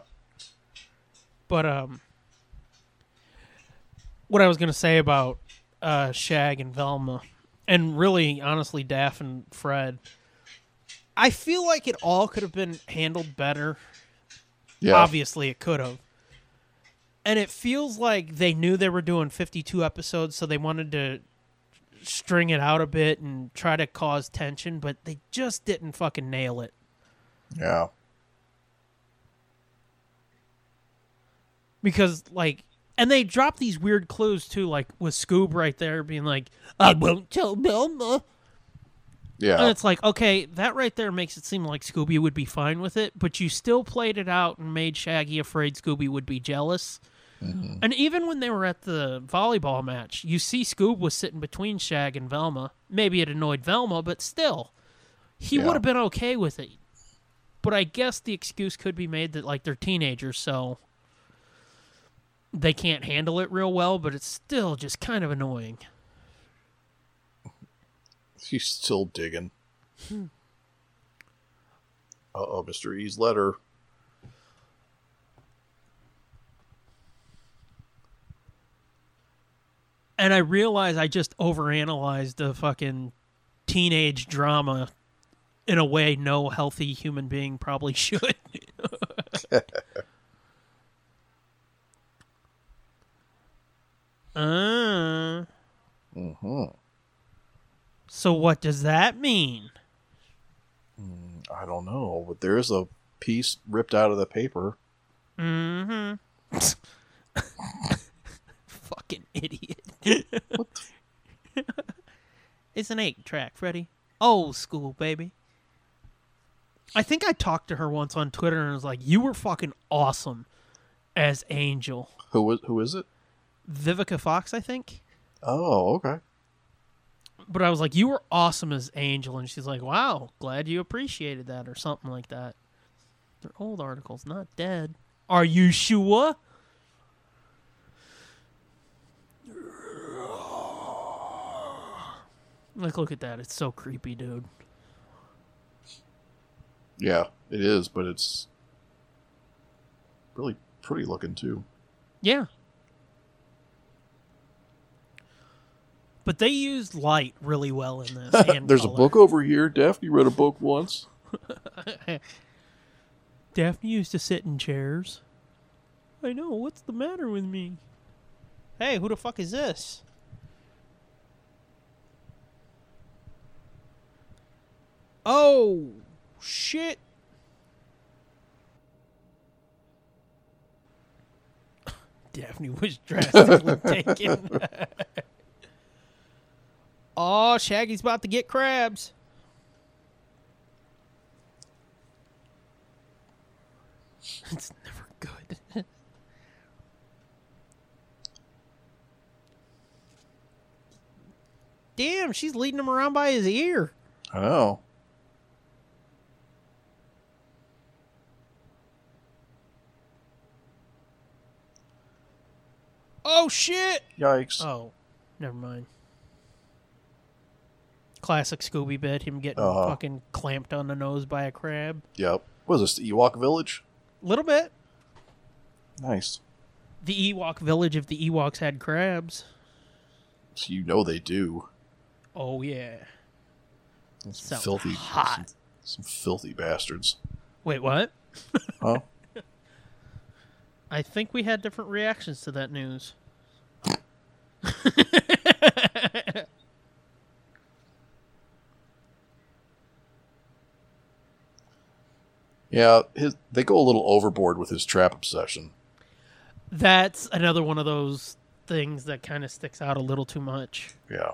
B: But um, what I was gonna say about uh, Shag and Velma, and really honestly Daff and Fred, I feel like it all could have been handled better.
C: Yeah.
B: Obviously, it could have. And it feels like they knew they were doing 52 episodes, so they wanted to string it out a bit and try to cause tension, but they just didn't fucking nail it.
C: Yeah.
B: because like and they drop these weird clues too like with scoob right there being like i won't tell Velma. and
C: Yeah.
B: it's like okay that right there makes it seem like scooby would be fine with it but you still played it out and made shaggy afraid scooby would be jealous
C: Mm-hmm.
B: and even when they were at the volleyball match you see scoob was sitting between shag and velma maybe it annoyed velma but still he
C: Yeah.
B: would have been okay with it but i guess the excuse could be made that like they're teenagers so they can't handle it real well but it's still just kind of annoying
C: He's still digging. Uh oh, Mr. E's letter.
B: and I realize I just overanalyzed the fucking teenage drama in a way no healthy human being probably should. uh,
C: hmm
B: so what does that mean?
C: I don't know, but there is a piece ripped out of the paper.
B: Mm-hmm. Fucking idiot. it's an eight track, Freddie. Old school, baby. I think I talked to her once on Twitter and was like, You were fucking awesome as Angel.
C: Who is who is it?
B: Vivica Fox, I think.
C: Oh, okay.
B: But I was like, You were awesome as Angel. And she's like, Wow, glad you appreciated that or something like that. They're old articles, not dead. Are you sure? Like, look at that. It's so creepy, dude.
C: Yeah, it is, but it's really pretty looking too.
B: Yeah. But they used light really well in this. and
C: There's
B: color.
C: a book over here. Daphne read a book once.
B: Daphne used to sit in chairs. I know. What's the matter with me? Hey, who the fuck is this? Oh, shit. Daphne was drastically taken. oh, Shaggy's about to get crabs. It's never good. Damn, she's leading him around by his ear.
C: I know.
B: Oh shit!
C: Yikes.
B: Oh, never mind. Classic Scooby bit, him getting
C: Uh-huh.
B: fucking clamped on the nose by a crab.
C: Yep. What is this? The Ewok Village?
B: Little bit.
C: Nice.
B: The Ewok village, if the Ewoks had crabs.
C: So you know they do.
B: Oh yeah.
C: Some
B: Sounds
C: filthy
B: hot.
C: Some, some filthy bastards.
B: Wait, what?
C: Huh?
B: I think we had different reactions to that news.
C: yeah, his, they go a little overboard with his trap obsession.
B: That's another one of those things that kind of sticks out a little too much.
C: Yeah.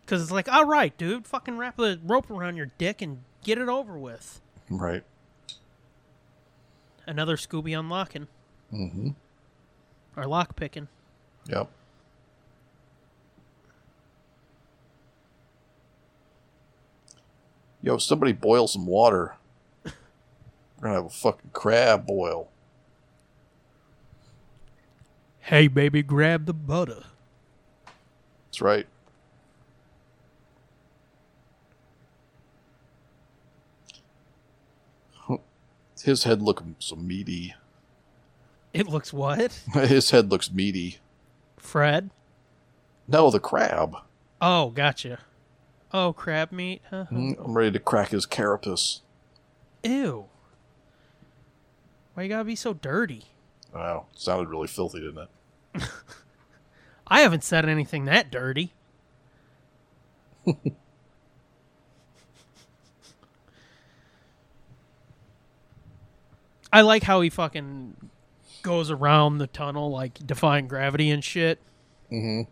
B: Because it's like, all right, dude, fucking wrap the rope around your dick and get it over with.
C: Right.
B: Another Scooby unlocking
C: Mm-hmm.
B: or lock picking.
C: Yep. Yo, somebody boil some water. We're gonna have a fucking crab boil.
B: Hey, baby, grab the butter.
C: That's right. His head looking so meaty.
B: It looks what?
C: His head looks meaty.
B: Fred?
C: No, the crab.
B: Oh, gotcha. Oh, crab meat? Huh?
C: Mm, I'm ready to crack his carapace.
B: Ew. Why you gotta be so dirty?
C: Wow, sounded really filthy, didn't it?
B: I haven't said anything that dirty. I like how he fucking goes around the tunnel, like defying gravity and shit.
C: Mm-hmm.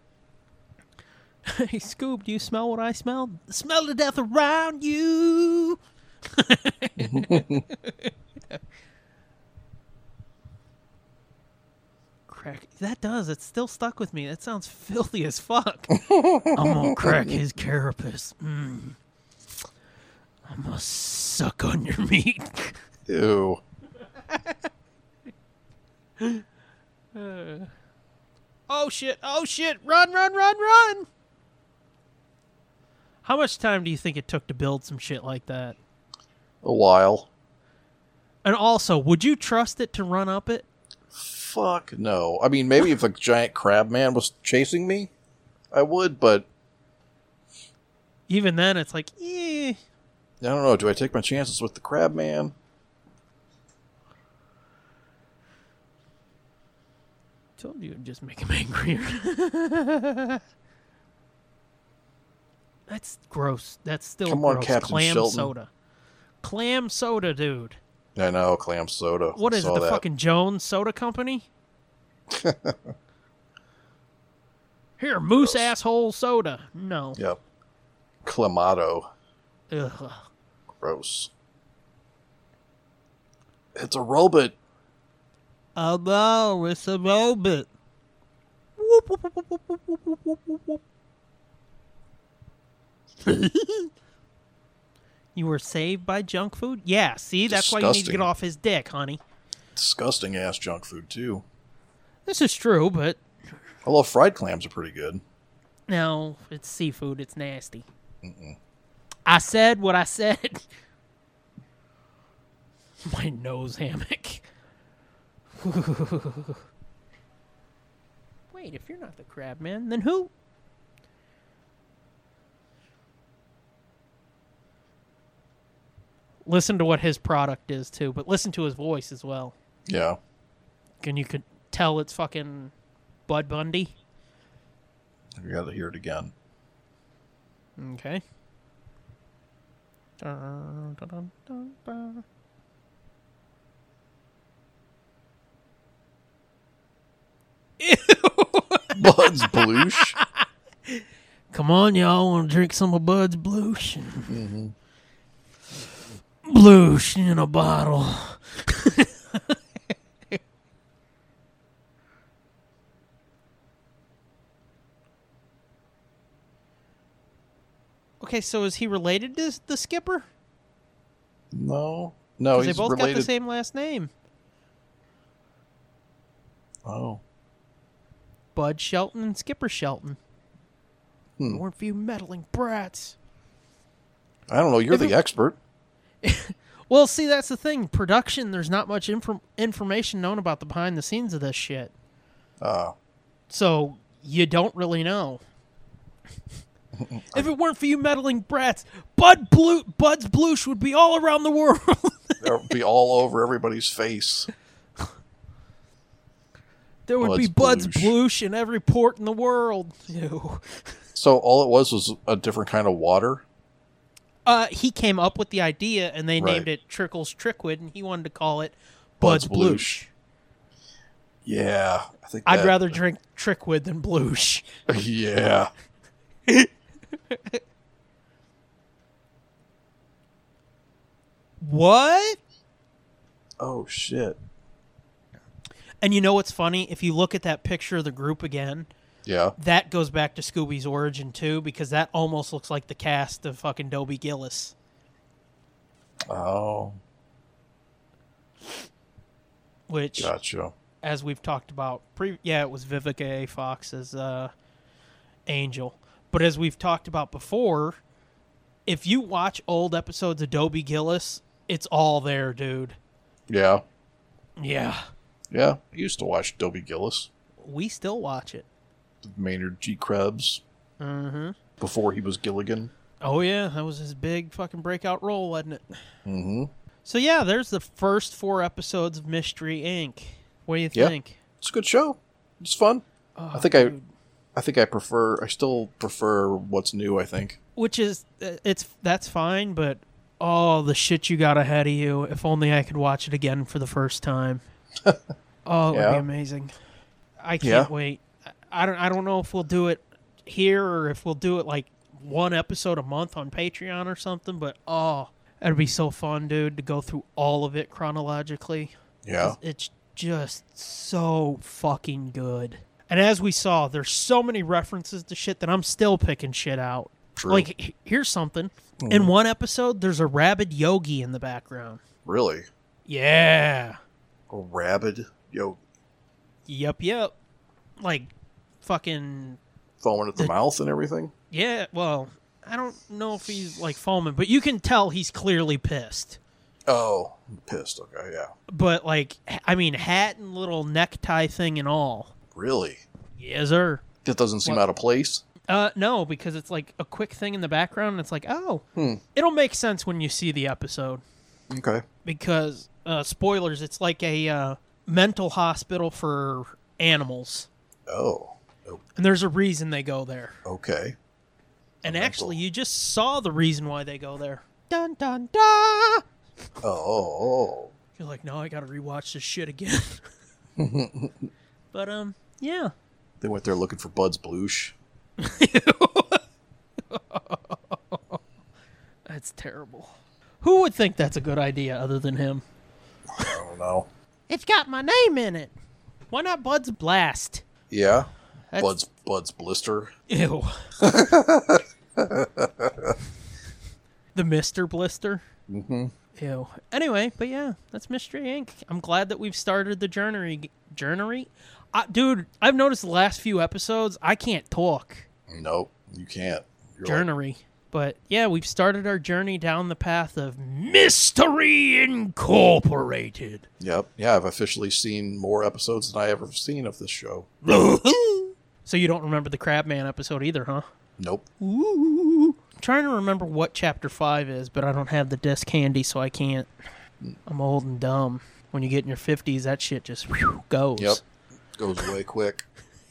B: hey, Scoob, do you smell what I smell? The smell of death around you. crack. That does. It's still stuck with me. That sounds filthy as fuck. I'm gonna crack his carapace. Mm. I'm gonna suck on your meat.
C: Ew.
B: oh shit! Oh shit! Run! Run! Run! Run! How much time do you think it took to build some shit like that?
C: A while.
B: And also, would you trust it to run up it?
C: Fuck no. I mean, maybe if a giant crab man was chasing me, I would, but
B: Even then, it's like, eh.
C: I don't know. Do I take my chances with the crab man?
B: Told you, it'd just make him angrier. That's gross. That's still
C: Come on,
B: gross.
C: Captain
B: Clam
C: Shelton.
B: soda. Clam soda, dude.
C: I know, clam soda.
B: What is
C: Saw
B: it? The
C: that.
B: fucking Jones Soda Company? Here, moose asshole soda. No.
C: Yep. Clamato.
B: Ugh.
C: Gross. It's a robot.
B: Oh no, it's a robot. Whoop, whoop, whoop, whoop, whoop, whoop, whoop, whoop, whoop, whoop. you were saved by junk food? Yeah, see, that's why you need to
C: Disgusting.
B: get off his dick, honey.
C: Disgusting ass junk food, too.
B: This is true, but
C: Although fried clams are pretty good.
B: no, it's seafood. It's nasty. I said what I said. My nose hammock. Wait, if you're not the crab man, then who? Listen to what his product is too, but listen to his voice as well.
C: Yeah.
B: And you could tell it's fucking Bud Bundy.
C: I gotta hear it again.
B: Okay. Dun, dun, dun, dun, dun. Ew!
C: Bud's Bloosh.
B: Come on, y'all. Want to drink some of Bud's Bloosh?
C: Mm-hmm.
B: Bloosh in a bottle. okay, so is he related to the skipper?
C: No. No,
B: 'Cause
C: Oh, he's
B: they both
C: related.
B: got the same last name.
C: Oh.
B: Bud Shelton and Skipper Shelton.
C: Hmm.
B: Weren't you meddling brats?
C: I don't know. You're
B: If
C: the
B: it-
C: expert.
B: Well, see, that's the thing. Production, there's not much infor- information known about the behind the scenes of this shit. Oh.
C: Uh,
B: So you don't really know. if it weren't for you meddling brats, Bud Blue Bud's Bloosh would be all around the world.
C: that would be all over everybody's face.
B: there would be
C: Bud's
B: Bud's
C: Bloosh.
B: Bloosh in every port in the world. Ew.
C: So all it was was a different kind of water.
B: Uh, he came up with the idea, and they
C: Right.
B: named it Trickles Trickwood, and he wanted to call it
C: Bud's
B: Bud's,
C: Bloosh.
B: Bloosh.
C: Yeah, I think
B: I'd
C: that-
B: rather drink Trickwood than Bloosh.
C: Yeah,
B: what?
C: Oh shit.
B: And you know what's funny? If you look at that picture of the group again,
C: Yeah.
B: that goes back to Scooby's origin too, because that almost looks like the cast of fucking Dobie Gillis.
C: Oh,
B: Which,
C: gotcha.
B: as we've talked about, pre- yeah, it was Vivica A. Fox as uh, Angel. But as we've talked about before, if you watch old episodes of Dobie Gillis, it's all there, dude.
C: Yeah.
B: Yeah,
C: Yeah. I used to watch Dobie Gillis,
B: we still watch it.
C: Maynard G. Krebs,
B: Mm-hmm.
C: before he was Gilligan.
B: Oh yeah, that was his big fucking breakout role, wasn't it?
C: Mm-hmm.
B: So yeah, there's the first four episodes of Mystery Inc. What do you
C: Yeah.
B: think?
C: It's a good show. It's fun.
B: Oh,
C: I think I,
B: dude.
C: I think I prefer. I still prefer what's new. I think.
B: which is uh, it's that's fine, but oh, the shit you got ahead of you. If only I could watch it again for the first time. oh, it would
C: Yeah.
B: be amazing. I
C: Yeah.
B: can't wait. I- I don't. I don't know if we'll do it here or if we'll do it like one episode a month on Patreon or something. But oh, that'd be so fun, dude, to go through all of it chronologically.
C: Yeah.
B: It's just so fucking good. And as we saw, there's so many references to shit that I'm still picking shit out.
C: True.
B: Like, h- here's something. In one episode, there's a rabid yogi in the background.
C: Really.
B: Yeah.
C: A rabid yo
B: Yep, yep. Like, fucking.
C: foaming at the mouth and everything.
B: Yeah, well, I don't know if he's like foaming, but you can tell he's clearly pissed.
C: Oh, I'm pissed. Okay. Yeah.
B: But, like, h- I mean, hat and little necktie thing and all.
C: Really.
B: Yes, sir.
C: That doesn't seem
B: What?
C: out of place.
B: Uh, no, because it's like a quick thing in the background. And it's like, oh,
C: Hmm.
B: it'll make sense when you see the episode
C: Okay.
B: because uh, spoilers. It's like a uh, mental hospital for animals,
C: Oh.
B: and there's a reason they go there.
C: Okay.
B: And
C: mental-
B: actually, you just saw the reason why they go there. Dun dun dun.
C: Oh. oh,
B: You're like, no, I gotta rewatch this shit again. but um, yeah.
C: oh. They went there looking for Bud's Blush.
B: That's terrible. Who would think that's a good idea other than him?
C: I don't know.
B: It's got my name in it. Why not Bud's Blast?
C: Yeah.
B: That's-
C: Bud's Bud's Blister.
B: Ew. the Mister Blister. Mm-hmm. Ew. Anyway, but yeah, that's Mystery Inc. I'm glad that we've started the journey. Journey, I, dude. I've noticed the last few episodes I can't talk
C: Nope. You can't. You're like,
B: journey, but yeah, we've started our journey down the path of Mystery Incorporated.
C: Yep. Yeah, I've officially seen more episodes than I ever have seen of this show.
B: So you don't remember the Crabman episode either, huh?
C: Nope.
B: Ooh. I'm trying to remember what chapter five is, but I don't have the desk handy, so I can't. I'm old and dumb. When you get in your fifties, that shit just whew, goes.
C: Yep. Goes away quick.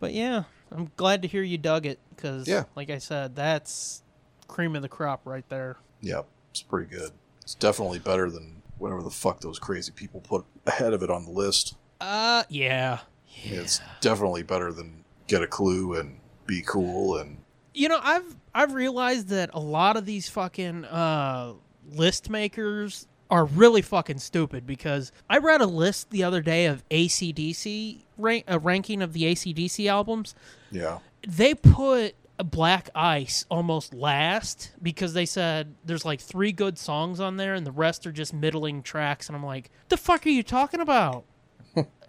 B: but yeah, I'm glad to hear you dug it because,
C: Yeah.
B: like I said, that's cream of the crop right there.
C: Yep. It's pretty good. It's definitely better than whatever the fuck those crazy people put ahead of it on the list.
B: Uh, yeah.
C: It's definitely better than Get a Clue and Be Cool and
B: you know i've i've realized that a lot of these fucking uh list makers are really fucking stupid because i read a list the other day of acdc rank, a ranking of the acdc albums
C: yeah.
B: they put black ice almost last because they said there's like three good songs on there and the rest are just middling tracks and i'm like the fuck are you talking about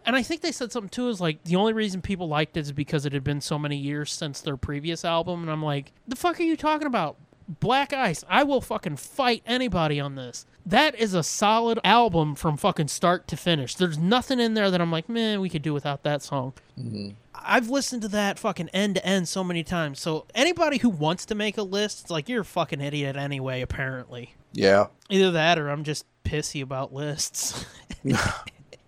B: and i think they said something too is like the only reason people liked it is because it had been so many years since their previous album and i'm like the fuck are you talking about black ice i will fucking fight anybody on this that is a solid album from fucking start to finish there's nothing in there that i'm like man we could do without that song I've listened to that fucking end to end so many times. So anybody who wants to make a list, it's like you're a fucking idiot anyway. Apparently,
C: Yeah.
B: either that or I'm just pissy about lists.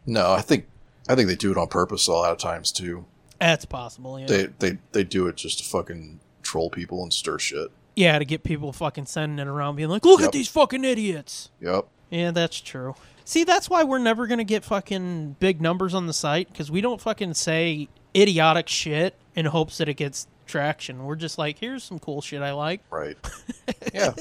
C: No, I think I think they do it on purpose a lot of times too.
B: That's possible. Yeah.
C: They they they do it just to fucking troll people and stir shit.
B: yeah, to get people fucking sending it around, being like, "Look
C: Yep.
B: at these fucking idiots."
C: Yep.
B: Yeah, that's true. See, that's why we're never gonna get fucking big numbers on the site because we don't fucking say idiotic shit in hopes that it gets traction. We're just like, here's some cool shit I like.
C: Right. Yeah.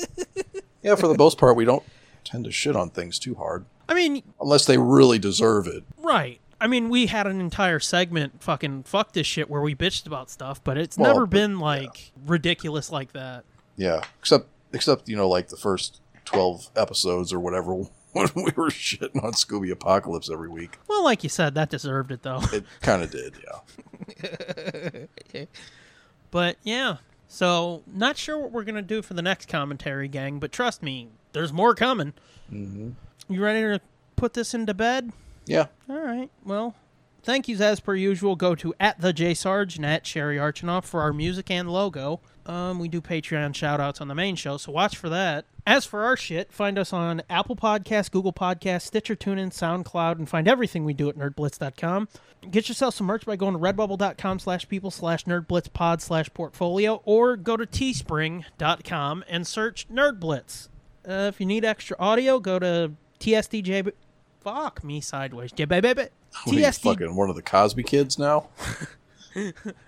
C: Yeah, for the most part, we don't tend to shit on things too hard
B: I mean,
C: unless they really deserve it.
B: right. I mean, we had an entire segment, fucking fuck this shit, where we bitched about stuff, but it's
C: Well,
B: never
C: but-
B: been like ridiculous like that.
C: Yeah, except except you know like the first 12 episodes or whatever when we were shitting on Scooby Apocalypse every week.
B: Well, like you said, that deserved it though.
C: It kind of did, yeah.
B: But yeah, so not sure what we're gonna do for the next commentary, gang. But trust me, there's more coming. Mm-hmm. You ready to put this into bed?
C: Yeah.
B: All right. Well, thank yous as per usual. Go to at the J Sarge and at Sherry Archinoff for our music and logo. Um, we do Patreon shout outs on the main show, so watch for that. As for our shit, find us on Apple Podcasts, Google Podcasts, Stitcher, TuneIn, SoundCloud, and find everything we do at nerdblitz.com. Get yourself some merch by going to redbubble.com slash people slash nerdblitzpod slash portfolio or go to teespring.com and search nerdblitz. Uh, if you need extra audio, go to TSDJ. Fuck me sideways. Yeah, baby, baby.
C: What are you,
B: TSD.
C: fucking one of the Cosby kids now?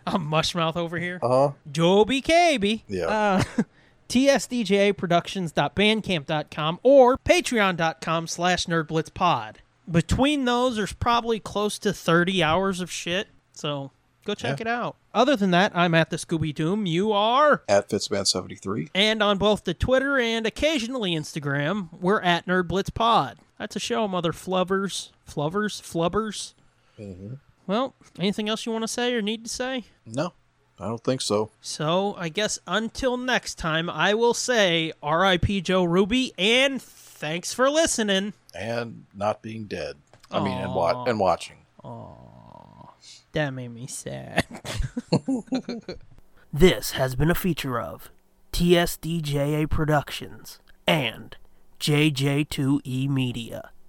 B: I'm mushmouth over here.
C: Uh huh.
B: Joby KB.
C: Yeah.
B: Uh, TSDJProductions.bandcamp.com or patreon.com slash nerdblitzpod. Between those, there's probably close to 30 hours of shit. So go check it out. Other than that, I'm at the Scooby Doom. You are.
C: At Fitzman73.
B: And on both the Twitter and occasionally Instagram, we're at NerdblitzPod. That's a show, mother flubbers. Flubbers? Flubbers? Well, anything else you want to say or need to say?
C: No, I don't think so.
B: So I guess until next time, I will say R.I.P. Joe Ruby and thanks for listening.
C: And not being dead. I mean, and, wa- and watching.
B: That made me sad.
A: This has been a feature of TSDJA Productions and JJ2E E Media.